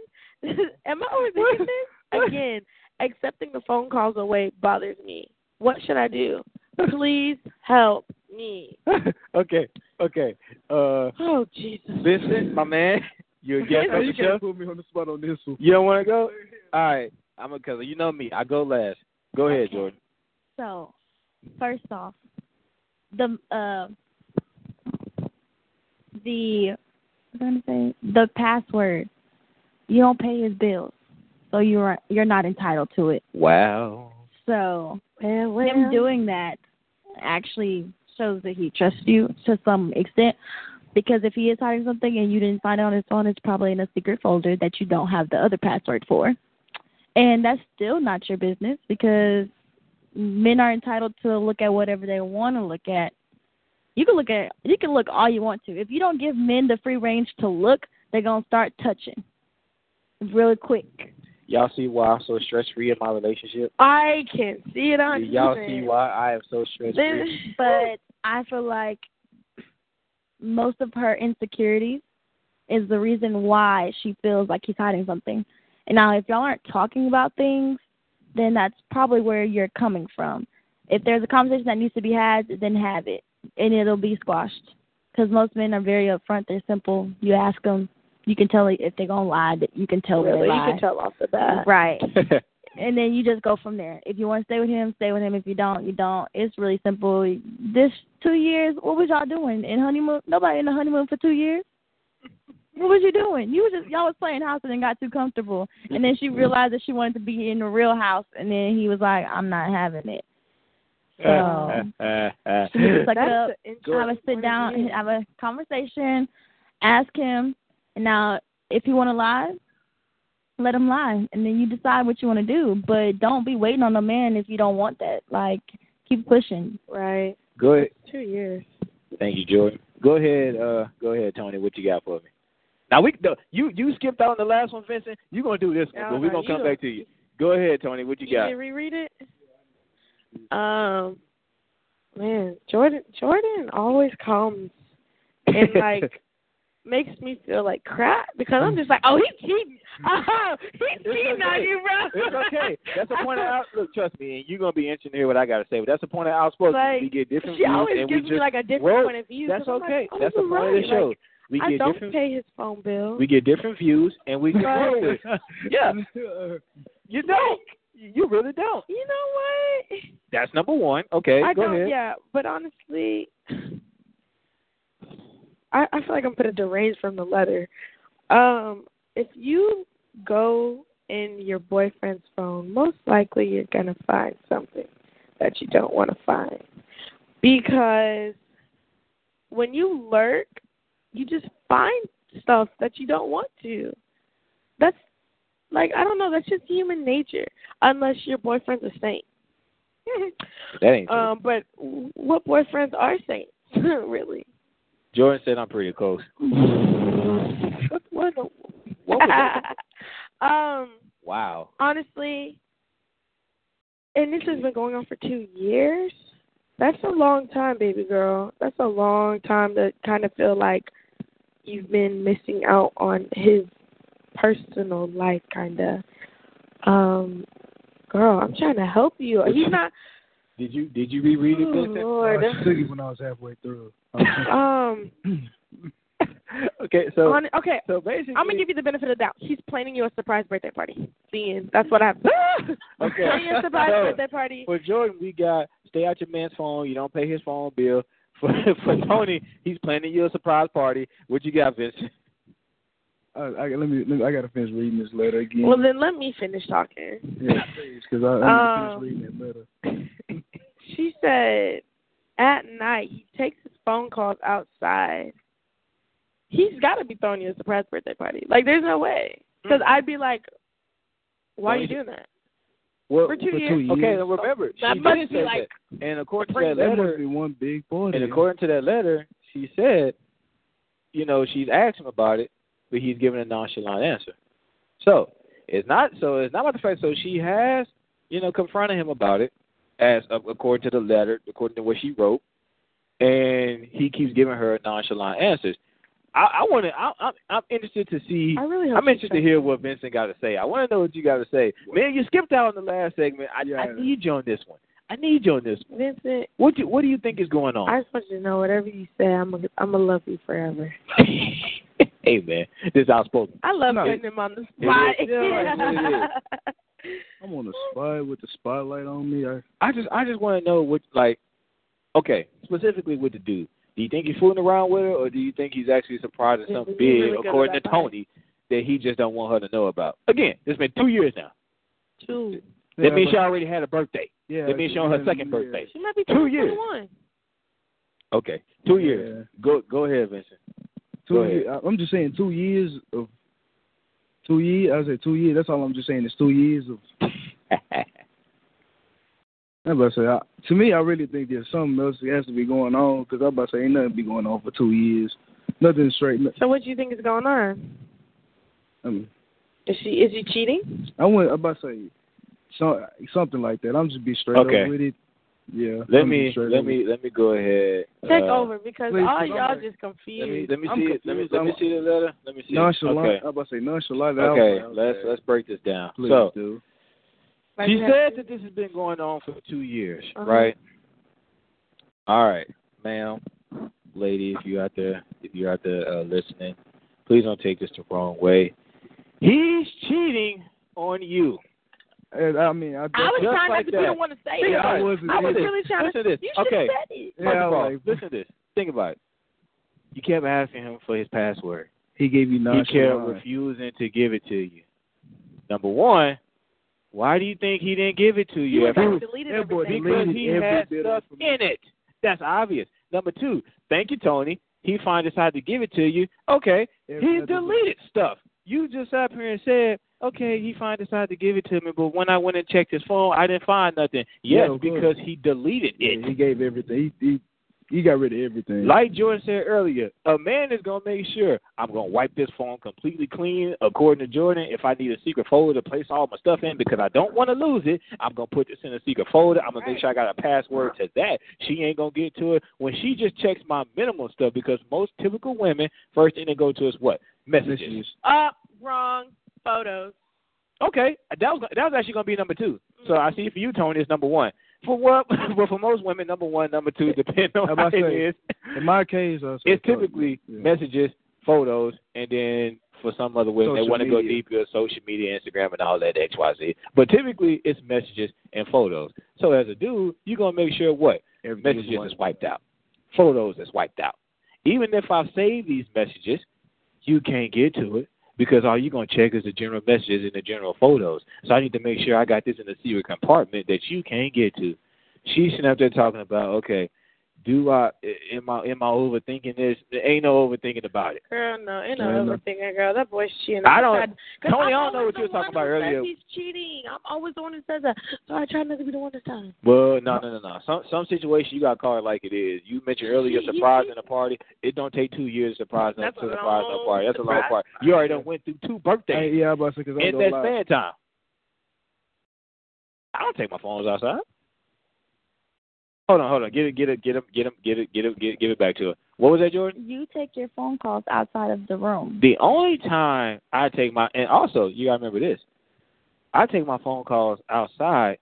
Speaker 4: Am I overthinking this? Again, accepting the phone calls away bothers me. What should I do? Please help me.
Speaker 2: okay, okay. Uh,
Speaker 4: Oh, Jesus.
Speaker 2: Vincent, my man, you're a guest
Speaker 4: Vincent,
Speaker 2: on the
Speaker 4: you
Speaker 2: show.
Speaker 4: can't
Speaker 9: Put me on the spot on this one.
Speaker 2: You don't want to go? All right. I'm a cousin. You know me. I go last. Go ahead,
Speaker 3: Okay.
Speaker 2: Jordan.
Speaker 3: So, first off, the uh, the what am I gonna say? the password. You don't pay his bills, so you're you're not entitled to it.
Speaker 2: Wow.
Speaker 3: So
Speaker 4: Well, well.
Speaker 3: him doing that actually shows that he trusts you to some extent. Because if he is hiding something and you didn't find it on his phone, it's probably in a secret folder that you don't have the other password for. And that's still not your business because men are entitled to look at whatever they want to look at. You can look at you can look all you want to. If you don't give men the free range to look, they're gonna start touching really quick.
Speaker 2: Y'all see why I'm so stress free in my relationship?
Speaker 4: I can see it on
Speaker 2: Do y'all
Speaker 4: you,
Speaker 2: see
Speaker 4: man.
Speaker 2: why I am so stress free?
Speaker 4: This-
Speaker 3: but I feel like most of her insecurities is the reason why she feels like he's hiding something. And now, if y'all aren't talking about things, then that's probably where you're coming from. If there's a conversation that needs to be had, then have it, and it'll be squashed. Because most men are very upfront; they're simple. You ask them, you can tell if they're gonna lie. That you can tell when
Speaker 4: Really,
Speaker 3: they
Speaker 4: you
Speaker 3: lie.
Speaker 4: can tell off the bat.
Speaker 3: Right. and then you just go from there. If you want to stay with him, stay with him. If you don't, you don't. It's really simple. This two years, what was y'all doing in honeymoon? Nobody in the honeymoon for two years. What was you doing? You was just y'all was playing house and then got too comfortable, and then she realized that she wanted to be in the real house, and then he was like, "I'm not having it." So
Speaker 2: Uh,
Speaker 3: she was like,
Speaker 4: That's an
Speaker 3: "Look, have a sit down and have a conversation, ask him, and now if you want to lie, let him lie, and then you decide what you want to do. But don't be waiting on a man if you don't want that. Like, keep pushing.
Speaker 4: Right.
Speaker 2: Go ahead.
Speaker 4: Two years.
Speaker 2: Thank you, Jordan. Go ahead. Uh, go ahead, Tony. What you got for me? Now we no, you you skipped out on the last one, Vincent. You are gonna do this one,
Speaker 4: No,
Speaker 2: but we're
Speaker 4: no,
Speaker 2: gonna
Speaker 4: you
Speaker 2: come
Speaker 4: don't-
Speaker 2: back to you. Go ahead, Tony. What you
Speaker 4: You
Speaker 2: got?
Speaker 4: didn't reread it. Um, man, Jordan, Jordan always comes and like makes me feel like crap because I'm just like, oh, he cheating. Oh, he cheating on you, bro.
Speaker 2: It's okay. That's a point of out. Look, trust me, and you're gonna be interested to hear what I gotta say. But that's the point of outspoken.
Speaker 4: Like,
Speaker 2: we get different
Speaker 4: she
Speaker 2: views,
Speaker 4: always
Speaker 2: and we
Speaker 4: gives me,
Speaker 2: just
Speaker 4: like, a different
Speaker 2: roll.
Speaker 4: point of view,
Speaker 2: That's
Speaker 4: 'cause I'm like,
Speaker 2: okay.
Speaker 4: oh,
Speaker 2: that's the
Speaker 4: you're
Speaker 2: point of
Speaker 4: right.
Speaker 2: the show.
Speaker 4: Like,
Speaker 2: we
Speaker 4: I
Speaker 2: get
Speaker 4: don't
Speaker 2: different.
Speaker 4: pay his phone bill.
Speaker 2: we get different views, and we just
Speaker 4: Right.
Speaker 2: roll with it. Yeah, you don't. You really don't.
Speaker 4: You know what?
Speaker 2: That's number one. Okay,
Speaker 4: I
Speaker 2: go
Speaker 4: don't.
Speaker 2: ahead.
Speaker 4: Yeah, but honestly, I I feel like I'm gonna derange from the letter. Um, if you go in your boyfriend's phone, most likely you're gonna find something that you don't want to find because when you lurk, you just find stuff that you don't want to. That's like I don't know. That's just human nature, unless your boyfriend's a saint.
Speaker 2: That ain't true.
Speaker 4: Um, but w- what boyfriends are saints, really?
Speaker 2: Jordan said I'm pretty close.
Speaker 4: What? what, the-
Speaker 2: what was
Speaker 4: um,
Speaker 2: Wow.
Speaker 4: honestly, and this has been going on for two years. That's a long time, baby girl. That's a long time to kind of feel like you've been missing out on his personal life, kind of. Um, girl, I'm trying to help you. He's not.
Speaker 2: Did you did you reread it,
Speaker 4: Oh,
Speaker 2: Vincent?
Speaker 4: Lord.
Speaker 10: when I was halfway through.
Speaker 4: Um.
Speaker 2: Okay, so
Speaker 4: on, okay,
Speaker 2: so basically,
Speaker 4: I'm gonna give you the benefit of the doubt. He's planning you a surprise birthday party. The end. That's what I have.
Speaker 2: Okay.
Speaker 4: planning you a surprise
Speaker 2: So-
Speaker 4: birthday party.
Speaker 2: for Jordan we got stay out your man's phone. You don't pay his phone bill. For for Tony, he's planning you a surprise party. What you got, Vincent?
Speaker 11: I, I, let me, let me. I gotta finish reading this letter again.
Speaker 4: Well, then let me finish talking.
Speaker 11: yeah, because I, I
Speaker 4: Um,
Speaker 11: to finish reading that letter.
Speaker 4: She said, at night he takes his phone calls outside. He's got to be throwing you a surprise birthday party. Like, there's no way.
Speaker 11: Mm.
Speaker 4: Because I'd be like, why are you doing that?
Speaker 2: Well,
Speaker 4: For two years.
Speaker 2: Okay, now remember
Speaker 4: That
Speaker 2: she
Speaker 4: must
Speaker 2: did
Speaker 4: be
Speaker 2: say
Speaker 4: like-
Speaker 2: that. and according to
Speaker 4: That
Speaker 2: that
Speaker 11: That must
Speaker 2: letter,
Speaker 11: be one big boy.
Speaker 2: and according to that letter, she said, you know, she's asked him about it, but he's giving a nonchalant answer. So it's not so it's not about the fact. So she has, you know, confronted him about it, as of- according to the letter, according to what she wrote, and he keeps giving her nonchalant answers. I, I want to. I'm, I'm interested to see.
Speaker 4: I really hope
Speaker 2: I'm
Speaker 4: she
Speaker 2: interested to
Speaker 4: tries.
Speaker 2: hear what Vincent got to say. I want to know what you got to say. Man, you skipped out on the last segment. I, I
Speaker 11: Yeah.
Speaker 2: need you on this one. I need you on this. One.
Speaker 4: Vincent,
Speaker 2: What do What do you think is going on?
Speaker 4: I just want you to know whatever you say, I'm going I'm to love you forever.
Speaker 2: hey man, this is outspoken.
Speaker 4: I love
Speaker 11: No,
Speaker 4: putting him on the
Speaker 2: it
Speaker 4: spot.
Speaker 2: is. Yeah,
Speaker 11: I'm on a spot with the spotlight on me. I,
Speaker 2: I just I just want to know what like, okay, specifically with the dude. Do you think he's fooling around with her, or do you think he's actually surprised at
Speaker 4: Yeah,
Speaker 2: something
Speaker 4: he's
Speaker 2: big,
Speaker 4: really good
Speaker 2: according to
Speaker 4: at that
Speaker 2: Tony, that he just don't want her to know about? Again, it's been two years now.
Speaker 4: Two.
Speaker 2: That
Speaker 11: Yeah,
Speaker 2: means
Speaker 11: but-
Speaker 2: she already had a birthday.
Speaker 11: yeah,
Speaker 2: that means she on her
Speaker 11: yeah,
Speaker 2: second
Speaker 11: yeah.
Speaker 2: birthday.
Speaker 4: She might be
Speaker 2: Two years.
Speaker 4: 21.
Speaker 2: Okay, two
Speaker 11: Yeah.
Speaker 2: years. Go go ahead, Vincent.
Speaker 11: Two
Speaker 2: Go ahead.
Speaker 11: year, I- I'm just saying two years of two years. I say two years. That's all I'm just saying is two years of. I'm about to say, I, to me, I really think there's something else that has to be going on because I'm about to say ain't nothing be going on for two years. Nothing straight. no-
Speaker 4: So what do you think is going on?
Speaker 11: I mean,
Speaker 4: Is she is he cheating?
Speaker 11: I went I'm about to say so, something like that. I'm just be straight
Speaker 2: Okay.
Speaker 11: up with it. Yeah.
Speaker 2: let
Speaker 11: I'm
Speaker 2: me
Speaker 11: just straight
Speaker 2: let
Speaker 11: up with
Speaker 2: me let me go ahead.
Speaker 4: Take
Speaker 2: uh,
Speaker 4: over because
Speaker 11: please,
Speaker 4: all
Speaker 11: please,
Speaker 4: y'all
Speaker 11: okay.
Speaker 4: just
Speaker 2: Let me
Speaker 4: confused.
Speaker 2: let me
Speaker 11: I'm
Speaker 2: see it. Let me
Speaker 11: confused.
Speaker 2: let me
Speaker 11: I'm-
Speaker 2: see the letter. Let me see. it.
Speaker 11: Nonchalant.
Speaker 2: Okay.
Speaker 11: I'm about to say nonchalant. I was
Speaker 2: Okay,
Speaker 11: like,
Speaker 2: let's let's break this down.
Speaker 11: Please
Speaker 2: so
Speaker 11: do.
Speaker 4: Like,
Speaker 2: she
Speaker 4: you have-
Speaker 2: said that this has been going on for two years,
Speaker 4: Uh-huh.
Speaker 2: right? All right, ma'am, lady, if you out there, if you're out there uh, listening, please don't take this the wrong way. He's cheating on you.
Speaker 12: And, I mean, I,
Speaker 3: I was
Speaker 12: just
Speaker 3: trying
Speaker 12: like
Speaker 3: not to.
Speaker 12: that.
Speaker 3: You don't want to say
Speaker 12: Yeah,
Speaker 3: it.
Speaker 12: I wasn't.
Speaker 3: was
Speaker 12: either.
Speaker 3: really trying
Speaker 2: Listen
Speaker 3: to.
Speaker 2: to this.
Speaker 3: You should
Speaker 2: Okay.
Speaker 3: have said it.
Speaker 2: First
Speaker 12: Yeah,
Speaker 2: of all,
Speaker 12: like-
Speaker 2: listen to this. Think about it. You kept asking him for his password.
Speaker 12: He gave you
Speaker 2: He
Speaker 12: nonchalant.
Speaker 2: kept refusing to give it to you. Number one, why do you think he didn't give it to
Speaker 3: You
Speaker 2: you?
Speaker 3: went
Speaker 2: at
Speaker 3: back and
Speaker 2: first?
Speaker 3: deleted
Speaker 12: That boy
Speaker 3: everything.
Speaker 2: because
Speaker 12: deleted
Speaker 2: he
Speaker 12: every
Speaker 2: had
Speaker 12: bit
Speaker 2: stuff
Speaker 12: of
Speaker 2: in it. That's obvious. Number two, thank you, Tony. He finally decided to give it to you. Okay, he
Speaker 12: Every-
Speaker 2: deleted stuff. You just sat up here and said, okay, he finally decided to give it to me, but when I went and checked his phone, I didn't find nothing.
Speaker 12: Yeah,
Speaker 2: Yes,
Speaker 12: of course.
Speaker 2: because he deleted it.
Speaker 12: Yeah, he gave everything. He, he he got rid of everything.
Speaker 2: Like Jordan said earlier, a man is gonna make sure I'm gonna wipe this phone completely clean. According to Jordan, if I need a secret folder to place all my stuff in because I don't want to lose it, I'm gonna put this in a secret folder. I'm gonna make sure I got a password to that. She ain't gonna get to it when she just checks my minimal stuff because most typical women first thing they go to is what messages.
Speaker 12: Messages.
Speaker 4: Up, wrong, photos.
Speaker 2: Okay, that was that was actually gonna be number two. So I see for you, Tony, it's number one. For what? well, for most women, number one, number two, depending on
Speaker 12: I'm
Speaker 2: how
Speaker 12: about to say,
Speaker 2: it is.
Speaker 12: in my case, I was
Speaker 2: it's
Speaker 12: like,
Speaker 2: typically
Speaker 12: yeah.
Speaker 2: messages, photos, and then for some other women they
Speaker 12: Social
Speaker 2: want to go
Speaker 12: media.
Speaker 2: deeper, social media, Instagram, and all that X Y Z. But typically it's messages and photos. So as a dude, you're gonna make sure what
Speaker 12: Everything
Speaker 2: messages
Speaker 12: wiped.
Speaker 2: is wiped out, photos is wiped out. Even if I save these messages, you can't get to it because all you're gonna check is the general messages and the general photos. So I need to make sure I got this in a secret compartment that you can't get to. She's sitting up there talking about, okay, do I am I am I overthinking this? There ain't no overthinking about it.
Speaker 4: Girl, no, ain't
Speaker 12: Yeah,
Speaker 4: no
Speaker 12: I know.
Speaker 4: overthinking, girl. That boy's cheating.
Speaker 2: I don't-
Speaker 4: Sad. 'Cause
Speaker 2: Tony,
Speaker 4: I'm
Speaker 2: I don't know
Speaker 4: always
Speaker 2: what you
Speaker 4: the
Speaker 2: were talking
Speaker 4: one who
Speaker 2: about
Speaker 4: says
Speaker 2: earlier.
Speaker 4: He's cheating. I'm always the one who says that. So I try not to be the one this time.
Speaker 2: Well, no, no, no, no. Some some situation you got to call it like it is. You mentioned earlier
Speaker 4: Yeah.
Speaker 2: surprise in a party. It don't take two years to surprise them
Speaker 4: That's
Speaker 2: to
Speaker 4: a
Speaker 2: surprise no
Speaker 4: long
Speaker 2: party. That's a long
Speaker 4: surprise
Speaker 2: party. You already done went through two
Speaker 12: Hey,
Speaker 2: birthdays
Speaker 12: yeah, I was about to say, 'cause I'm
Speaker 2: in
Speaker 12: gonna
Speaker 2: that
Speaker 12: lie.
Speaker 2: span time. I don't take my phones outside. Hold on, hold on. Get it, get it, get him, get him, get it, get it, get, give it back to her. What was that, Jordan?
Speaker 3: You take your phone calls outside of the room.
Speaker 2: The only time I take my and also you gotta remember this, I take my phone calls outside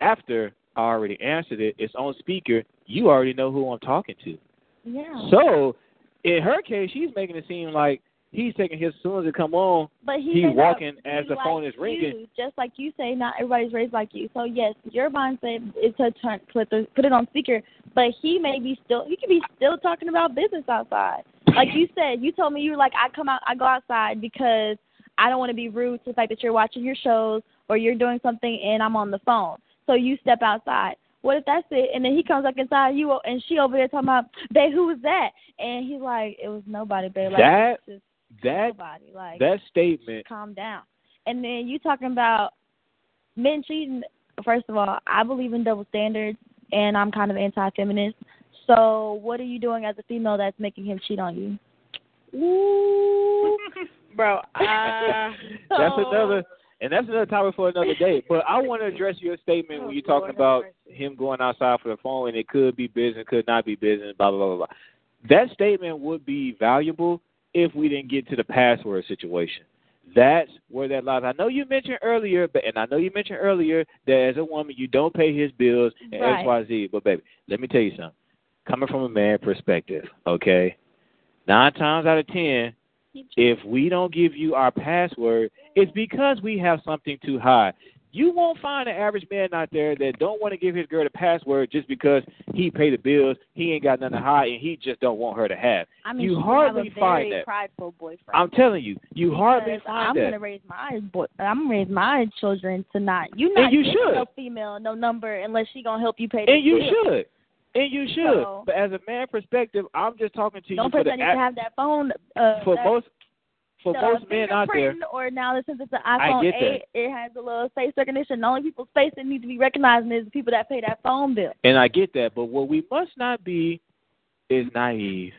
Speaker 2: after I already answered it. It's on speaker. You already know who I'm talking to.
Speaker 3: Yeah.
Speaker 2: So in her case, she's making it seem like he's taking his as soon as it come on.
Speaker 3: But he
Speaker 2: He
Speaker 3: may not
Speaker 2: walking
Speaker 3: be
Speaker 2: as the
Speaker 3: like
Speaker 2: phone is ringing.
Speaker 3: you, just like you say, not everybody's raised like you. So yes, your mindset is to turn put, the, put it on speaker, but he may be still he could be still talking about business outside. Like you said, you told me you were like I come out I go outside because I don't want to be rude to the fact that you're watching your shows or you're doing something and I'm on the phone. So you step outside. What if that's it? And then he comes back inside you and she over there talking about, babe, who was that? And he's like, it was nobody, babe. Like,
Speaker 2: That-
Speaker 3: it's just
Speaker 2: That
Speaker 3: nobody. Like
Speaker 2: that statement.
Speaker 3: calm down. And then you talking about men cheating. First of all, I believe in double standards, and I'm kind of anti-feminist. So what are you doing as a female that's making him cheat on you?
Speaker 4: Bro, uh,
Speaker 2: that's
Speaker 3: so-
Speaker 2: another and that's another topic for another day. But I want to address your statement when you're talking
Speaker 4: Oh, Lord have
Speaker 2: about
Speaker 4: mercy.
Speaker 2: him going outside for the phone and it could be business, could not be business, blah blah blah blah. blah. That statement would be valuable if we didn't get to the password situation. That's where that lies. I know you mentioned earlier, but and I know you mentioned earlier that as a woman you don't pay his bills and
Speaker 3: Right.
Speaker 2: X Y Z. But baby, let me tell you something. Coming from a man perspective, okay, nine times out of ten, if we don't give you our password, it's because we have something to hide. You won't find an average man out there that don't want to give his girl the password just because he pay the bills, he ain't got nothing to hide, and he just don't want her to have.
Speaker 3: I mean,
Speaker 2: You
Speaker 3: she could
Speaker 2: hardly
Speaker 3: have a
Speaker 2: find
Speaker 3: very
Speaker 2: that.
Speaker 3: prideful boyfriend.
Speaker 2: I'm telling you, you hardly
Speaker 3: Because
Speaker 2: find
Speaker 3: I'm
Speaker 2: that.
Speaker 3: gonna raise my boy. I'm gonna raise my children to not. You not
Speaker 2: you
Speaker 3: giving
Speaker 2: should.
Speaker 3: no female no number unless she gonna help you pay. the
Speaker 2: and you
Speaker 3: bill.
Speaker 2: should, and you should.
Speaker 3: So-
Speaker 2: but as a man perspective, I'm just talking to you
Speaker 3: Don't
Speaker 2: for the
Speaker 3: pretend you
Speaker 2: act-
Speaker 3: have that phone. Uh,
Speaker 2: for
Speaker 3: that
Speaker 2: most for
Speaker 3: the
Speaker 2: most men out there.
Speaker 3: fingerprint Or now that since it's an iPhone
Speaker 2: get that.
Speaker 3: 8, it has a little face recognition. The only people's face that need to be recognized is the people that pay that phone bill.
Speaker 2: And I get that, but what we must not be is naive.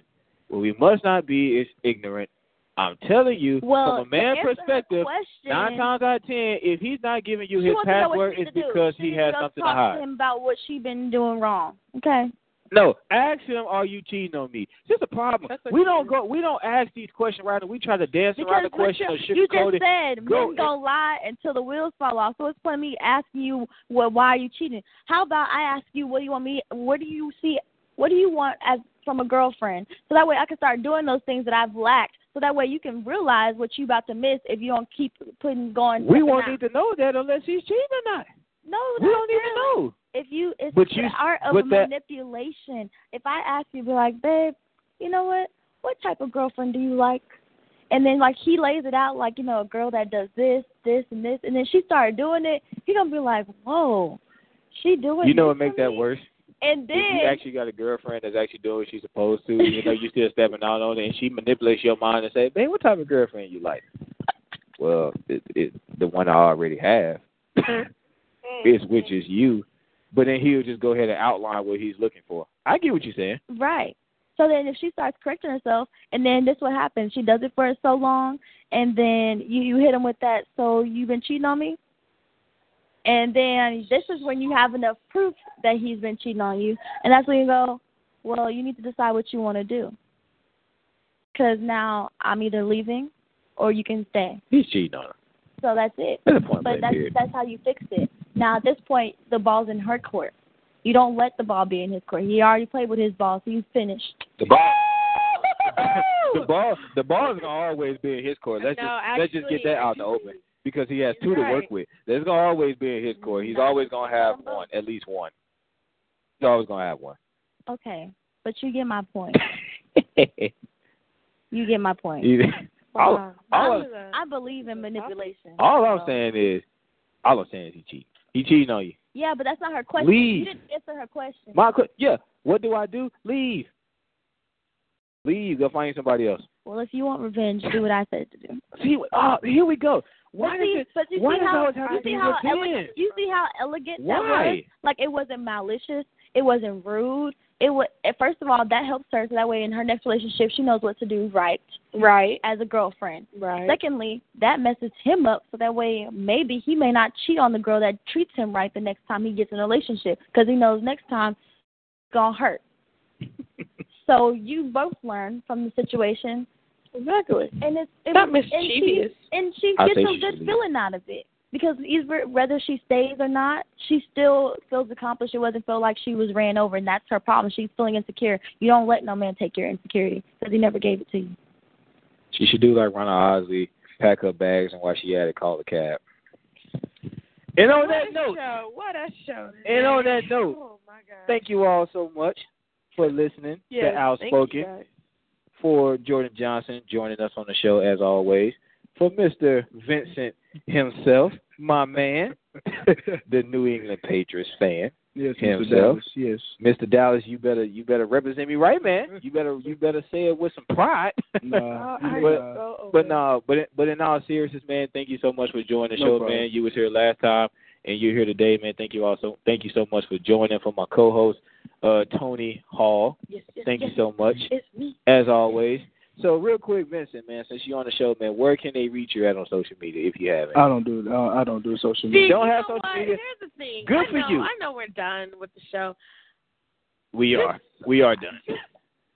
Speaker 2: What we must not be is ignorant. I'm telling you,
Speaker 3: Well,
Speaker 2: from a man's
Speaker 3: to answer her
Speaker 2: perspective,
Speaker 3: question,
Speaker 2: nine times out of ten, if he's not giving you
Speaker 3: she
Speaker 2: his
Speaker 3: wants to know what
Speaker 2: password,
Speaker 3: she
Speaker 2: it's
Speaker 3: needs to do.
Speaker 2: because
Speaker 3: She
Speaker 2: he
Speaker 3: needs to
Speaker 2: has
Speaker 3: go
Speaker 2: something to
Speaker 3: talk
Speaker 2: hide.
Speaker 3: him about what she been doing wrong. Okay.
Speaker 2: No, ask him, "Are you cheating on me?" This is a problem.
Speaker 4: That's a-
Speaker 2: we don't go. We don't ask these questions right. We try to dance
Speaker 3: Because
Speaker 2: around the
Speaker 3: what
Speaker 2: question or
Speaker 3: you, you
Speaker 2: sugarcoat
Speaker 3: just
Speaker 2: it.
Speaker 3: said
Speaker 2: Go-
Speaker 3: men gonna lie until the wheels fall off. So what's the point of me asking you, well, why are you cheating? How about I ask you, what do you want me? What do you see? What do you want as from a girlfriend? So that way I can start doing those things that I've lacked, so that way you can realize what you about to miss if you don't keep putting going.
Speaker 2: We won't
Speaker 3: out.
Speaker 2: need to know that unless he's cheating or not.
Speaker 3: No,
Speaker 2: we
Speaker 3: not
Speaker 2: don't need to
Speaker 3: really.
Speaker 2: know.
Speaker 3: If you, it's
Speaker 2: But
Speaker 3: the
Speaker 2: you-
Speaker 3: art of
Speaker 2: but that-
Speaker 3: manipulation. If I ask you, be like, babe, you know what? What type of girlfriend do you like? And then like he lays it out like you know a girl that does this, this, and this, and then she started doing it. He gonna be like, whoa, she doing.
Speaker 13: You know what
Speaker 3: this to
Speaker 13: makes that
Speaker 3: me?
Speaker 13: worse?
Speaker 3: And then
Speaker 13: If you actually got a girlfriend that's actually doing what she's supposed to, you know, you still stepping out on it, and she manipulates your mind and say, "Man, what type of girlfriend you like?" Well, it, it, the one I already have is which is you. But then he'll just go ahead and outline what he's looking for. I get what you're saying.
Speaker 3: Right. So then if she starts correcting herself and then this what happens. She does it for so long and then you, you hit him with that, so you've been cheating on me? And then this is when you have enough proof that he's been cheating on you. And that's when you go, well, you need to decide what you want to do. Because now I'm either leaving or you can stay.
Speaker 2: He's cheating on her.
Speaker 3: So that's it.
Speaker 2: That's a point
Speaker 3: but
Speaker 2: blank
Speaker 3: that's,
Speaker 2: period.
Speaker 3: that's how you fix it. Now, at this point, the ball's in her court. You don't let the ball be in his court. He already played with his ball, so he's finished.
Speaker 2: The ball. the ball. The ball is gonna always be in his court. Let's
Speaker 4: No,
Speaker 2: just let's just get
Speaker 4: actually-
Speaker 2: that out in the open because he has two to work
Speaker 4: right.
Speaker 2: with. That's gonna always be in his court. He's always gonna have one, at least one. He's always gonna have one.
Speaker 3: Okay, but you get my point. You get my point.
Speaker 2: Either- all, all, I'm-
Speaker 3: I believe in manipulation.
Speaker 2: all I'm saying is, all I'm saying is he cheating. He cheating on you.
Speaker 3: Yeah, but that's not her question.
Speaker 2: Leave.
Speaker 3: You didn't answer her question.
Speaker 2: My que- yeah. What do I do? Leave. Leave. Go find somebody else.
Speaker 3: well, if you want revenge, do what I said to do.
Speaker 2: See, oh, here we go.
Speaker 3: but
Speaker 2: Why
Speaker 3: see,
Speaker 2: does it?
Speaker 3: but you
Speaker 2: why
Speaker 3: see
Speaker 2: does it
Speaker 3: how,
Speaker 2: always have
Speaker 3: you
Speaker 2: to
Speaker 3: see
Speaker 2: be
Speaker 3: how
Speaker 2: revenge?
Speaker 3: elegant, you see how elegant that
Speaker 2: Why?
Speaker 3: was? Like it wasn't malicious. It wasn't rude. It was first of all that helps her so that way in her next relationship she knows what to do right
Speaker 4: Right.
Speaker 3: as a girlfriend.
Speaker 4: Right.
Speaker 3: Secondly, that messes him up so that way maybe he may not cheat on the girl that treats him right the next time he gets in a relationship because he knows next time it's going to hurt. so you both learn from the situation.
Speaker 4: exactly.
Speaker 3: And it's it
Speaker 4: Not
Speaker 3: was- and she,
Speaker 4: mischievous.
Speaker 3: and she
Speaker 2: I
Speaker 3: gets
Speaker 2: think
Speaker 3: a
Speaker 2: she
Speaker 3: good
Speaker 2: should leave.
Speaker 3: feeling out of it because either whether she stays or not, she still feels accomplished. It wasn't feel like she was ran over, and that's her problem. She's feeling insecure. You don't let no man take your insecurity because he never gave it to you.
Speaker 2: She should do like Ronda Osley, pack her bags, and while she had it, call a cab. And on that note,
Speaker 4: show. What a show.
Speaker 2: and on that note,
Speaker 4: Oh my god.
Speaker 2: thank you all so much for listening to
Speaker 4: Yes, thank you,
Speaker 2: Outspoken.
Speaker 4: guys.
Speaker 2: For Jordan Johnson joining us on the show as always. For Mr. Vincent himself, my man, the New England Patriots fan.
Speaker 14: Yes,
Speaker 2: Himself.
Speaker 14: Mr. Dallas. Yes.
Speaker 2: Mr. Dallas, you better you better represent me right, man. You better you better say it with some pride.
Speaker 14: Nah,
Speaker 4: Oh, I
Speaker 2: But-
Speaker 4: am so over
Speaker 2: Uh, but
Speaker 4: it.
Speaker 2: no, but in- but in all seriousness, man, thank you so much for joining the
Speaker 14: No
Speaker 2: show,
Speaker 14: problem.
Speaker 2: man. You was here last time, and you're here today, man. Thank you also, thank you so much for joining. For my co-host, uh, Tony Hall,
Speaker 4: Yes, yes,
Speaker 2: thank
Speaker 4: yes.
Speaker 2: you so much
Speaker 4: It's me.
Speaker 2: as always. So real quick, Vincent, man, since you're on the show, man, where can they reach you at on social media if you haven't?
Speaker 14: I don't do. Uh, I don't do social
Speaker 4: See,
Speaker 14: media.
Speaker 2: Don't
Speaker 4: you
Speaker 2: have
Speaker 4: know
Speaker 2: social
Speaker 4: what?
Speaker 2: media.
Speaker 4: Here's the thing.
Speaker 2: Good
Speaker 4: I
Speaker 2: for
Speaker 4: know,
Speaker 2: you.
Speaker 4: I know we're done with the show.
Speaker 2: we are, we are done.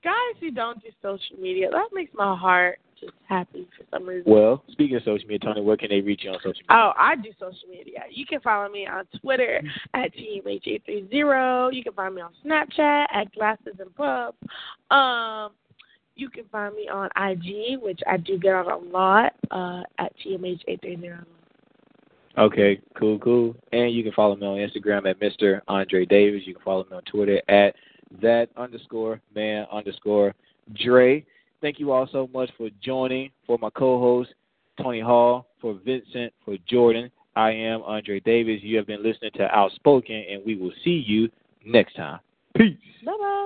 Speaker 4: Guys who don't do social media, that makes my heart just happy for some reason.
Speaker 2: Well, speaking of social media, Tony, where can they reach you on social media?
Speaker 4: Oh, I do social media. You can follow me on Twitter at TMH830. You can find me on Snapchat at Glasses and Pub. Um, you can find me on IG, which I do get on a lot, uh, at TMH830.
Speaker 2: Okay, cool, cool. And you can follow me on Instagram at Mr. Andre Davis. You can follow me on Twitter at that underscore man underscore Dre. Thank you all so much for joining. For my co-host Tony Hall, for Vincent, for Jordan. I am Andre Davis. You have been listening to Outspoken, and we will see you next time. Peace.
Speaker 4: Bye bye.